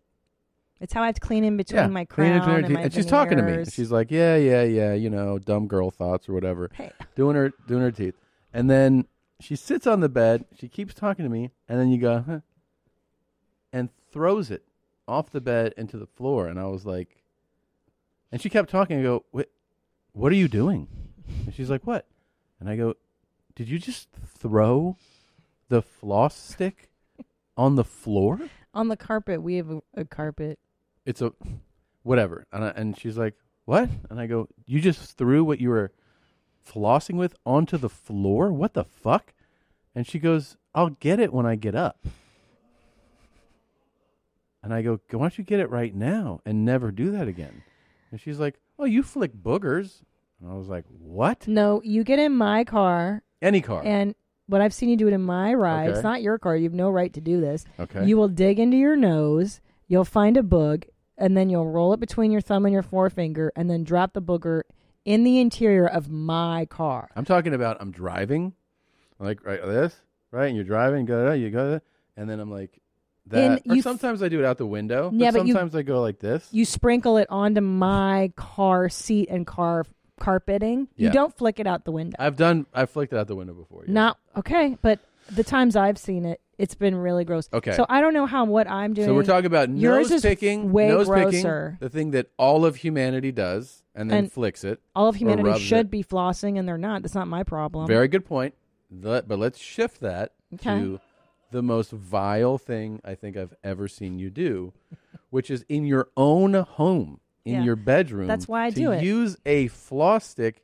Speaker 3: It's how I have to clean in between
Speaker 1: yeah,
Speaker 3: my
Speaker 1: clean
Speaker 3: crown
Speaker 1: it between her
Speaker 3: and,
Speaker 1: teeth.
Speaker 3: my
Speaker 1: she's talking to me.
Speaker 3: veneers.
Speaker 1: And she's like, yeah, yeah, yeah. You know, dumb girl thoughts or whatever.
Speaker 3: Hey.
Speaker 1: Doing her doing her teeth, and then she sits on the bed. She keeps talking to me, and then you go, huh, and throws it off the bed into the floor. And I was like, and she kept talking. I go, what, what are you doing? And she's like, what? And I go, did you just throw the floss stick on the floor?
Speaker 3: on the carpet. We have a, a carpet.
Speaker 1: It's a whatever. And, I, and she's like, what? And I go, you just threw what you were flossing with onto the floor? What the fuck? And she goes, I'll get it when I get up. And I go, why don't you get it right now and never do that again? And she's like, oh, you flick boogers. And I was like, what?
Speaker 3: No, you get in my car.
Speaker 1: Any car.
Speaker 3: And but I've seen you do it in my ride. It's
Speaker 1: Okay.
Speaker 3: not your car. You have no right to do this.
Speaker 1: Okay.
Speaker 3: You will dig into your nose. You'll find a boog, and then you'll roll it between your thumb and your forefinger, and then drop the booger in the interior of my car.
Speaker 1: I'm talking about I'm driving, like right this, right, and you're driving, go you go, and then I'm like that.
Speaker 3: And
Speaker 1: or
Speaker 3: you-
Speaker 1: sometimes I do it out the window.
Speaker 3: Yeah,
Speaker 1: but
Speaker 3: but you-
Speaker 1: sometimes I go like this.
Speaker 3: You sprinkle it onto my car seat and car carpeting.
Speaker 1: Yeah.
Speaker 3: You don't flick it out the window.
Speaker 1: I've done. I flicked it out the window before. Yeah.
Speaker 3: Not okay, but the times I've seen it, it's been really gross.
Speaker 1: Okay.
Speaker 3: So I don't know how what I'm doing.
Speaker 1: So we're talking about
Speaker 3: yours
Speaker 1: nose
Speaker 3: is
Speaker 1: picking,
Speaker 3: way
Speaker 1: nose picking,
Speaker 3: grosser.
Speaker 1: the thing that all of humanity does, and then
Speaker 3: And
Speaker 1: flicks it.
Speaker 3: All of
Speaker 1: or
Speaker 3: humanity
Speaker 1: rubs
Speaker 3: should
Speaker 1: it.
Speaker 3: be flossing, and they're not. That's not my problem.
Speaker 1: Very good point. Let- but let's shift that
Speaker 3: Okay.
Speaker 1: to the most vile thing I think I've ever seen you do, which is in your own home, in
Speaker 3: Yeah.
Speaker 1: your bedroom.
Speaker 3: That's why I
Speaker 1: to
Speaker 3: do it.
Speaker 1: Use a floss stick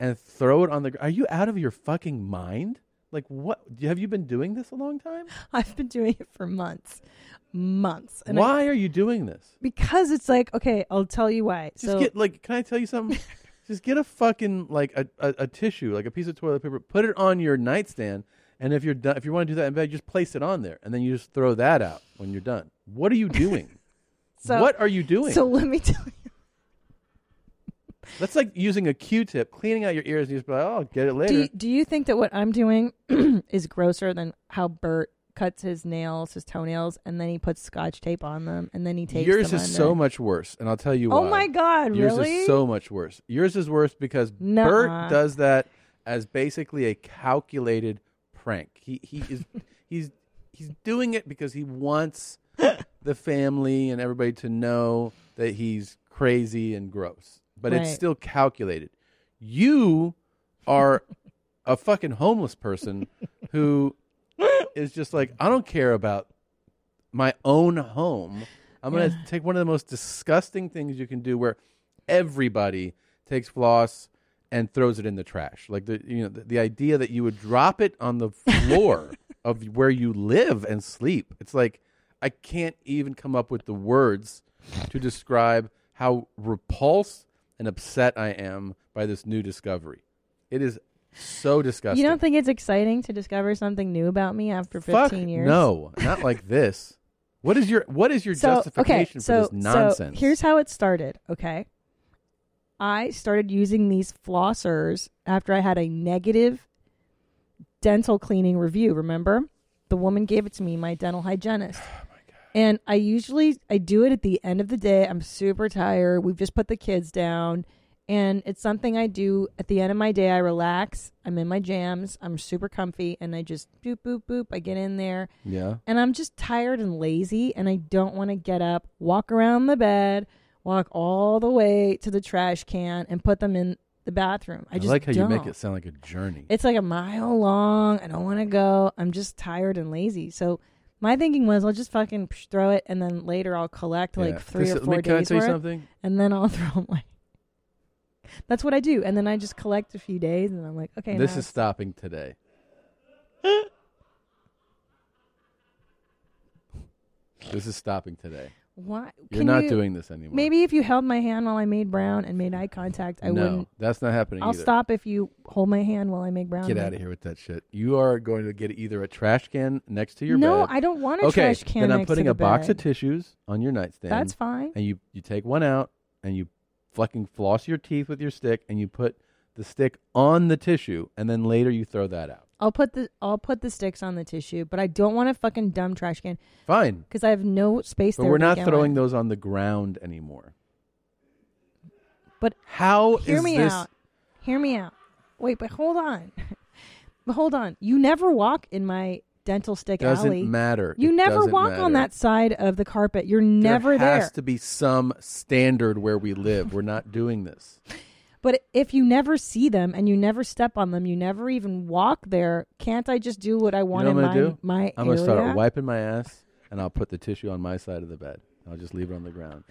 Speaker 1: and throw it on the. gr- Are you out of your fucking mind? Like what? Have you been doing this a long time?
Speaker 3: I've been doing it for months, months. And I-
Speaker 1: why are you doing this?
Speaker 3: because it's like okay, I'll tell you why.
Speaker 1: Just
Speaker 3: so
Speaker 1: get like, can I tell you something? Just get a fucking like a, a, a tissue, like a piece of toilet paper. Put it on your nightstand, and if you're done, if you want to do that in bed, just place it on there, and then you just throw that out when you're done. What are you doing?
Speaker 3: So-
Speaker 1: what are you doing?
Speaker 3: So let me tell you.
Speaker 1: That's like using a Q-tip, cleaning out your ears, and you just be like, "Oh, I'll get it later."
Speaker 3: Do you, do you think that what I'm doing is grosser than how Bert cuts his nails, his toenails, and then he puts scotch tape on them, and then he takes
Speaker 1: Yours
Speaker 3: them
Speaker 1: is
Speaker 3: under?
Speaker 1: so much worse, and I'll tell you
Speaker 3: Oh
Speaker 1: why.
Speaker 3: my God,
Speaker 1: Yours is
Speaker 3: really?
Speaker 1: so much worse. Yours is worse because
Speaker 3: Nuh-uh.
Speaker 1: Bert does that as basically a calculated prank. He he is he's he's doing it because he wants the family and everybody to know that he's crazy and gross. But it's
Speaker 2: Right.
Speaker 1: still calculated. You are a fucking homeless person who is just like, I don't care about my own home. I'm going to
Speaker 2: Yeah.
Speaker 1: take one of the most disgusting things you can do where everybody takes floss and throws it in the trash. Like the you know the, the idea that you would drop it on the floor of where you live and sleep. It's like I can't even come up with the words to describe how repulsed and upset I am by this new discovery. It is so disgusting.
Speaker 3: You don't think it's exciting to discover something new about me after 15
Speaker 1: Fuck
Speaker 3: years?
Speaker 1: No, not like this. What is your what is your justification
Speaker 3: so,
Speaker 1: for this nonsense?
Speaker 3: So here's how it started, okay? I started using these flossers after I had a negative dental cleaning review, remember? The woman gave it to me, my dental hygienist.
Speaker 1: Oh
Speaker 3: And I usually I do it at the end of the day. I'm super tired. We've just put the kids down and it's something I do at the end of my day. I relax. I'm in my jams. I'm super comfy and I just boop boop boop. I get in there.
Speaker 1: yeah.
Speaker 3: And I'm just tired and lazy, and I don't want to get up, walk around the bed, walk all the way to the trash can, and put them in the bathroom. I
Speaker 1: I,
Speaker 3: just
Speaker 1: like how you make
Speaker 3: don't.
Speaker 1: it sound like a journey.
Speaker 3: It's like a mile long. I don't want to go. I'm just tired and lazy. So my thinking was, I'll just fucking psh, throw it, and then later I'll collect
Speaker 1: Yeah.
Speaker 3: like three
Speaker 1: This-
Speaker 3: or
Speaker 1: let
Speaker 3: four
Speaker 1: me-
Speaker 3: days
Speaker 1: can I tell you
Speaker 3: worth,
Speaker 1: something?
Speaker 3: and then I'll throw them away. That's what I do, and then I just collect a few days, and I'm like, okay,
Speaker 1: this
Speaker 3: now
Speaker 1: is stopping today. this is stopping today.
Speaker 3: Why?
Speaker 1: You're
Speaker 3: can
Speaker 1: not
Speaker 3: you-
Speaker 1: doing this anymore.
Speaker 3: Maybe if you held my hand while I made brown and made eye contact, I
Speaker 1: no,
Speaker 3: wouldn't.
Speaker 1: that's not happening.
Speaker 3: I'll
Speaker 1: either.
Speaker 3: stop if you hold my hand while I make brown.
Speaker 1: Get
Speaker 3: and
Speaker 1: out
Speaker 3: make-
Speaker 1: of here with that shit. You are going to get either a trash can next to your
Speaker 3: No,
Speaker 1: bed.
Speaker 3: I don't want a
Speaker 1: okay,
Speaker 3: trash can
Speaker 1: Then I'm
Speaker 3: next to
Speaker 1: putting
Speaker 3: the
Speaker 1: a box of
Speaker 3: bed.
Speaker 1: tissues on your nightstand.
Speaker 3: That's fine.
Speaker 1: And you you take one out and you fucking floss your teeth with your stick and you put the stick on the tissue and then later you throw that out.
Speaker 3: I'll put the I'll put the sticks on the tissue, but I don't want a fucking dumb trash can
Speaker 1: Fine.
Speaker 3: because I have no space
Speaker 1: But
Speaker 3: there.
Speaker 1: we're
Speaker 3: to
Speaker 1: not
Speaker 3: begin
Speaker 1: throwing
Speaker 3: with.
Speaker 1: those on the ground anymore.
Speaker 3: But
Speaker 1: how
Speaker 3: hear
Speaker 1: is
Speaker 3: me
Speaker 1: this?
Speaker 3: out. Hear me out. Wait, but hold on. but hold on. You never walk in my dental stick
Speaker 1: Doesn't
Speaker 3: alley.
Speaker 1: matter.
Speaker 3: You
Speaker 1: It
Speaker 3: never
Speaker 1: doesn't
Speaker 3: walk on
Speaker 1: matter.
Speaker 3: that side of the carpet. You're never
Speaker 1: there
Speaker 3: there.
Speaker 1: has to be some standard where we live. We're not doing this.
Speaker 3: But if you never see them and you never step on them, you never even walk there, can't I just do what I
Speaker 1: You
Speaker 3: want
Speaker 1: know what I'm
Speaker 3: in
Speaker 1: gonna
Speaker 3: my
Speaker 1: do?
Speaker 3: my
Speaker 1: I'm
Speaker 3: area?
Speaker 1: gonna start wiping my ass, and I'll put the tissue on my side of the bed. I'll just leave it on the ground.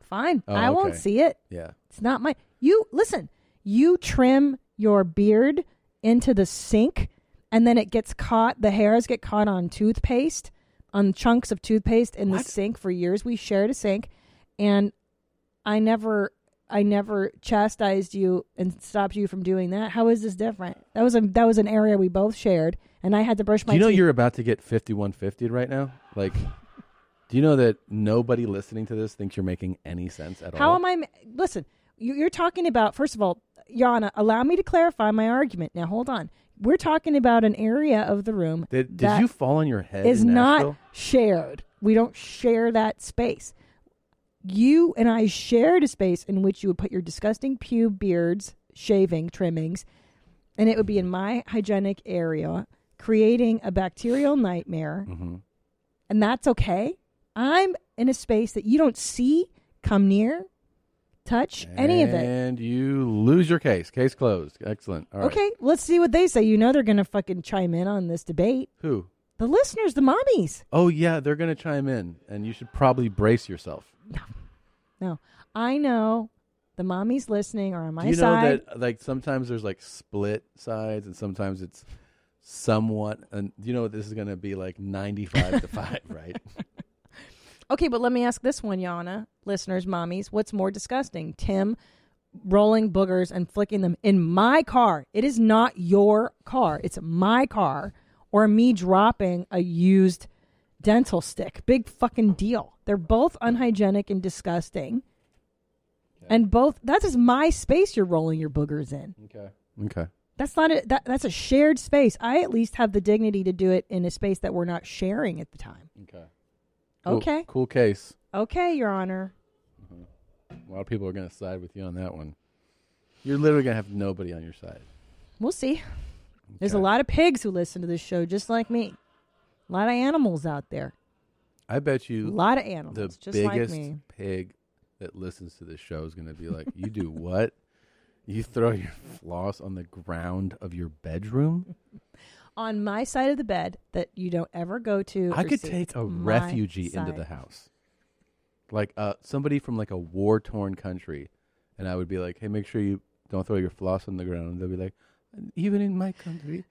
Speaker 3: Fine.
Speaker 1: Oh,
Speaker 3: I won't
Speaker 1: okay.
Speaker 3: see it.
Speaker 1: Yeah.
Speaker 3: It's not my You listen. You trim your beard into the sink and then it gets caught, the hairs get caught on toothpaste, on chunks of toothpaste in the sink for years. We shared a sink and I never I never chastised you and stopped you from doing that. How is this different? That was a that was an area we both shared and I had to brush my
Speaker 1: do you know
Speaker 3: teeth.
Speaker 1: you're about to get 5150 right now? Like, do you know that nobody listening to this thinks you're making any sense at
Speaker 3: How
Speaker 1: all?
Speaker 3: am I? ma- Listen, you- you're talking about, first of all, Yana, allow me to clarify my argument. Now, hold on. We're talking about an area of the room
Speaker 1: Did, did
Speaker 3: that
Speaker 1: you fall on your head?
Speaker 3: is
Speaker 1: in
Speaker 3: not
Speaker 1: Nashville?
Speaker 3: shared. We don't share that space. You and I shared a space in which you would put your disgusting pube beards, shaving, trimmings, and it would be in my hygienic area, creating a bacterial nightmare
Speaker 1: Mhm.
Speaker 3: and that's okay. I'm in a space that you don't see, come near, touch any of it.
Speaker 1: And you lose your case. Case closed. Excellent. Eh, All right.
Speaker 3: Okay, let's see what they say. You know they're going to fucking chime in on this debate.
Speaker 1: Who?
Speaker 3: The listeners, the mommies.
Speaker 1: Oh yeah, they're gonna chime in, and you should probably brace yourself.
Speaker 3: No, I know the mommies listening are on my
Speaker 1: Do you
Speaker 3: side.
Speaker 1: know that like sometimes there's like split sides, and sometimes it's somewhat. And do you know what this is gonna be like ninety-five to five, right?
Speaker 3: Okay, but let me ask this one, Yana, listeners, mommies. What's more disgusting? Tim rolling boogers and flicking them in my car. It is not your car, it's my car, or me dropping a used dental stick. Big fucking deal. They're both unhygienic and disgusting. And both, that is my space you're rolling your boogers in.
Speaker 1: Okay. Okay.
Speaker 3: That's not a, that, that's a shared space. I at least have the dignity to do it in a space that we're not sharing at the time.
Speaker 1: Okay. Cool-
Speaker 3: Okay.
Speaker 1: Cool case.
Speaker 3: Okay, Your Honor.
Speaker 1: A lot of people are gonna side with you on that one. You're literally gonna have nobody on your side.
Speaker 3: We'll see. There's a lot of pigs who listen to this show, just like me. A lot of animals out there.
Speaker 1: I bet you
Speaker 3: A lot of
Speaker 1: The
Speaker 3: animals, just like
Speaker 1: biggest
Speaker 3: me.
Speaker 1: pig that listens to this show is going to be like, "You do what? You throw your floss on the ground of your bedroom?
Speaker 3: On my side of the bed that you don't ever go to.
Speaker 1: I
Speaker 3: or
Speaker 1: could
Speaker 3: see.
Speaker 1: take a
Speaker 3: My
Speaker 1: refugee into
Speaker 3: side.
Speaker 1: the house, like uh, somebody from like a war torn country, and I would be like, "Hey, make sure you don't throw your floss on the ground." And they'll be like, "Even in my country,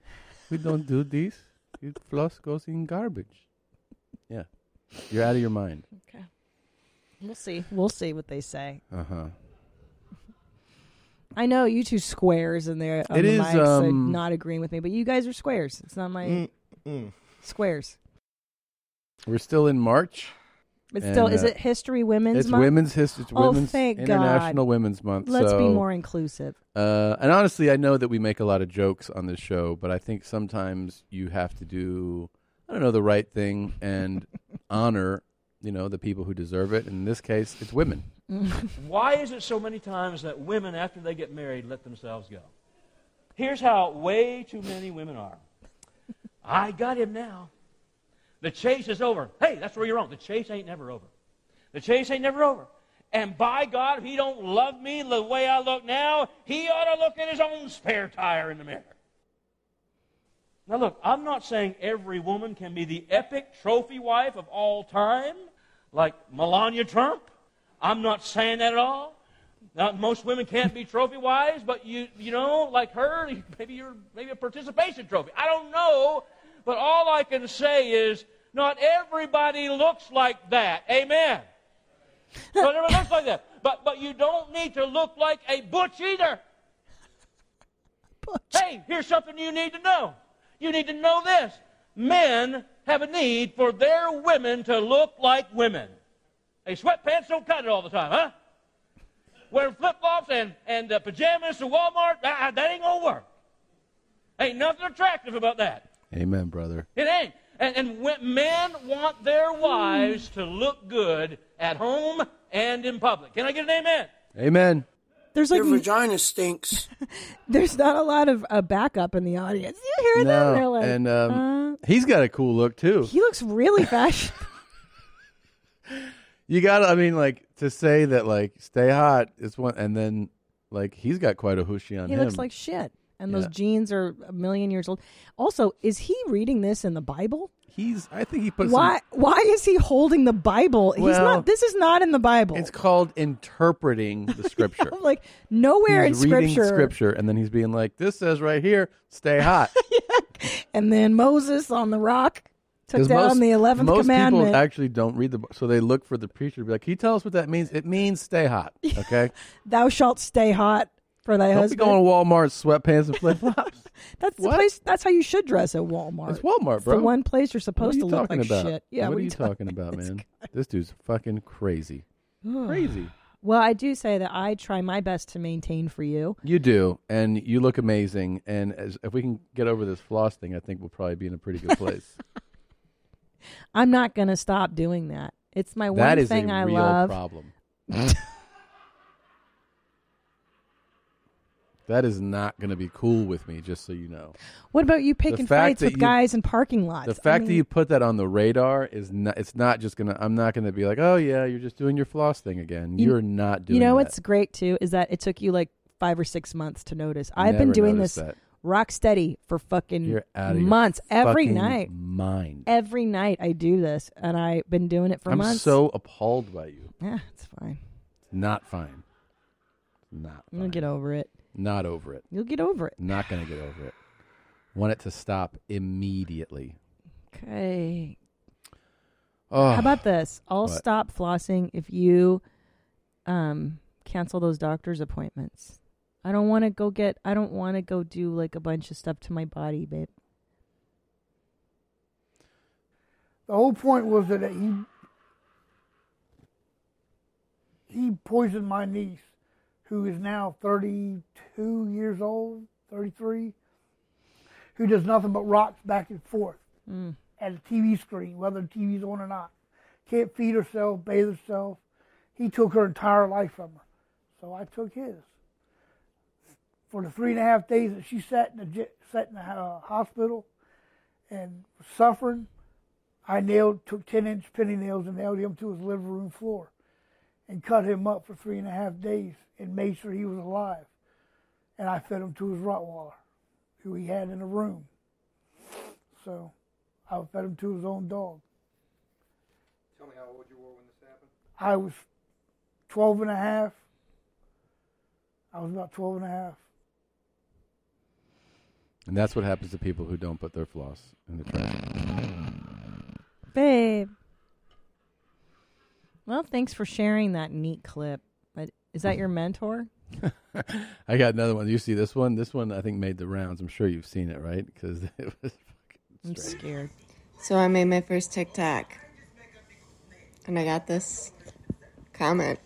Speaker 1: we don't do this. Your floss goes in garbage." Yeah, you're out of your mind.
Speaker 3: We'll see. We'll see what they say.
Speaker 1: Uh huh.
Speaker 3: I know you two squares in there on
Speaker 1: It
Speaker 3: the
Speaker 1: is,
Speaker 3: mics are
Speaker 1: um,
Speaker 3: not agreeing with me, but you guys are squares. It's not my
Speaker 1: Mm, mm.
Speaker 3: squares.
Speaker 1: We're still in March.
Speaker 3: But still,
Speaker 1: And,
Speaker 3: is
Speaker 1: uh,
Speaker 3: it History Women's
Speaker 1: it's
Speaker 3: Month?
Speaker 1: Women's History. It's
Speaker 3: Oh,
Speaker 1: Women's
Speaker 3: thank God.
Speaker 1: International Women's Month.
Speaker 3: Let's be
Speaker 1: so,
Speaker 3: more inclusive.
Speaker 1: Uh, and honestly, I know that we make a lot of jokes on this show, but I think sometimes you have to do, I don't know, the right thing and honor, you know, the people who deserve it. In this case, it's women.
Speaker 2: Why is it so many times that women, after they get married, let themselves go? Here's how way too many women are. I got him now. The chase is over. Hey, that's where you're wrong. The chase ain't never over. The chase ain't never over. And by God, if he don't love me the way I look now, he ought to look at his own spare tire in the mirror. Now, look, I'm not saying every woman can be the epic trophy wife of all time, like Melania Trump. I'm not saying that at all. Now, most women can't be trophy wives, but you, you know, like her, maybe you're maybe a participation trophy. I don't know, but all I can say is not everybody looks like that. Amen. Not everybody looks like that. But but you don't need to look like a butch either. Hey, here's something you need to know. You need to know this. Men have a need for their women to look like women. Hey, sweatpants don't cut it all the time, huh? Wearing flip flops and, and uh, pajamas to Walmart, ah, that ain't gonna work. Ain't nothing attractive about that.
Speaker 1: Amen, brother.
Speaker 2: It ain't. And, and when men want their wives to look good at home and in public. Can I get an amen?
Speaker 1: Amen.
Speaker 3: There's like
Speaker 2: Your
Speaker 3: vagina stinks. There's not a lot of uh, backup in the audience. You hear them? They're like,
Speaker 1: and um,
Speaker 3: uh,
Speaker 1: he's got a cool look too.
Speaker 3: he looks really fashion.
Speaker 1: You got to I mean like to say that like stay hot is one and then like he's got quite a hushy on
Speaker 3: he
Speaker 1: him.
Speaker 3: looks like shit. And those
Speaker 1: Yeah.
Speaker 3: jeans are a million years old. Also, is he reading this in the Bible?
Speaker 1: He's. I think he put. some-
Speaker 3: Why? Why is he holding the Bible? He's
Speaker 1: Well,
Speaker 3: not. This is not in the Bible.
Speaker 1: It's called interpreting the scripture.
Speaker 3: I'm like nowhere
Speaker 1: he's
Speaker 3: in
Speaker 1: reading
Speaker 3: scripture.
Speaker 1: and then he's being like, "This says right here, stay hot."
Speaker 3: And then Moses on the rock took
Speaker 1: 'Cause
Speaker 3: down
Speaker 1: most-
Speaker 3: the eleventh
Speaker 1: most
Speaker 3: commandment.
Speaker 1: people actually don't read the, so they look for the preacher to be like, "Can you tell us what that means?" It means stay hot. Okay,
Speaker 3: Thou shalt stay hot for thy
Speaker 1: don't
Speaker 3: husband.
Speaker 1: be going to Walmart sweatpants and flip flops.
Speaker 3: that's the place. That's how you should dress at Walmart.
Speaker 1: It's Walmart,
Speaker 3: It's
Speaker 1: bro.
Speaker 3: The one place you're supposed
Speaker 1: what are you
Speaker 3: to look
Speaker 1: talking
Speaker 3: like
Speaker 1: about?
Speaker 3: shit. Yeah.
Speaker 1: what, are
Speaker 3: we
Speaker 1: you
Speaker 3: talk-
Speaker 1: talking about, man? This dude's fucking crazy. Crazy.
Speaker 3: Well, I do say that I try my best to maintain for you.
Speaker 1: You do, and you look amazing. And as, if we can get over this floss thing, I think we'll probably be in a pretty good place.
Speaker 3: I'm not going to stop doing that. It's my
Speaker 1: That
Speaker 3: one
Speaker 1: is a
Speaker 3: thing I
Speaker 1: real
Speaker 3: love.
Speaker 1: problem. that is not going to be cool with me. Just so you know.
Speaker 3: What about you picking
Speaker 1: fact
Speaker 3: fights
Speaker 1: that
Speaker 3: with
Speaker 1: you-
Speaker 3: guys in parking lots?
Speaker 1: The
Speaker 3: I
Speaker 1: fact that
Speaker 3: mean,
Speaker 1: you put that on the radar is not. It's not just gonna. I'm not gonna be like, oh yeah, you're just doing your floss thing again.
Speaker 3: You-
Speaker 1: You, are not doing.
Speaker 3: you know
Speaker 1: that.
Speaker 3: what's great too is that it took you like five or six months to notice. I've been
Speaker 1: Never
Speaker 3: doing this
Speaker 1: noticed that.
Speaker 3: rock steady for fucking
Speaker 1: You're out of your
Speaker 3: months every
Speaker 1: fucking
Speaker 3: night.
Speaker 1: mind.
Speaker 3: Every night I do this, and I've been doing it for
Speaker 1: I'm
Speaker 3: months.
Speaker 1: so appalled by you.
Speaker 3: yeah, it's fine.
Speaker 1: It's not fine. Not.
Speaker 3: You'll get over it.
Speaker 1: Not over it.
Speaker 3: You'll get over it.
Speaker 1: Not gonna get over it. Want it to stop immediately.
Speaker 3: Okay.
Speaker 1: Oh,
Speaker 3: How about this? I'll
Speaker 1: what?
Speaker 3: stop flossing if you um cancel those doctor's appointments. I don't want to go get I don't want to go do like a bunch of stuff to my body, babe.
Speaker 17: The whole point was that he he poisoned my niece, who is now 32 years old, 33, who does nothing but rocks back and forth
Speaker 3: Mm.
Speaker 17: at a TV screen, whether the TV's on or not. Can't feed herself, bathe herself. He took her entire life from her, so I took his. For the three and a half days that she sat in the j- sat in the uh, hospital and was suffering, I nailed, took 10 inch penny nails and nailed him to his living room floor and cut him up for three and a half days and made sure he was alive. And I fed him to his Rottweiler, who he had in the room. So I fed him to his own dog.
Speaker 18: Tell me how old you were when this happened.
Speaker 17: I was 12 and a half. I was about 12 and a half.
Speaker 1: And that's what happens to people who don't put their floss in the trash.
Speaker 3: Babe. Well, thanks for sharing that neat clip. But is that your mentor?
Speaker 1: I got another one. You see this one? This one I think made the rounds. I'm sure you've seen it, right? Because it was
Speaker 3: I'm scared.
Speaker 19: So I made my first TikTok.
Speaker 4: and I got this comment.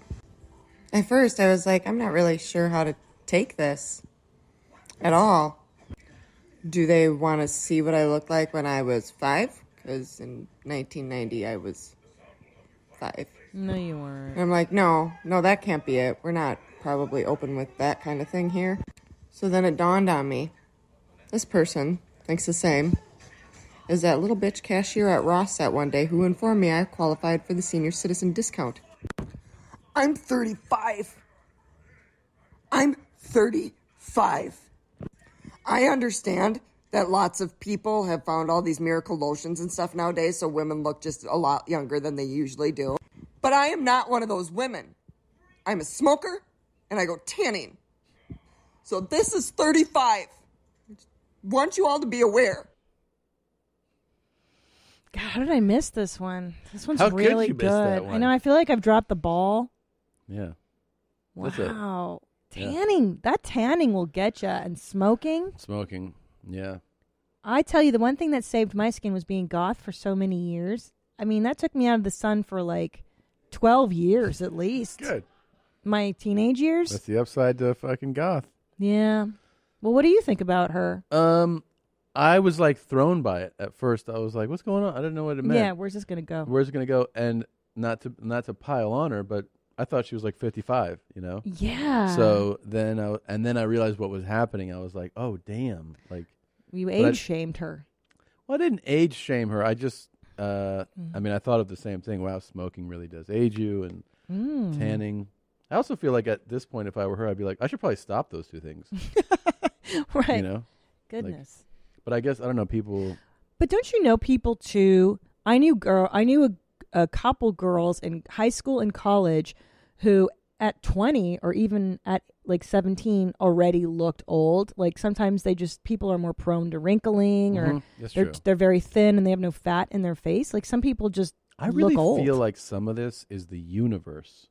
Speaker 4: At first, I was like, I'm not really sure how to take this at all. Do they want to see what I looked like when I was five? Because in 1990, I was five.
Speaker 3: No, you weren't.
Speaker 4: And I'm like, no, no, that can't be it. We're not probably open with that kind of thing here. So then it dawned on me this person thinks the same as that little bitch cashier at Ross that one day who informed me I qualified for the senior citizen discount. I'm 35. I'm 35. I understand that lots of people have found all these miracle lotions and stuff nowadays, so women look just a lot younger than they usually do. But I am not one of those women. I'm a smoker and I go tanning. So this is 35. Want you all to be aware.
Speaker 3: God, how did I miss this one? This one's
Speaker 1: How could
Speaker 3: really
Speaker 1: you miss
Speaker 3: good.
Speaker 1: that
Speaker 3: I
Speaker 1: one?
Speaker 3: know. I feel like I've dropped the ball.
Speaker 1: Yeah. That's it.
Speaker 3: Wow.
Speaker 1: Yeah.
Speaker 3: Tanning. That tanning will get you. And smoking.
Speaker 1: Smoking. Yeah.
Speaker 3: I tell you, the one thing that saved my skin was being goth for so many years. I mean, that took me out of the sun for like 12 years at least.
Speaker 1: Good.
Speaker 3: My teenage years?
Speaker 1: That's the upside to fucking goth.
Speaker 3: yeah. Well, what do you think about her?
Speaker 1: Um, I was like thrown by it at first. I was like, "What's going on?" I didn't know what it meant.
Speaker 3: Yeah, where's this gonna go?
Speaker 1: Where's it gonna go? And not to not to pile on her, but I thought she was like fifty-five. You know?
Speaker 3: Yeah.
Speaker 1: So then I and then I realized what was happening. I was like, "Oh damn!" Like
Speaker 3: You
Speaker 1: but I-
Speaker 3: age shamed her.
Speaker 1: well, I didn't age shame her. I just, uh,
Speaker 3: Hmm.
Speaker 1: I mean, I thought of the same thing. Wow, smoking really does age you, and
Speaker 3: Mm.
Speaker 1: tanning. I also feel like at this point, if I were her, I'd be like, I should probably stop those two things.
Speaker 3: Right.
Speaker 1: You know. Like,
Speaker 3: Goodness.
Speaker 1: but I guess I don't know. People.
Speaker 3: But don't you know people too? I knew girl. I knew a, a couple girls in high school and college who, at twenty or even at like seventeen, already looked old. Like sometimes they just people are more prone to wrinkling, or
Speaker 1: Mhm. That's
Speaker 3: they're
Speaker 1: true.
Speaker 3: they're very thin and they have no fat in their face. Like some people just
Speaker 1: I really
Speaker 3: look old.
Speaker 1: feel like some of this is the universe.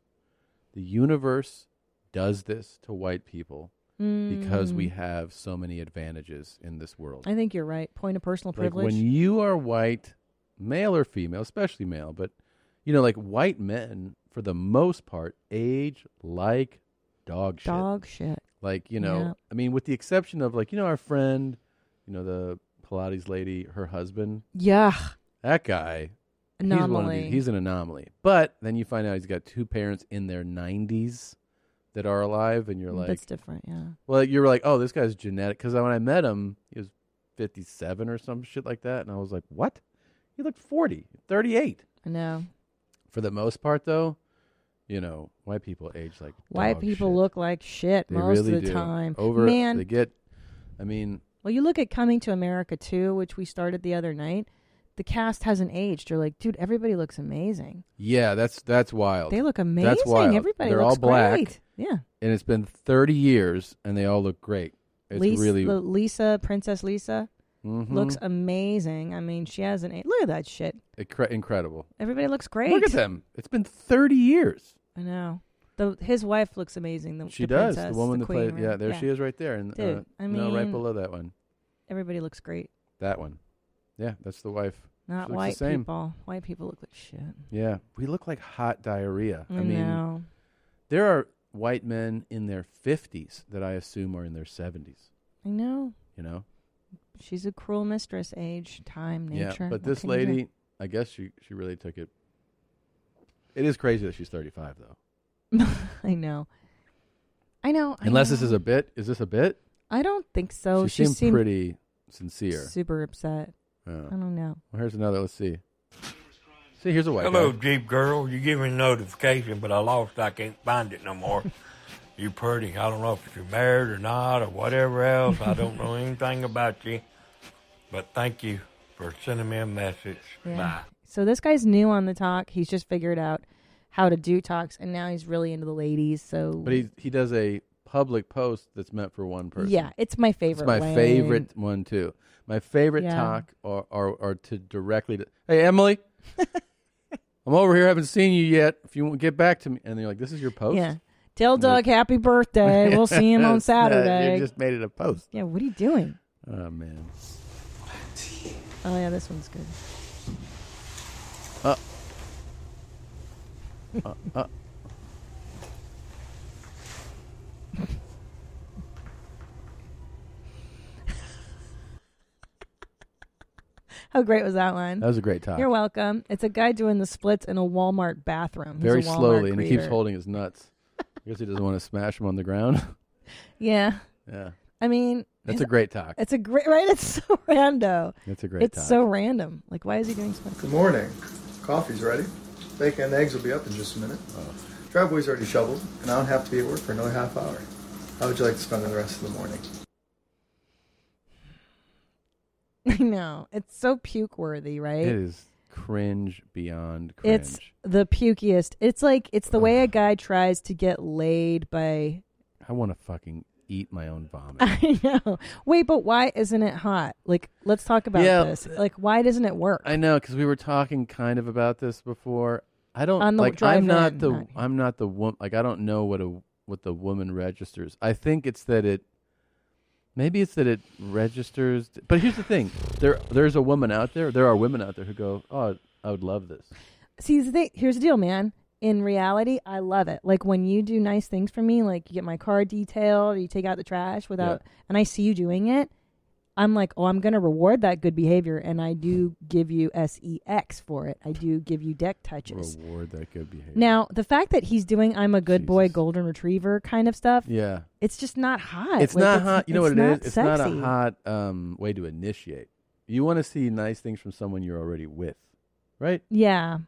Speaker 1: The universe does this to white people because we
Speaker 3: Mm.
Speaker 1: have so many advantages in this world.
Speaker 3: I think you're right. Point of personal privilege.
Speaker 1: Like when you are white, male or female, especially male, but you know, like white men for the most part age like dog shit.
Speaker 3: Dog shit.
Speaker 1: Like you know,
Speaker 3: Yeah.
Speaker 1: I mean, with the exception of like you know our friend, you know the Pilates lady, her husband.
Speaker 3: Yeah.
Speaker 1: That guy. he's one of the-
Speaker 3: Anomaly.
Speaker 1: he's an anomaly. But then you find out he's got two parents in their 90s that are alive, and you're
Speaker 3: Mm,
Speaker 1: like,
Speaker 3: that's different, yeah.
Speaker 1: well, you were like, oh, this guy's genetic. Because when I met him, he was 57 or some shit like that. And I was like, what? He looked 40, 38.
Speaker 3: I know.
Speaker 1: For the most part, though, you know, white people age like
Speaker 3: White
Speaker 1: dog
Speaker 3: people
Speaker 1: shit.
Speaker 3: look like shit
Speaker 1: They
Speaker 3: most
Speaker 1: really
Speaker 3: of the
Speaker 1: do.
Speaker 3: time.
Speaker 1: Over,
Speaker 3: Man,
Speaker 1: they get, I mean,
Speaker 3: Well, you look at Coming to America too, which we started the other night. The cast hasn't aged. You're like, dude, everybody looks amazing.
Speaker 1: Yeah, that's that's wild.
Speaker 3: They look
Speaker 1: That's
Speaker 3: amazing.
Speaker 1: wild.
Speaker 3: Everybody
Speaker 1: They're all
Speaker 3: looks
Speaker 1: black.
Speaker 3: great. Yeah.
Speaker 1: and it's been thirty years, and they all look great. It's
Speaker 3: Lisa,
Speaker 1: really
Speaker 3: the Lisa, Princess Lisa,
Speaker 1: Mhm.
Speaker 3: looks amazing. I mean, she hasn't aged. Look at that shit.
Speaker 1: incre- incredible.
Speaker 3: Everybody looks great.
Speaker 1: Look at them. It's been thirty years.
Speaker 3: I know. The, his wife looks amazing. The,
Speaker 1: She
Speaker 3: the
Speaker 1: does.
Speaker 3: princess,
Speaker 1: the woman that
Speaker 3: queen,
Speaker 1: played. Yeah, there she is, right there. And
Speaker 3: Dude,
Speaker 1: uh,
Speaker 3: I
Speaker 1: no, right
Speaker 3: mean,
Speaker 1: below that one.
Speaker 3: Everybody looks great.
Speaker 1: That one. Yeah, that's the wife. She looks
Speaker 3: Not
Speaker 1: the
Speaker 3: white
Speaker 1: same.
Speaker 3: people. White people look like shit.
Speaker 1: Yeah, we look like hot diarrhea. I,
Speaker 3: I
Speaker 1: mean,
Speaker 3: know.
Speaker 1: there are white men in their fifties that I assume are in their seventies.
Speaker 3: I know.
Speaker 1: You know.
Speaker 3: She's a cruel mistress. Age, time, nature.
Speaker 1: Yeah,
Speaker 3: What
Speaker 1: but this
Speaker 3: can you do?
Speaker 1: lady, I guess she she really took it. It is crazy that she's 35 though.
Speaker 3: I know. I know. I
Speaker 1: Unless this
Speaker 3: know.
Speaker 1: is a bit, is this a bit?
Speaker 3: I don't think so.
Speaker 1: she,
Speaker 3: She,
Speaker 1: seemed, pretty sincere.
Speaker 3: super upset.
Speaker 1: Yeah.
Speaker 3: I don't know.
Speaker 1: Well, here's another. Let's see. See, here's a white
Speaker 16: Hello,
Speaker 1: guy.
Speaker 16: Jeep girl. You give me a notification, but I lost. it. I can't find it no more. you pretty. I don't know if you're married or not or whatever else. I don't know anything about you. But thank you for sending me a message.
Speaker 3: Yeah.
Speaker 16: Bye.
Speaker 3: So this guy's new on the talk. He's just figured out how to do talks, and now he's really into the ladies. So,
Speaker 1: But he he does a public post that's meant for one person.
Speaker 3: Yeah, it's my
Speaker 1: It's
Speaker 3: favorite
Speaker 1: my
Speaker 3: lane.
Speaker 1: favorite one too. My favorite
Speaker 3: Yeah.
Speaker 1: talk are, are are to directly to Hey Emily, I'm over here. Haven't seen you yet. If you want, get back to me, and they're like, "This is your post."
Speaker 3: yeah, tell Doug happy birthday. We'll see him on
Speaker 1: It's not-
Speaker 3: Saturday.
Speaker 1: You just made it a post.
Speaker 3: yeah, what are you doing?
Speaker 1: Oh man.
Speaker 3: Oh yeah, this one's good.
Speaker 1: Uh, Uh, uh,
Speaker 3: How great was that line?
Speaker 1: That was a great time.
Speaker 3: You're welcome. It's a guy doing the splits in a Walmart bathroom. He's a
Speaker 1: very
Speaker 3: Walmart
Speaker 1: slowly, and he keeps
Speaker 3: greeter.
Speaker 1: holding his nuts. I guess he doesn't want to smash them on the ground.
Speaker 3: Yeah.
Speaker 1: Yeah.
Speaker 3: I mean,
Speaker 1: That's
Speaker 3: it's-
Speaker 1: a great talk.
Speaker 3: It's a great right. It's so rando.
Speaker 1: That's a great
Speaker 3: It's
Speaker 1: talk.
Speaker 3: so random. Like, why is he doing splits?
Speaker 18: Good morning. Coffee's ready. Bacon and eggs will be up in just a minute. Driveway's already shoveled, and I don't have to be at work for another half hour. How would you like to spend the rest of the morning?
Speaker 3: I know. It's so puke worthy, right?
Speaker 1: It is cringe beyond cringe.
Speaker 3: It's the pukiest. It's like it's the way a guy tries to get laid by.
Speaker 1: I want to fucking eat my own vomit.
Speaker 3: I know. Wait, but why isn't it hot? Like, let's talk about
Speaker 1: Yeah.
Speaker 3: this. Like, why doesn't it work?
Speaker 1: I know because we were talking kind of about this before. I don't
Speaker 3: On the
Speaker 1: like. I'm
Speaker 3: drive
Speaker 1: not
Speaker 3: in,
Speaker 1: the.
Speaker 3: not
Speaker 1: I'm not the woman. Like I don't know what a what the woman registers. I think it's that it. Maybe it's that it registers. But here's the thing: there there's a woman out there. There are women out there who go, "Oh, I would love this."
Speaker 3: See, the thing, here's the deal, man. In reality, I love it. Like when you do nice things for me, like you get my car detailed, or you take out the trash without, and I see you doing it. I'm like, oh, I'm going to reward that good behavior, and I do give you sex for it. I do give you deck touches.
Speaker 1: Reward that good behavior.
Speaker 3: Now, the fact that he's doing "I'm a good boy, golden retriever" kind of stuff,
Speaker 1: Yeah.
Speaker 3: it's just not hot.
Speaker 1: It's
Speaker 3: Like,
Speaker 1: not hot. You know what it
Speaker 3: not
Speaker 1: is? It's not
Speaker 3: sexy.
Speaker 1: a hot um, way to initiate. You want to see nice things from someone you're already with, right?
Speaker 3: Yeah,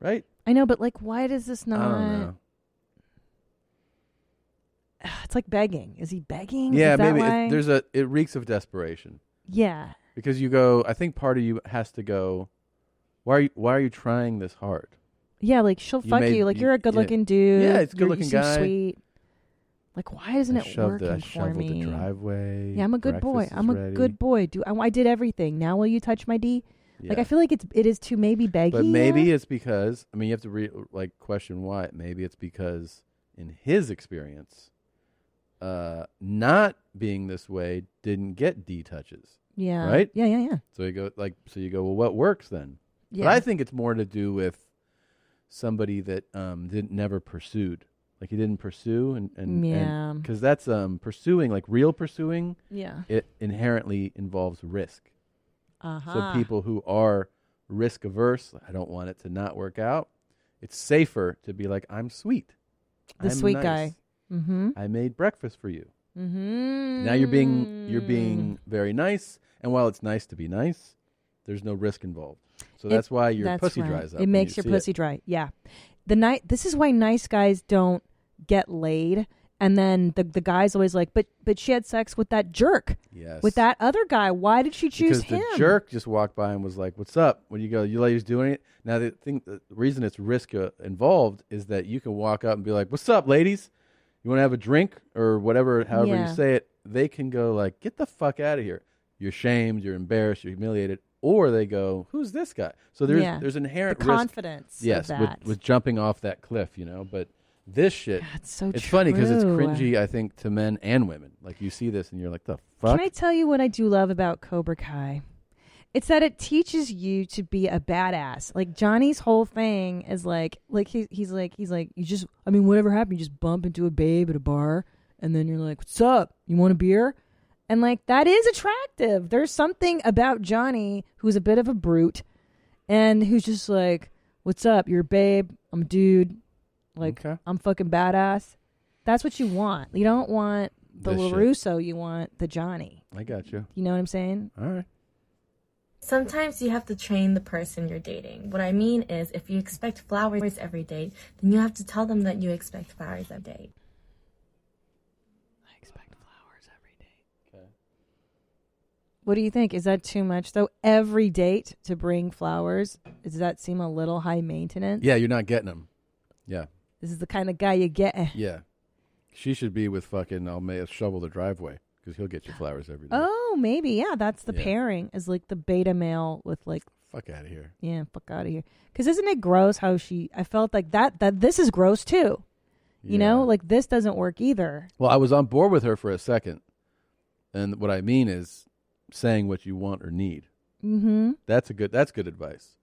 Speaker 1: Right?
Speaker 3: I know, but like, why does this not?
Speaker 1: I don't know.
Speaker 3: It's like begging. Is he begging?
Speaker 1: Yeah,
Speaker 3: Is that
Speaker 1: maybe
Speaker 3: why?
Speaker 1: it, there's a. It reeks of desperation.
Speaker 3: Yeah.
Speaker 1: because you go. I think part of you has to go. Why are you? Why are you trying this hard?
Speaker 3: Yeah, like she'll
Speaker 1: You
Speaker 3: fuck
Speaker 1: made-
Speaker 3: you. Like
Speaker 1: you-
Speaker 3: you, are a good looking dude.
Speaker 1: Yeah, it's a
Speaker 3: You're- you
Speaker 1: good-looking
Speaker 3: seem
Speaker 1: guy.
Speaker 3: Sweet. Like why isn't
Speaker 1: I
Speaker 3: it
Speaker 1: shoved the-
Speaker 3: working
Speaker 1: I
Speaker 3: for
Speaker 1: shoveled the
Speaker 3: me?
Speaker 1: driveway,
Speaker 3: Yeah, I'm a good boy.
Speaker 1: breakfast is
Speaker 3: I'm a
Speaker 1: ready.
Speaker 3: good boy. Do I, I did everything. Now will you touch my D? Like
Speaker 1: Yeah.
Speaker 3: I feel like it's it is too maybe baggy.
Speaker 1: But maybe it's because I mean you have to re- like question why. Maybe it's because in his experience, uh, not being this way didn't get D touches.
Speaker 3: Yeah.
Speaker 1: Right.
Speaker 3: Yeah, yeah, yeah.
Speaker 1: So you go like so you go well what works then?
Speaker 3: Yeah.
Speaker 1: But I think it's more to do with somebody that um didn't never pursued. Like he didn't pursue and and
Speaker 3: Yeah.
Speaker 1: because that's um pursuing like real pursuing.
Speaker 3: Yeah.
Speaker 1: It inherently involves risk.
Speaker 3: Uh-huh.
Speaker 1: So people who are risk averse, I don't want it to not work out. It's safer to be like, I'm sweet.
Speaker 3: The
Speaker 1: I'm
Speaker 3: sweet
Speaker 1: nice.
Speaker 3: guy. Mhm.
Speaker 1: I made breakfast for you.
Speaker 3: Mm-hmm.
Speaker 1: Now you're being you're being very nice, and while it's nice to be nice, there's no risk involved. So
Speaker 3: It-
Speaker 1: that's why your
Speaker 3: that's
Speaker 1: pussy
Speaker 3: right.
Speaker 1: dries up.
Speaker 3: It
Speaker 1: when
Speaker 3: makes
Speaker 1: you
Speaker 3: your
Speaker 1: see
Speaker 3: pussy dry. Yeah. The night this is why nice guys don't get laid and then the the guy's always like, But but she had sex with that jerk.
Speaker 1: Yes.
Speaker 3: With that other guy. Why did she choose
Speaker 1: because
Speaker 3: him?
Speaker 1: the jerk just walked by and was like, "What's up?" When you go, "You ladies doing it?" Now the thing, the reason it's risk uh, involved is that you can walk up and be like, "What's up, ladies? You want to have a drink or whatever?" However
Speaker 3: Yeah.
Speaker 1: you say it, they can go like, "Get the fuck out of here! You're shamed, you're embarrassed, you're humiliated," or they go, "Who's this guy?" So there's
Speaker 3: Yeah.
Speaker 1: there's inherent
Speaker 3: The
Speaker 1: risk-
Speaker 3: confidence of
Speaker 1: yes,
Speaker 3: that.
Speaker 1: With, with jumping off that cliff, you know, but. This shit.
Speaker 3: it's so
Speaker 1: It's funny because it's
Speaker 3: true.
Speaker 1: cringy, I think, to men and women. Like you see this and you're like, the fuck?
Speaker 3: Can I tell you what I do love about Cobra Kai? It's that it teaches you to be a badass. Like Johnny's whole thing is like, like he's he's like he's like you just. I mean, whatever happened, you just bump into a babe at a bar, and then you're like, "What's up? You want a beer?" And like that is attractive. There's something about Johnny who's a bit of a brute, and who's just like, "What's up? You're a babe. I'm a dude. Like I'm fucking badass." That's what you want. You don't want the
Speaker 1: This shit.
Speaker 3: Larusso. You want the Johnny.
Speaker 1: I got you.
Speaker 3: You know what I'm saying?
Speaker 1: All right.
Speaker 10: Sometimes you have to train the person you're dating. What I mean is, if you expect flowers every day, then you have to tell them that you expect flowers every day.
Speaker 3: What do you think? Is that too much though? Every date to bring flowers? Does that seem a little high maintenance?
Speaker 1: Yeah, you're not getting them. Yeah.
Speaker 3: This is the kind of guy you get.
Speaker 1: Yeah. She should be with fucking I'll may shovel the driveway because he'll get you flowers every day.
Speaker 3: Oh, maybe. Yeah, that's the
Speaker 1: Yeah.
Speaker 3: pairing is like the beta male with like
Speaker 1: Fuck out of here.
Speaker 3: Yeah, fuck out of here. Because isn't it gross how she? I felt like that. That this is gross too. You know, like this doesn't work either.
Speaker 1: Well, I was on board with her for a second. And what I mean is saying what you want or need.
Speaker 3: Mm-hmm.
Speaker 1: That's a good that's good advice.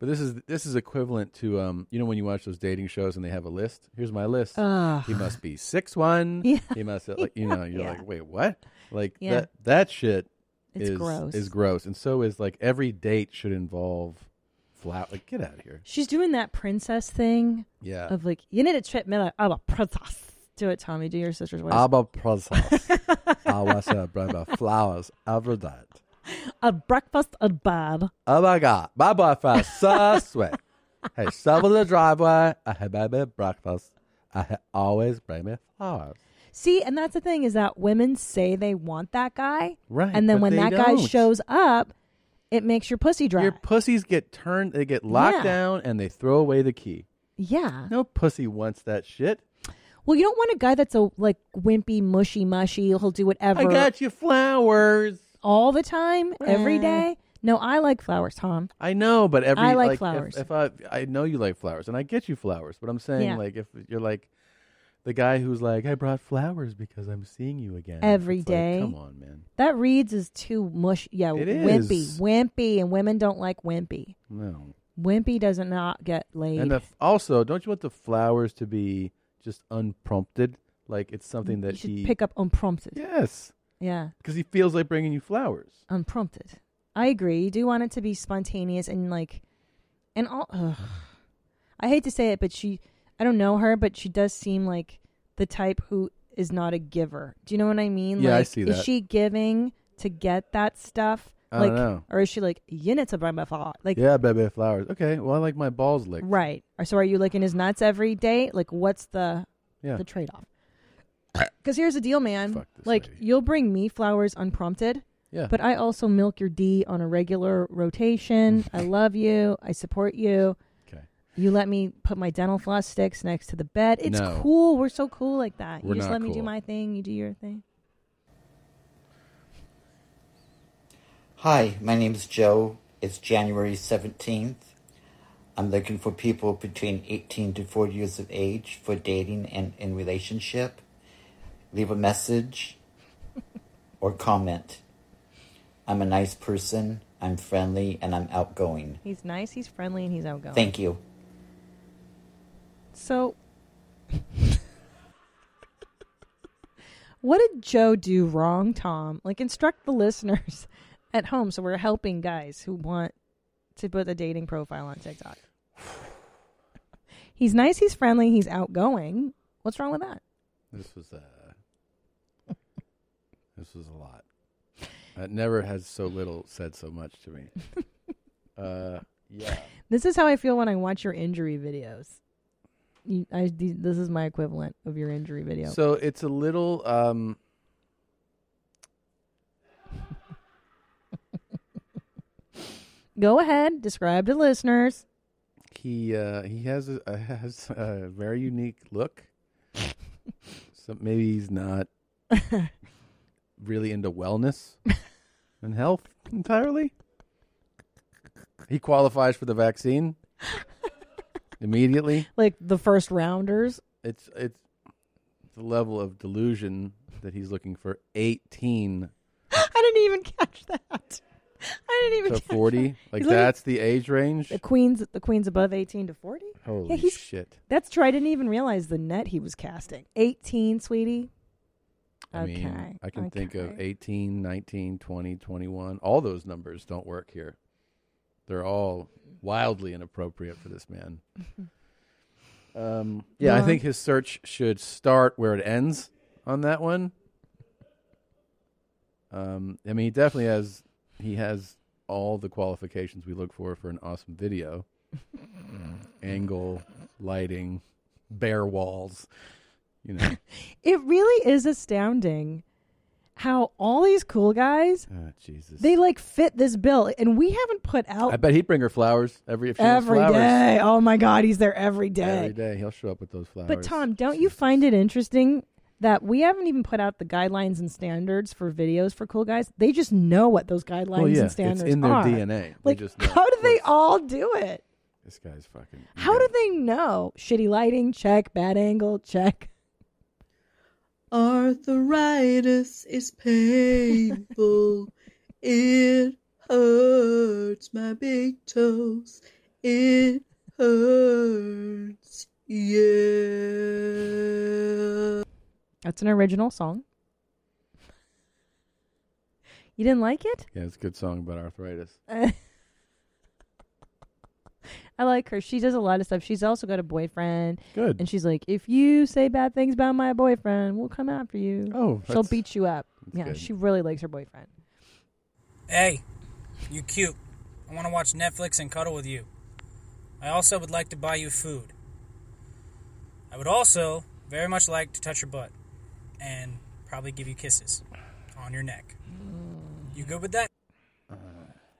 Speaker 1: But this is this is equivalent to um, you know when you watch those dating shows and they have a list. Here's my list.
Speaker 3: Ugh.
Speaker 1: He must be six one.
Speaker 3: Yeah.
Speaker 1: He must uh, like you know you're
Speaker 3: Yeah.
Speaker 1: like wait what like
Speaker 3: Yeah.
Speaker 1: that that shit
Speaker 3: It's
Speaker 1: is
Speaker 3: gross.
Speaker 1: is gross and so is like every date should involve flower like get out of here.
Speaker 3: She's doing that princess thing.
Speaker 1: Yeah.
Speaker 3: Of like, you need to trip me like I'm a princess. Do it, Tommy. Do your sister's voice.
Speaker 1: Abba process. I was a brother flowers every day.
Speaker 3: a breakfast at bed.
Speaker 1: Oh my god, my boyfriend so sweet. He shoveled the driveway. I had baby breakfast. I had always bring me flowers.
Speaker 3: See, and that's the thing is that women say they want that guy.
Speaker 1: Right,
Speaker 3: And then
Speaker 1: but
Speaker 3: when
Speaker 1: they
Speaker 3: that guy
Speaker 1: don't.
Speaker 3: shows up, it makes your pussy dry.
Speaker 1: Your pussies get turned, they get locked
Speaker 3: Yeah.
Speaker 1: down, and they throw away the key.
Speaker 3: yeah.
Speaker 1: No pussy wants that shit.
Speaker 3: Well, you don't want a guy that's a like wimpy, mushy, mushy. He'll do whatever.
Speaker 1: I got you flowers
Speaker 3: all the time, every
Speaker 1: Well.
Speaker 3: day. No, I like flowers, Tom.
Speaker 1: I know, but every
Speaker 3: I like
Speaker 1: if-
Speaker 3: flowers.
Speaker 1: If, I I know you like flowers, and I get you flowers, but I'm saying
Speaker 3: Yeah.
Speaker 1: like if you're like the guy who's like, I brought flowers because I'm seeing you again
Speaker 3: Every
Speaker 1: It's like,
Speaker 3: day.
Speaker 1: come on, man.
Speaker 3: That reads is too mush. Yeah,
Speaker 1: It
Speaker 3: wimpy,
Speaker 1: is.
Speaker 3: wimpy, and women don't like wimpy.
Speaker 1: No.
Speaker 3: Wimpy does not get laid.
Speaker 1: And the, f- also, don't you want the flowers to be just unprompted? Like it's something that
Speaker 3: you should
Speaker 1: he
Speaker 3: pick up unprompted.
Speaker 1: Yes,
Speaker 3: Yeah,
Speaker 1: because he feels like bringing you flowers.
Speaker 3: unprompted. I agree. You do want it to be spontaneous and like, and all. Ugh. I hate to say it, but she. I don't know her, but she does seem like the type who is not a giver. Do you know what I mean?
Speaker 1: Yeah, I
Speaker 3: like,
Speaker 1: see
Speaker 3: Is
Speaker 1: that.
Speaker 3: she giving to get that stuff?
Speaker 1: I
Speaker 3: like,
Speaker 1: don't know.
Speaker 3: or is she like units of my thought? Like,
Speaker 1: yeah, baby, flowers. Okay, well, I like my balls licked.
Speaker 3: Right. Or So are you licking his nuts every day? Like, what's the
Speaker 1: Yeah.
Speaker 3: the trade off? Because here's the deal, man. Like, you'll bring me flowers unprompted.
Speaker 1: Yeah.
Speaker 3: But I also milk your D on a regular rotation. I love you. I support you.
Speaker 1: Okay.
Speaker 3: You let me put my dental floss sticks next to the bed. It's
Speaker 1: No.
Speaker 3: cool. We're so cool like that.
Speaker 1: We're
Speaker 3: you just
Speaker 1: not
Speaker 3: let me do
Speaker 1: cool.
Speaker 3: my thing. You do your thing.
Speaker 19: Hi, my name is Joe. It's January 17th. I'm looking for people between 18 to 40 years of age for dating and in relationship. Leave a message or comment. I'm a nice person, I'm friendly, and I'm outgoing.
Speaker 3: He's nice. He's friendly, and he's outgoing.
Speaker 19: Thank you.
Speaker 3: So, what did Joe do wrong, Tom? Like, instruct the listeners at home. So, we're helping guys who want to put a dating profile on TikTok. He's nice, he's friendly, he's outgoing. What's wrong with that?
Speaker 1: This was uh, this was a lot. Uh, never has so little said so much to me. uh, yeah.
Speaker 3: This is how I feel when I watch your injury videos. You, I, th- this is my equivalent of your injury video.
Speaker 1: So it's a little um
Speaker 3: Go ahead, describe to listeners.
Speaker 1: he uh he has a, a has a very unique look. so maybe he's not really into wellness and health entirely. He qualifies for the vaccine immediately.
Speaker 3: Like the first rounders.
Speaker 1: It's it's the level of delusion that he's looking for 18
Speaker 3: I didn't even catch that. I didn't even
Speaker 1: to
Speaker 3: catch that.
Speaker 1: 40. Like
Speaker 3: He's looking-
Speaker 1: that's the age range.
Speaker 3: The queen's the queen's above eighteen to forty.
Speaker 1: Holy
Speaker 3: yeah, he's,
Speaker 1: shit.
Speaker 3: That's true. I didn't even realize the net he was casting. Eighteen, sweetie.
Speaker 1: I
Speaker 3: okay.
Speaker 1: mean, I can think of 18, 19, 20, 21. All those numbers don't work here. They're all wildly inappropriate for this man. Um, yeah, I
Speaker 20: Well-
Speaker 1: think his search should start where it ends on that one. Um, I mean, he definitely has he has all the qualifications we look for for an awesome video: angle, lighting, bare walls. You know,
Speaker 3: It really is astounding how all these cool guys
Speaker 1: Ah, Jesus.
Speaker 3: they like fit this bill, and we haven't put out
Speaker 1: I bet he'd bring her flowers every if she was
Speaker 3: Oh. every
Speaker 1: flowers.
Speaker 3: day. Oh my God, he's there every day.
Speaker 1: Every day he'll show up with those flowers.
Speaker 3: But Tom, don't you find it interesting that we haven't even put out the guidelines and standards for videos for cool guys? They just know what those guidelines
Speaker 1: Well, yeah,
Speaker 3: and standards
Speaker 1: it's in their
Speaker 3: are.
Speaker 1: DNA. They
Speaker 3: Like,
Speaker 1: just know,
Speaker 3: how do they all do it?
Speaker 1: this guy's fucking.
Speaker 3: How do they know? Shitty lighting, check. Bad angle, check.
Speaker 21: Arthritis is painful. it hurts my big toes. It hurts. Yeah.
Speaker 3: That's an original song. You didn't like it?
Speaker 1: Yeah, it's a good song about arthritis.
Speaker 3: I like her. She does a lot of stuff. She's also got a boyfriend.
Speaker 1: Good.
Speaker 3: And she's like, if you say bad things about my boyfriend, we'll come after you.
Speaker 1: Oh,
Speaker 3: she'll
Speaker 1: that's-
Speaker 3: beat you up. Yeah,
Speaker 1: good.
Speaker 3: she really likes her boyfriend.
Speaker 20: Hey, you cute. I want to watch Netflix and cuddle with you. I also would like to buy you food. I would also very much like to touch your butt and probably give you kisses on your neck. You good with that?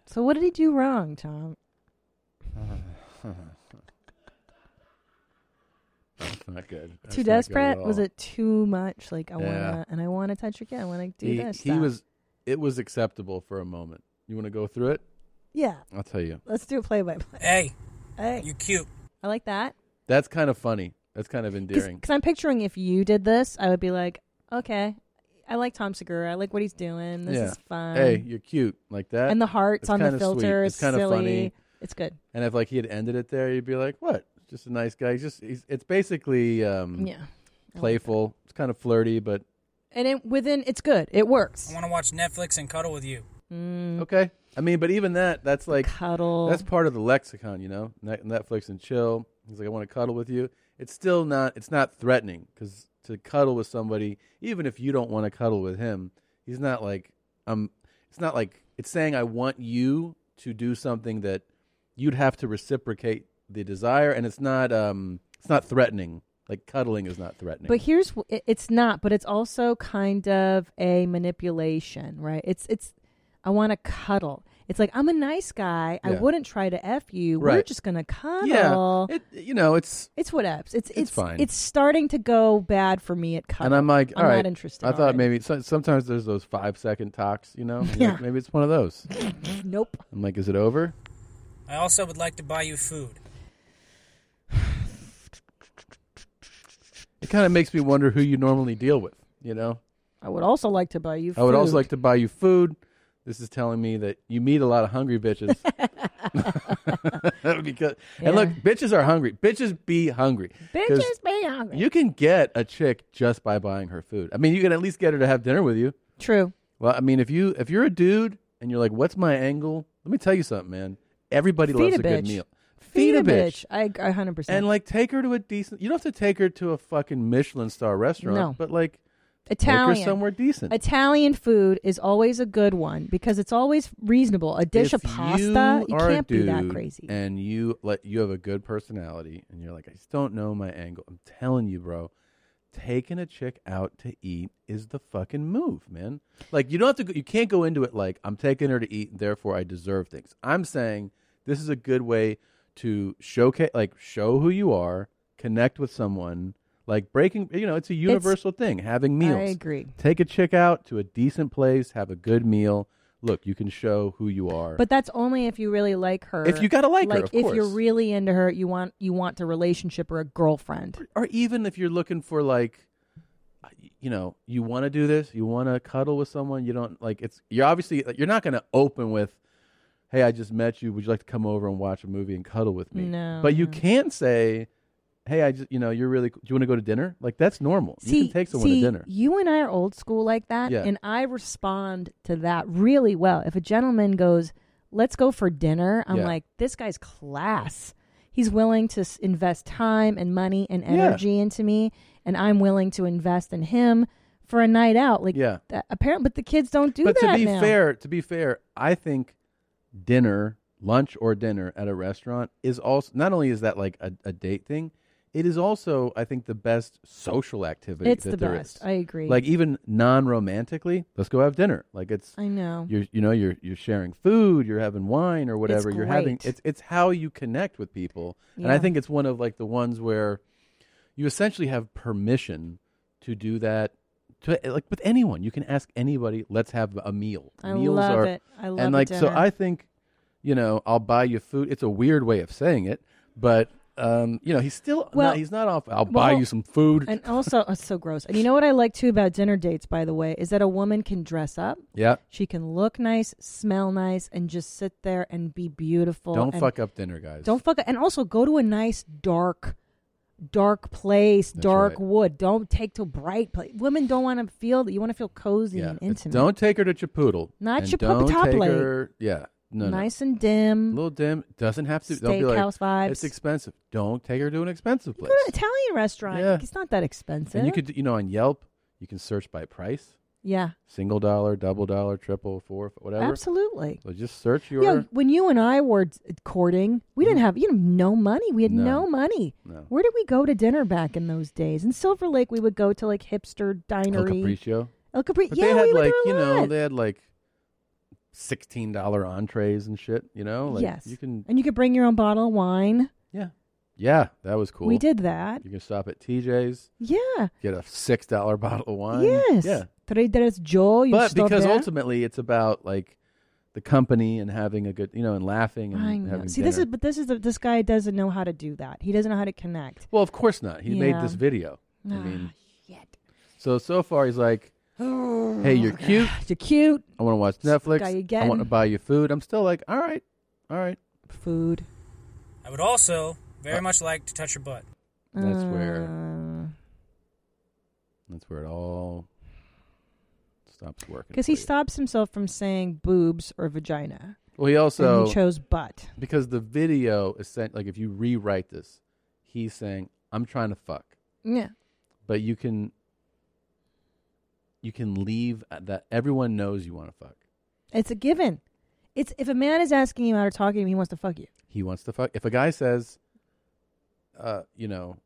Speaker 3: So what did he do wrong, Tom?
Speaker 12: Oh,
Speaker 1: That's not good. That's
Speaker 3: too
Speaker 1: not good at
Speaker 3: desperate? Was
Speaker 1: all.
Speaker 3: it too much? Like I
Speaker 1: Yeah.
Speaker 3: wanna and I wanna touch your kid. I wanna do
Speaker 1: he,
Speaker 3: this.
Speaker 1: he
Speaker 3: that.
Speaker 1: was. It was acceptable for a moment. You want to go through it?
Speaker 3: Yeah.
Speaker 1: I'll tell you.
Speaker 3: Let's do a play by play.
Speaker 20: Hey.
Speaker 3: Hey.
Speaker 20: You cute.
Speaker 3: I like that.
Speaker 1: That's kind of funny. That's kind of endearing.
Speaker 3: Because I'm picturing if you did this, I would be like, okay, I like Tom Segura. I like what he's doing. This
Speaker 1: yeah.
Speaker 3: is fun.
Speaker 1: Hey, you're cute like that.
Speaker 3: And the hearts
Speaker 1: It's
Speaker 3: on the
Speaker 1: kinda sweet.
Speaker 3: filter
Speaker 1: It's
Speaker 3: is
Speaker 1: kind of
Speaker 3: silly.
Speaker 1: funny.
Speaker 3: It's good.
Speaker 1: And if like he had ended it there, you'd be like, "What? Just a nice guy. He's just he's, it's basically um,
Speaker 3: Yeah. I like that.
Speaker 1: playful. it's kind of flirty, but
Speaker 3: And it, within, it's good. It works. Mm.
Speaker 20: I want to watch Netflix and cuddle with you.
Speaker 1: okay. I mean, but even that, that's like
Speaker 3: cuddle.
Speaker 1: That's part of the lexicon, you know. Net- Netflix and chill. He's like, I want to cuddle with you. It's still not. It's not threatening because to cuddle with somebody, even if you don't want to cuddle with him, he's not like um. It's not like it's saying I want you to do something that you'd have to reciprocate the desire, and it's not um. It's not threatening. Like cuddling is not threatening.
Speaker 3: But here's wh- it- it's not, but it's also kind of a manipulation, right? It's it's I want to cuddle. It's like I'm a nice guy. I
Speaker 1: Yeah.
Speaker 3: wouldn't try to f you. We're
Speaker 1: Right.
Speaker 3: just gonna
Speaker 1: yeah,
Speaker 3: cuddle.
Speaker 1: it, you know, it's
Speaker 3: it's what ups. It's it's
Speaker 1: fine.
Speaker 3: It's starting to go bad for me at cuddle.
Speaker 1: And I'm like, all
Speaker 3: I'm
Speaker 1: right.
Speaker 3: not interested.
Speaker 1: I thought maybe so, sometimes there's those five second talks, you know. and you're like, maybe it's one of those.
Speaker 3: nope.
Speaker 1: I'm like, is it over?
Speaker 20: I also would like to buy you food.
Speaker 1: It kind of makes me wonder who you normally deal with. You know,
Speaker 3: I would also like to buy you.
Speaker 1: I would also
Speaker 3: food.
Speaker 1: like to buy you food. This is telling me that you meet a lot of hungry bitches. because and look, bitches are hungry. Bitches be hungry. 'Cause
Speaker 3: Bitches be hungry.
Speaker 1: You can get a chick just by buying her food. I mean, you can at least get her to have dinner with you.
Speaker 3: True.
Speaker 1: Well, I mean, if you if you're a dude and you're like, "What's my angle?" Let me tell you something, man. Everybody
Speaker 3: Feed
Speaker 1: loves
Speaker 3: a
Speaker 1: a, good
Speaker 3: bitch.
Speaker 1: meal.
Speaker 3: Feed a bitch. I- I 100%.
Speaker 1: And like, take her to a decent. You don't have to take her to a fucking Michelin star restaurant.
Speaker 3: No.
Speaker 1: but like, take her
Speaker 3: Italian
Speaker 1: somewhere decent.
Speaker 3: Italian food is always a good one because it's always reasonable. A dish of
Speaker 1: If
Speaker 3: pasta,
Speaker 1: you,
Speaker 3: you,
Speaker 1: are a
Speaker 3: can't be that
Speaker 1: dude
Speaker 3: crazy.
Speaker 1: And you like you have a good personality, and you're like, I just don't know my angle. I'm telling you, bro. Taking a chick out to eat is the fucking move, man. Like you don't have to. Go, you can't go into it like I'm taking her to eat, therefore I deserve things. I'm saying this is a good way to showcase, like show who you are, connect with someone. Like breaking, you know, it's a universal thing. Having meals.
Speaker 3: I agree.
Speaker 1: Take a chick out to a decent place, have a good meal. Look, you can show who you are.
Speaker 3: But that's only if you really like her.
Speaker 1: If you gotta like her,
Speaker 3: like
Speaker 1: of
Speaker 3: if you're
Speaker 1: course.
Speaker 3: really into her, you want you want a relationship or a girlfriend.
Speaker 1: or even if you're looking for like you know you want to do this you want to cuddle with someone you don't like it's you're obviously you're not going to open with hey i just met you would you like to come over and watch a movie and cuddle with me
Speaker 3: No,
Speaker 1: but you can say hey i just you know you're really do you want to go to dinner like that's normal you can take someone
Speaker 3: see,
Speaker 1: to dinner
Speaker 3: You and I are old school like that,
Speaker 1: Yeah.
Speaker 3: and I respond to that really well. If a gentleman goes, "Let's go for dinner," I'm
Speaker 12: Yeah.
Speaker 3: like, "This guy's class. He's willing to s- invest time and money and
Speaker 12: Yeah.
Speaker 3: energy into me, and I'm willing to invest in him for a night out." Like,
Speaker 1: Yeah.
Speaker 3: that, apparently, but the kids don't do
Speaker 1: but
Speaker 3: that
Speaker 1: to be
Speaker 3: now.
Speaker 1: fair to be fair i think dinner lunch or dinner at a restaurant is also not only is that like a, a date thing it is also i think the best social activity
Speaker 3: It's
Speaker 1: that
Speaker 3: the
Speaker 1: there
Speaker 3: best.
Speaker 1: is.
Speaker 3: I agree.
Speaker 1: like even non-romantically let's go have dinner like it's
Speaker 3: I know.
Speaker 1: you're you know you're you're sharing food you're having wine or whatever you're having
Speaker 3: great.
Speaker 1: it's it's how you connect with people and
Speaker 3: Yeah.
Speaker 1: i think it's one of like the ones where you essentially have permission to do that to like with anyone. You can ask anybody, let's have a meal.
Speaker 3: I
Speaker 1: Meals
Speaker 3: love
Speaker 1: are
Speaker 3: it. I love
Speaker 1: and
Speaker 3: a
Speaker 1: like so
Speaker 3: dinner.
Speaker 1: I think, you know, I'll buy you food. It's a weird way of saying it, but um, you know, he's still
Speaker 3: Well-
Speaker 1: not, he's not off. I'll
Speaker 3: Well,
Speaker 1: buy you some food.
Speaker 3: And also, it's so gross. And you know what I like too about dinner dates, by the way, is that a woman can dress up.
Speaker 1: Yeah.
Speaker 3: She can look nice, smell nice, and just sit there and be beautiful.
Speaker 1: Don't
Speaker 3: and-
Speaker 1: fuck up dinner, guys.
Speaker 3: Don't fuck up. And also, go to a nice, dark, dark place, dark
Speaker 1: right.
Speaker 3: wood. Don't take to bright place. Women don't want to feel that. You want to feel cozy
Speaker 1: yeah,
Speaker 3: and intimate.
Speaker 1: don't take her to Chipotle.
Speaker 3: Not
Speaker 1: and
Speaker 3: Chipotle.
Speaker 1: Don't take her. Yeah, no, Mm. no.
Speaker 3: nice and dim.
Speaker 1: little dim. Doesn't have to. Don't be like,
Speaker 3: Steakhouse vibes.
Speaker 1: It's expensive. Don't take her to an expensive place.
Speaker 3: Go to an Italian restaurant.
Speaker 1: Yeah.
Speaker 3: It's not that expensive.
Speaker 1: And you could, you know, on Yelp, you can search by price.
Speaker 3: Yeah.
Speaker 1: Single dollar, double dollar, triple, four, f- whatever.
Speaker 3: Absolutely.
Speaker 1: So just search your.
Speaker 3: Yeah, when you and I were d- courting, we didn't have you know no money. We had no,
Speaker 1: Mm-hmm. No.
Speaker 3: money.
Speaker 1: No.
Speaker 3: Where did we go to dinner back in those days? In Silver Lake, we would go to like hipster
Speaker 1: El
Speaker 3: dinery.
Speaker 1: Capriccio.
Speaker 3: El Capri-
Speaker 1: But
Speaker 3: yeah,
Speaker 1: they had
Speaker 3: we were
Speaker 1: like,
Speaker 3: there
Speaker 1: you
Speaker 3: a
Speaker 1: know,
Speaker 3: lot.
Speaker 1: they had like sixteen dollar entrees and shit. You know, like
Speaker 3: yes,
Speaker 1: you can.
Speaker 3: and you could bring your own bottle of wine.
Speaker 1: Yeah. Yeah, that was cool.
Speaker 3: We did that.
Speaker 1: You can stop at TJ's.
Speaker 3: Yeah.
Speaker 1: Get a six dollar bottle of wine.
Speaker 3: Yes.
Speaker 1: Yeah.
Speaker 3: Tres Tres Joe. You
Speaker 1: but
Speaker 3: stop
Speaker 1: because
Speaker 3: there.
Speaker 1: ultimately it's about like the company and having a good, you know, and laughing and
Speaker 3: I know.
Speaker 1: having
Speaker 3: See, this
Speaker 1: dinner.
Speaker 3: is but this is the, this guy doesn't know how to do that. He doesn't know how to connect.
Speaker 1: Well, of course not. He made
Speaker 3: Yeah. Ah,
Speaker 1: this video. I mean,
Speaker 3: shit.
Speaker 1: So so far he's like, "Hey, you're cute.
Speaker 3: You're cute.
Speaker 1: I want to watch
Speaker 3: the
Speaker 1: Netflix.
Speaker 3: guy you
Speaker 1: I want to
Speaker 3: getting."
Speaker 1: buy you food." I'm still like, "All right, all right."
Speaker 3: Food.
Speaker 20: I would also very much like to touch your butt.
Speaker 1: Uh. That's
Speaker 3: Uh.
Speaker 1: where. That's where it all stops working.
Speaker 3: Because he stops himself from saying boobs or vagina.
Speaker 1: Well, he also
Speaker 3: And he chose butt.
Speaker 1: because the video is sent. Like, if you rewrite this, he's saying, "I'm trying to fuck."
Speaker 3: Yeah.
Speaker 1: but you can you can leave at that everyone knows you want to fuck
Speaker 3: It's a given. It's if a man is asking you out or talking to you, he wants to fuck you.
Speaker 1: he wants to fuck if a guy says uh you know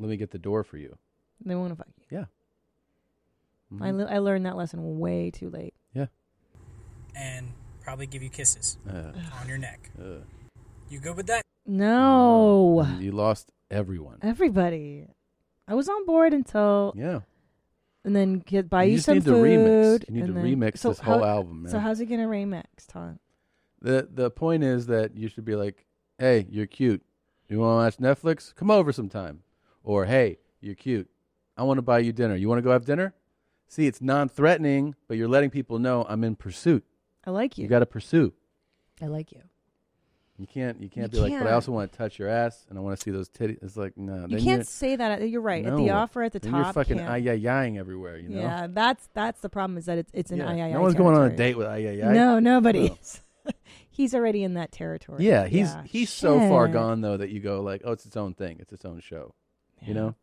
Speaker 1: let me get the door for you
Speaker 3: They want to fuck you.
Speaker 1: Yeah.
Speaker 3: I,
Speaker 1: Mhm.
Speaker 3: le- I learned that lesson way too late.
Speaker 20: And probably give you kisses
Speaker 1: Uh.
Speaker 20: on your neck.
Speaker 1: Ugh.
Speaker 20: You good with that?
Speaker 3: No.
Speaker 1: you lost everyone
Speaker 3: Everybody. I was on board until.
Speaker 1: Yeah.
Speaker 3: And then get buy
Speaker 1: You
Speaker 3: you,
Speaker 1: just
Speaker 3: some
Speaker 1: need to
Speaker 3: food.
Speaker 1: remix. You need to
Speaker 3: and then-
Speaker 1: remix
Speaker 3: so
Speaker 1: this whole
Speaker 3: how-
Speaker 1: album,
Speaker 3: So
Speaker 1: man.
Speaker 3: how's he gonna remix, Tom?
Speaker 1: the the point is that you should be like hey you're cute you want to watch netflix come over sometime or hey you're cute i want to buy you dinner you want to go have dinner see it's non-threatening but you're letting people know i'm in pursuit
Speaker 3: I like you.
Speaker 1: you got to pursue
Speaker 3: I like you.
Speaker 1: You can't. You can't
Speaker 3: You
Speaker 1: be like. But I
Speaker 3: can't.
Speaker 1: also want to touch your ass, and I want to see those titties. It's like no. then
Speaker 3: You
Speaker 1: you're-
Speaker 3: can't say that. at- You're right. At the
Speaker 1: no.
Speaker 3: offer at the
Speaker 1: Then
Speaker 3: top.
Speaker 1: You're fucking
Speaker 3: can't.
Speaker 1: ay ay yaying everywhere. You know.
Speaker 3: Yeah, that's that's the problem. Is that it's it's an
Speaker 1: Yeah,
Speaker 3: I I I
Speaker 1: no one's going on a
Speaker 3: territory.
Speaker 1: date with ay ay ay.
Speaker 3: No, nobody.
Speaker 1: No.
Speaker 3: is. he's already in that territory.
Speaker 1: Yeah, he's
Speaker 3: Yeah.
Speaker 1: he's so far
Speaker 3: Shit.
Speaker 1: gone though that you go like, oh, it's its own thing. It's its own show. you know.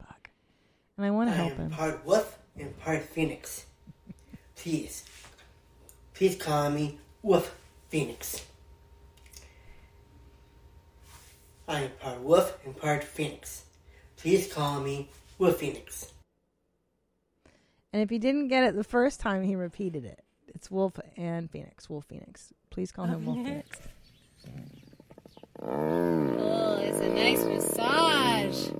Speaker 3: And I want to help
Speaker 9: I am
Speaker 3: him.
Speaker 9: part wolf and part phoenix. Please, please call me Wolf Phoenix. I am part wolf and part phoenix. Please call me Wolf Phoenix.
Speaker 3: And if he didn't get it the first time, he repeated it. It's Wolf and Phoenix. Wolf Phoenix. Please call him Wolf Phoenix.
Speaker 12: Oh, it's a nice massage.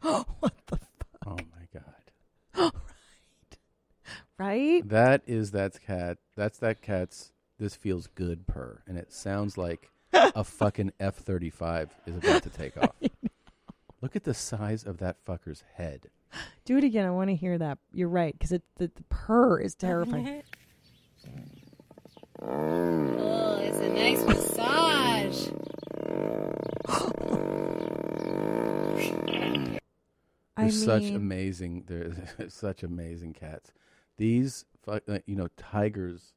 Speaker 3: what the fuck?
Speaker 1: Oh my god.
Speaker 3: right. Right?
Speaker 1: That is that's cat. That's that cat's. This feels good purr, and it sounds like a fucking F thirty five is about to take off. Look at the size of that fucker's head.
Speaker 3: Do it again. I want to hear that. You're right. Because the, the purr is terrifying.
Speaker 12: Oh, it's a nice massage.
Speaker 3: I
Speaker 1: There's such
Speaker 3: mean-
Speaker 1: amazing. There's such amazing cats. These, fu- uh, you know, tigers.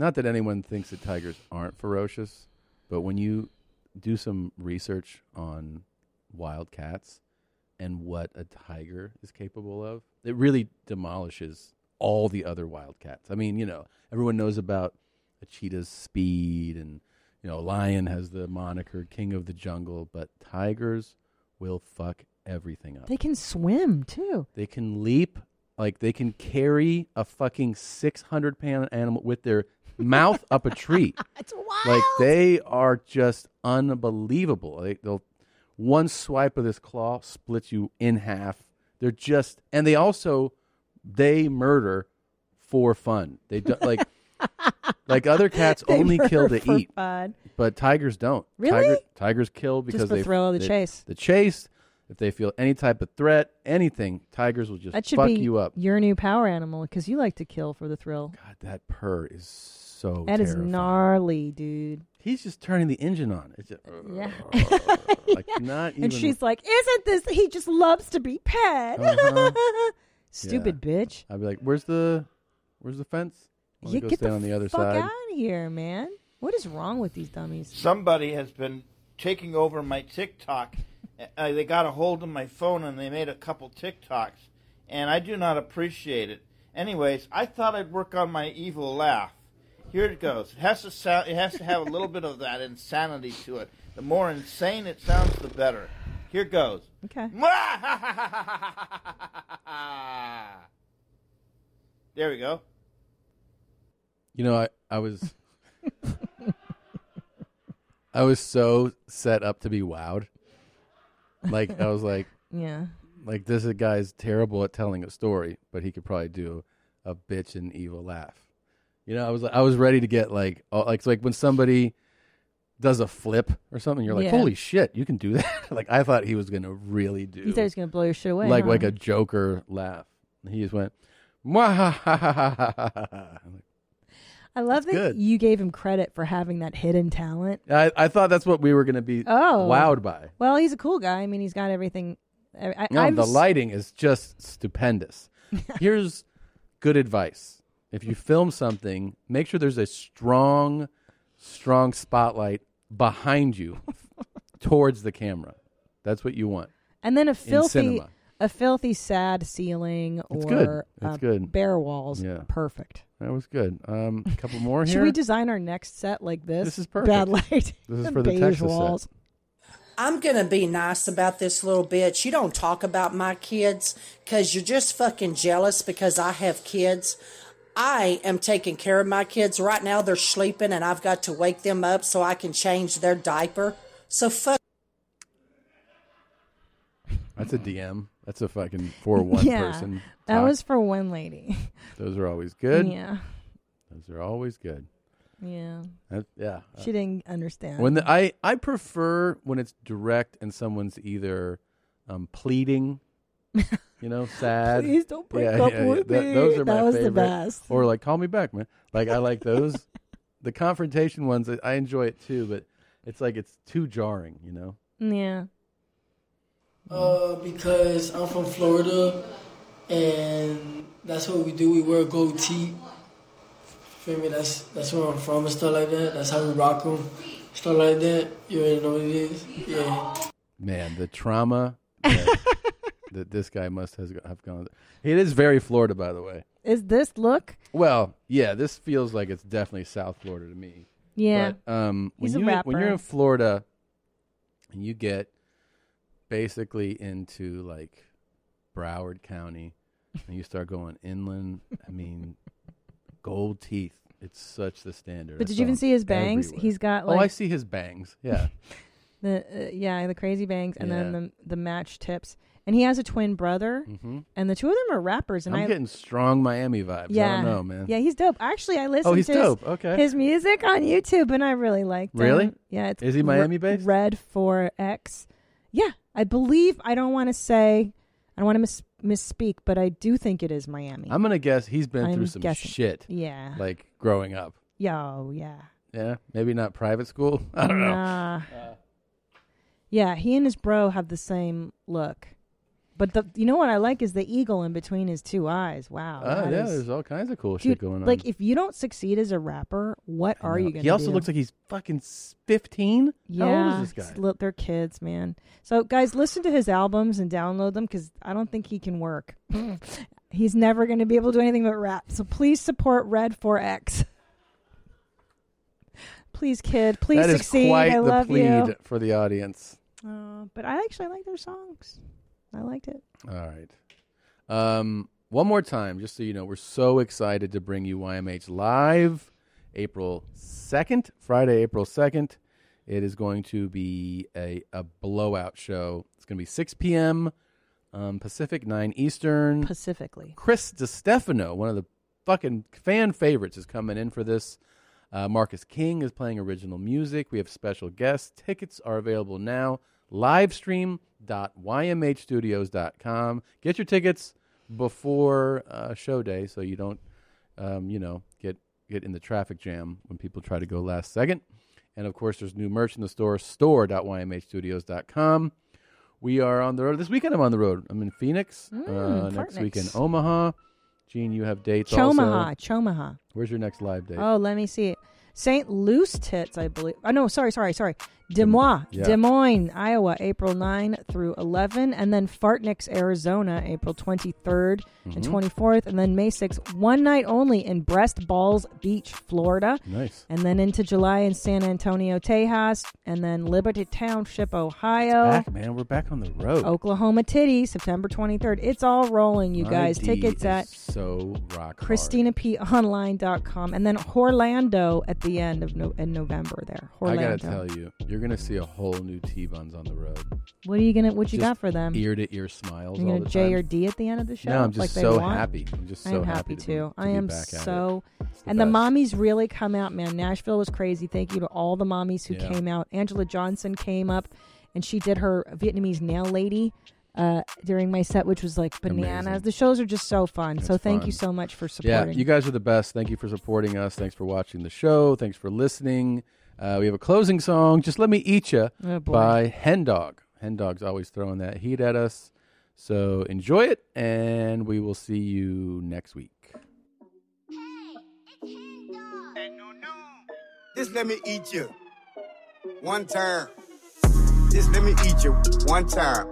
Speaker 1: Not that anyone thinks that tigers aren't ferocious, but when you do some research on wild cats and what a tiger is capable of, it really demolishes all the other wild cats. I mean, you know, everyone knows about a cheetah's speed, and you know, a lion has the moniker king of the jungle, but tigers will fuck everything up.
Speaker 3: They can swim too.
Speaker 1: They can leap, like they can carry a fucking six hundred pound animal with their mouth up a tree.
Speaker 3: It's wild.
Speaker 1: Like they are just unbelievable. They, they'll one swipe of this claw splits you in half. They're just, and they also they murder for fun. They do, like like other cats
Speaker 3: They
Speaker 1: only kill
Speaker 3: were
Speaker 1: to
Speaker 3: for
Speaker 1: eat,
Speaker 3: fun.
Speaker 1: but tigers don't.
Speaker 3: Really?
Speaker 1: Tiger- tigers kill because
Speaker 3: for
Speaker 1: they
Speaker 3: thrill of the
Speaker 1: they-
Speaker 3: chase.
Speaker 1: The chase. If they feel any type of threat, anything, tigers will just
Speaker 3: That should
Speaker 1: fuck
Speaker 3: be
Speaker 1: you up.
Speaker 3: your new power animal because you like to kill for the thrill.
Speaker 1: That purr is so.
Speaker 3: That is
Speaker 1: terrifying.
Speaker 3: gnarly, dude.
Speaker 1: He's just turning the engine on. It's just,
Speaker 3: Yeah.
Speaker 1: like not even.
Speaker 3: and she's like, "Isn't this? He just loves to be pet."
Speaker 1: Uh-huh.
Speaker 3: Stupid bitch.
Speaker 1: I'd be like, "Where's the, where's the fence? Wanna
Speaker 3: You
Speaker 1: go
Speaker 3: get
Speaker 1: stand
Speaker 3: the
Speaker 1: on the other
Speaker 3: fuck
Speaker 1: side."
Speaker 3: out of here, man. What is wrong with these dummies?
Speaker 5: Somebody has been taking over my TikTok. Uh, they got a hold of my phone and they made a couple TikToks, and I do not appreciate it. Anyways, I thought I'd work on my evil laugh. Here it goes. It has to sound. It has to have a little bit of that insanity to it. The more insane it sounds, the better. Here goes.
Speaker 3: Okay.
Speaker 5: There we go.
Speaker 1: You know, I, I was I was so set up to be wowed. Like I was like
Speaker 3: Yeah.
Speaker 1: Like this is- guy's terrible at telling a story, but he could probably do a bitch and evil laugh. You know, I was I was ready to get like all, like it's like when somebody does a flip or something, you're like,
Speaker 3: Yeah.
Speaker 1: Holy shit, you can do that. like I thought he was gonna really do
Speaker 3: You thought he was gonna blow your shit away,
Speaker 1: Like
Speaker 3: huh?
Speaker 1: like a joker laugh. He just went "Mwahahahahaha." I'm like,
Speaker 3: I love that
Speaker 1: good.
Speaker 3: you gave him credit for having that hidden talent.
Speaker 1: I, I thought that's what we were going to be
Speaker 3: Oh,
Speaker 1: wowed by.
Speaker 3: Well, he's a cool guy. I mean, he's got everything. I, I,
Speaker 1: No,
Speaker 3: I'm
Speaker 1: the
Speaker 3: s-
Speaker 1: lighting is just stupendous. Here's good advice. If you film something, make sure there's a strong, strong spotlight behind you towards the camera. That's what you want.
Speaker 3: and then a
Speaker 1: in
Speaker 3: filthy,
Speaker 1: cinema.
Speaker 3: a filthy, sad ceiling
Speaker 1: It's
Speaker 3: or
Speaker 1: good. It's
Speaker 3: uh,
Speaker 1: good.
Speaker 3: bare walls.
Speaker 1: Yeah.
Speaker 3: Perfect.
Speaker 1: That was good. Um, a couple more
Speaker 3: Should
Speaker 1: here.
Speaker 3: we design our next set like this?
Speaker 1: This is perfect.
Speaker 3: Bad light.
Speaker 1: This is
Speaker 3: and
Speaker 1: for the
Speaker 3: beige
Speaker 1: Texas set.
Speaker 3: walls.
Speaker 22: I'm going to be nice about this little bitch. You don't talk about my kids because you're just fucking jealous because I have kids. I am taking care of my kids. Right now they're sleeping and I've got to wake them up so I can change their diaper. So fuck
Speaker 1: That's a DM. That's a fucking for one
Speaker 3: yeah,
Speaker 1: person.
Speaker 3: that
Speaker 1: talk.
Speaker 3: was for one lady.
Speaker 1: Those are always good.
Speaker 3: Yeah.
Speaker 1: Those are always good.
Speaker 3: Yeah.
Speaker 1: That- yeah. Uh,
Speaker 3: She didn't understand.
Speaker 1: When the, I I prefer when it's direct and someone's either um, pleading, you know, sad.
Speaker 3: Please don't break up with
Speaker 1: Th-
Speaker 3: me.
Speaker 1: Those are
Speaker 3: That
Speaker 1: my
Speaker 3: was the
Speaker 1: favorite.
Speaker 3: best.
Speaker 1: Or like, call me back, man. Like I like those. the confrontation ones, I- I enjoy it too, but it's like it's too jarring, you know.
Speaker 3: Yeah.
Speaker 23: Uh, because I'm from Florida, and that's what we do. We wear goatee. Feel me? That's that's where I'm from and stuff like that. That's how we rock 'em, stuff like that. You already know what it is. Yeah.
Speaker 1: Man, the trauma that, that this guy must has have gone. Through. It is very Florida, by the way.
Speaker 3: Is this look?
Speaker 1: Well, yeah, this feels like it's definitely South Florida to me.
Speaker 3: Yeah.
Speaker 1: But, um, when
Speaker 3: He's a
Speaker 1: you when you're
Speaker 3: rapper.
Speaker 1: in Florida and you get basically into like Broward County and you start going inland, I mean, gold teeth. It's such the standard. I
Speaker 3: But did
Speaker 1: saw
Speaker 3: you even
Speaker 1: him
Speaker 3: see his bangs?
Speaker 1: everywhere.
Speaker 3: He's got
Speaker 1: oh, I
Speaker 3: like-
Speaker 1: see his bangs. Yeah,
Speaker 3: The uh, yeah, the crazy bangs, and then
Speaker 1: Yeah.
Speaker 3: the the match tips, and he has a twin brother,
Speaker 1: Mhm.
Speaker 3: and the two of them are rappers. And
Speaker 1: I'm
Speaker 3: I
Speaker 1: getting strong Miami vibes.
Speaker 3: yeah,
Speaker 1: I don't know, man. Oh,
Speaker 3: Yeah, he's dope. Actually, I listened
Speaker 1: he's
Speaker 3: to his-
Speaker 1: dope. Okay.
Speaker 3: his music on YouTube, and I really liked him.
Speaker 1: Really?
Speaker 3: Yeah, it's
Speaker 1: Is he
Speaker 3: Re-
Speaker 1: Miami based?
Speaker 3: Red for X. Yeah, I believe. I don't want to say, I don't want to mis- misspeak, but I do think it is Miami.
Speaker 1: I'm gonna guess he's been
Speaker 3: I'm
Speaker 1: through some
Speaker 3: guessing.
Speaker 1: shit.
Speaker 3: Yeah.
Speaker 1: like growing up.
Speaker 3: Yo, yeah.
Speaker 1: Yeah, maybe not private school. I don't
Speaker 3: Nah.
Speaker 1: know.
Speaker 3: Yeah, he and his bro have the same look. But the you know what I like is the eagle in between his two eyes. Wow.
Speaker 1: Oh,
Speaker 3: that
Speaker 1: yeah,
Speaker 3: is-
Speaker 1: there's all kinds of cool
Speaker 3: Dude,
Speaker 1: shit going on.
Speaker 3: Like if you don't succeed as a rapper, what are you going to do?
Speaker 1: he also looks like he's fucking 15.
Speaker 3: yeah,
Speaker 1: How old is this
Speaker 3: it's
Speaker 1: guy?
Speaker 3: li- they're kids, man. So guys, listen to his albums and download them because I don't think he can work. He's never going to be able to do anything but rap. So please support Red 4X. please, kid. Please
Speaker 1: That is
Speaker 3: succeed.
Speaker 1: quite
Speaker 3: I
Speaker 1: the
Speaker 3: love
Speaker 1: plead
Speaker 3: you.
Speaker 1: for the audience.
Speaker 3: Uh, but I actually like their songs. I liked it.
Speaker 1: All right. Um, one more time, just so you know, we're so excited to bring you YMH live April 2nd, Friday, April 2nd. It is going to be a, a blowout show. It's going to be 6 p.m. Um, Pacific, 9 Eastern.
Speaker 3: Pacifically.
Speaker 1: Chris DiStefano, one of the fucking fan favorites is coming in for this. Uh, Marcus King is playing original music. We have special guests. Tickets are available now. Livestream.ymhstudios.com. Get your tickets before uh, show day so you don't, um, you know, get get in the traffic jam when people try to go last second. And of course, there's new merch in the store, store.ymhstudios.com. We are on the road. This weekend, I'm on the road. I'm in Phoenix. uh, next
Speaker 3: Mm, Fort
Speaker 1: week in
Speaker 3: Knox.
Speaker 1: Omaha. Gene, you have dates
Speaker 3: Chomaha,
Speaker 1: also.
Speaker 3: Chomaha.
Speaker 1: Where's your next live date?
Speaker 3: Oh, let me see it. St. Louis Tits, I believe. Oh, no, sorry, sorry, sorry. Des Moines,
Speaker 1: Yeah.
Speaker 3: Des Moines, Iowa, April 9 through 11. And then Fartniks, Arizona, April 23rd and
Speaker 1: Mhm.
Speaker 3: 24th. And then May 6th, one night only in Breast Balls Beach, Florida.
Speaker 1: Nice.
Speaker 3: And then into July in San Antonio, Tejas. And then Liberty Township, Ohio.
Speaker 1: Back, man. We're back on the road.
Speaker 3: Oklahoma Titty, September 23rd. It's all rolling, you
Speaker 1: My
Speaker 3: guys.
Speaker 1: D
Speaker 3: Tickets
Speaker 1: is
Speaker 3: at
Speaker 1: so rock hard.
Speaker 3: ChristinaPOnline.com. And then Horlando at the end of no- in November there. Horlando.
Speaker 1: I gotta tell you, you're gonna see a whole new T-Buns on the road.
Speaker 3: What are you gonna- what you
Speaker 1: Just
Speaker 3: got for them?
Speaker 1: Ear to ear smiles.
Speaker 3: You're
Speaker 1: all
Speaker 3: gonna
Speaker 1: the
Speaker 3: J
Speaker 1: time.
Speaker 3: or D at the end of the show,
Speaker 1: No, I'm just
Speaker 3: like they
Speaker 1: so
Speaker 3: want?
Speaker 1: happy. I'm just
Speaker 3: I
Speaker 1: so
Speaker 3: am
Speaker 1: happy,
Speaker 3: too.
Speaker 1: to be- to
Speaker 3: I
Speaker 1: be
Speaker 3: am
Speaker 1: back at it.
Speaker 3: so.
Speaker 1: It's the
Speaker 3: and the
Speaker 1: best.
Speaker 3: mommies really come out, man. Nashville was crazy. Thank you to all the mommies who
Speaker 1: Yeah.
Speaker 3: came out. Angela Johnson came up, and she did her Vietnamese nail lady uh, during my set, which was like bananas.
Speaker 1: Amazing.
Speaker 3: The shows are just so fun. so
Speaker 1: It's
Speaker 3: thank
Speaker 1: fun.
Speaker 3: you so much for supporting.
Speaker 1: Yeah, you guys are the best. Thank you for supporting us. Thanks for watching the show. Thanks for listening. Uh, we have a closing song, "Just Let Me Eat Ya"
Speaker 3: Oh, boy.
Speaker 1: by Hendog. Hendog's always throwing that heat at us. So enjoy it, and we will see you next week.
Speaker 7: Just let me eat you. One time. Just let me eat you. One time.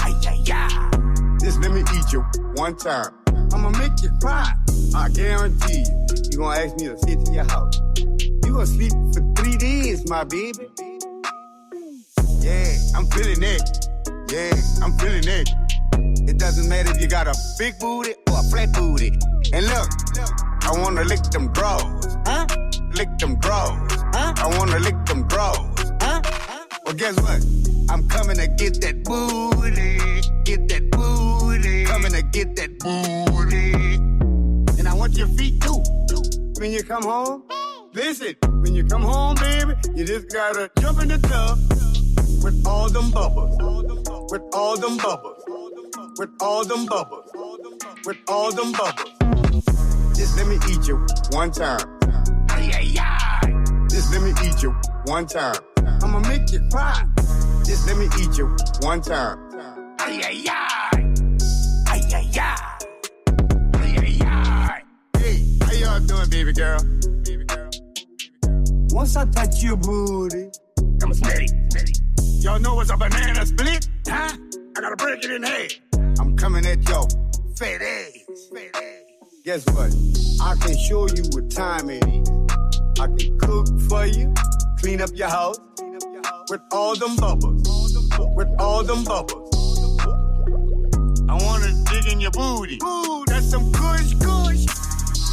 Speaker 7: Ay, ay, ay. Just let me eat you. One time. I'ma make you cry. I guarantee you. You gonna ask me to sit to your house. You gonna sleep for three days, my baby. Yeah, I'm feeling it. Yeah, I'm feeling it. It doesn't matter if you got a big booty or a flat booty. And look, I wanna lick them drawers. Huh? Lick them drawers. Huh? I wanna lick them drawers. Huh? Well, guess what? I'm coming to get that booty. Get that booty. Coming to get that booty. And I want your feet too. When you come home, listen. When you come home, baby, you just gotta jump in the tub with all them bubbles. With all them bubbles. With all them bubbles. With all them bubbles. Just let me eat you one time. Ay, ay, ay. Just let me eat you one time. I'ma make you cry. Just let me eat you one time. Ay, ay, ay. Ay, ay, ay. Ay, ay, ay. Hey, how y'all doing, baby girl? Baby girl. Once I touch your booty, I'm steady, steady. Y'all know it's a banana split, huh? I gotta break it in half. I'm coming at y'all, fat ass. Guess what? I can show you what time it is. I can cook for you, clean up your house with all them bubbles, with all them bubbles. I wanna dig in your booty. Ooh, that's some kush, kush.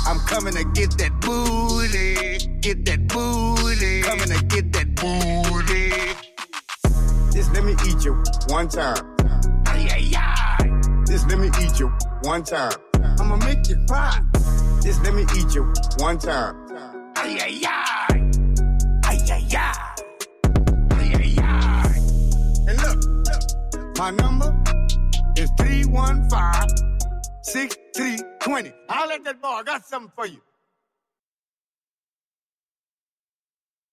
Speaker 7: I'm coming to get that booty, get that booty. Coming to get that booty. Just let me eat you one time. Ay, ay, ay. Just let me eat you one time. I'ma make you cry. Just let me eat you one time. Ay, ay, ay. Ay, ay, ay. Ay, ay, ay. And look, look, my number is 315 6320. I'll let that boy, I got something for you.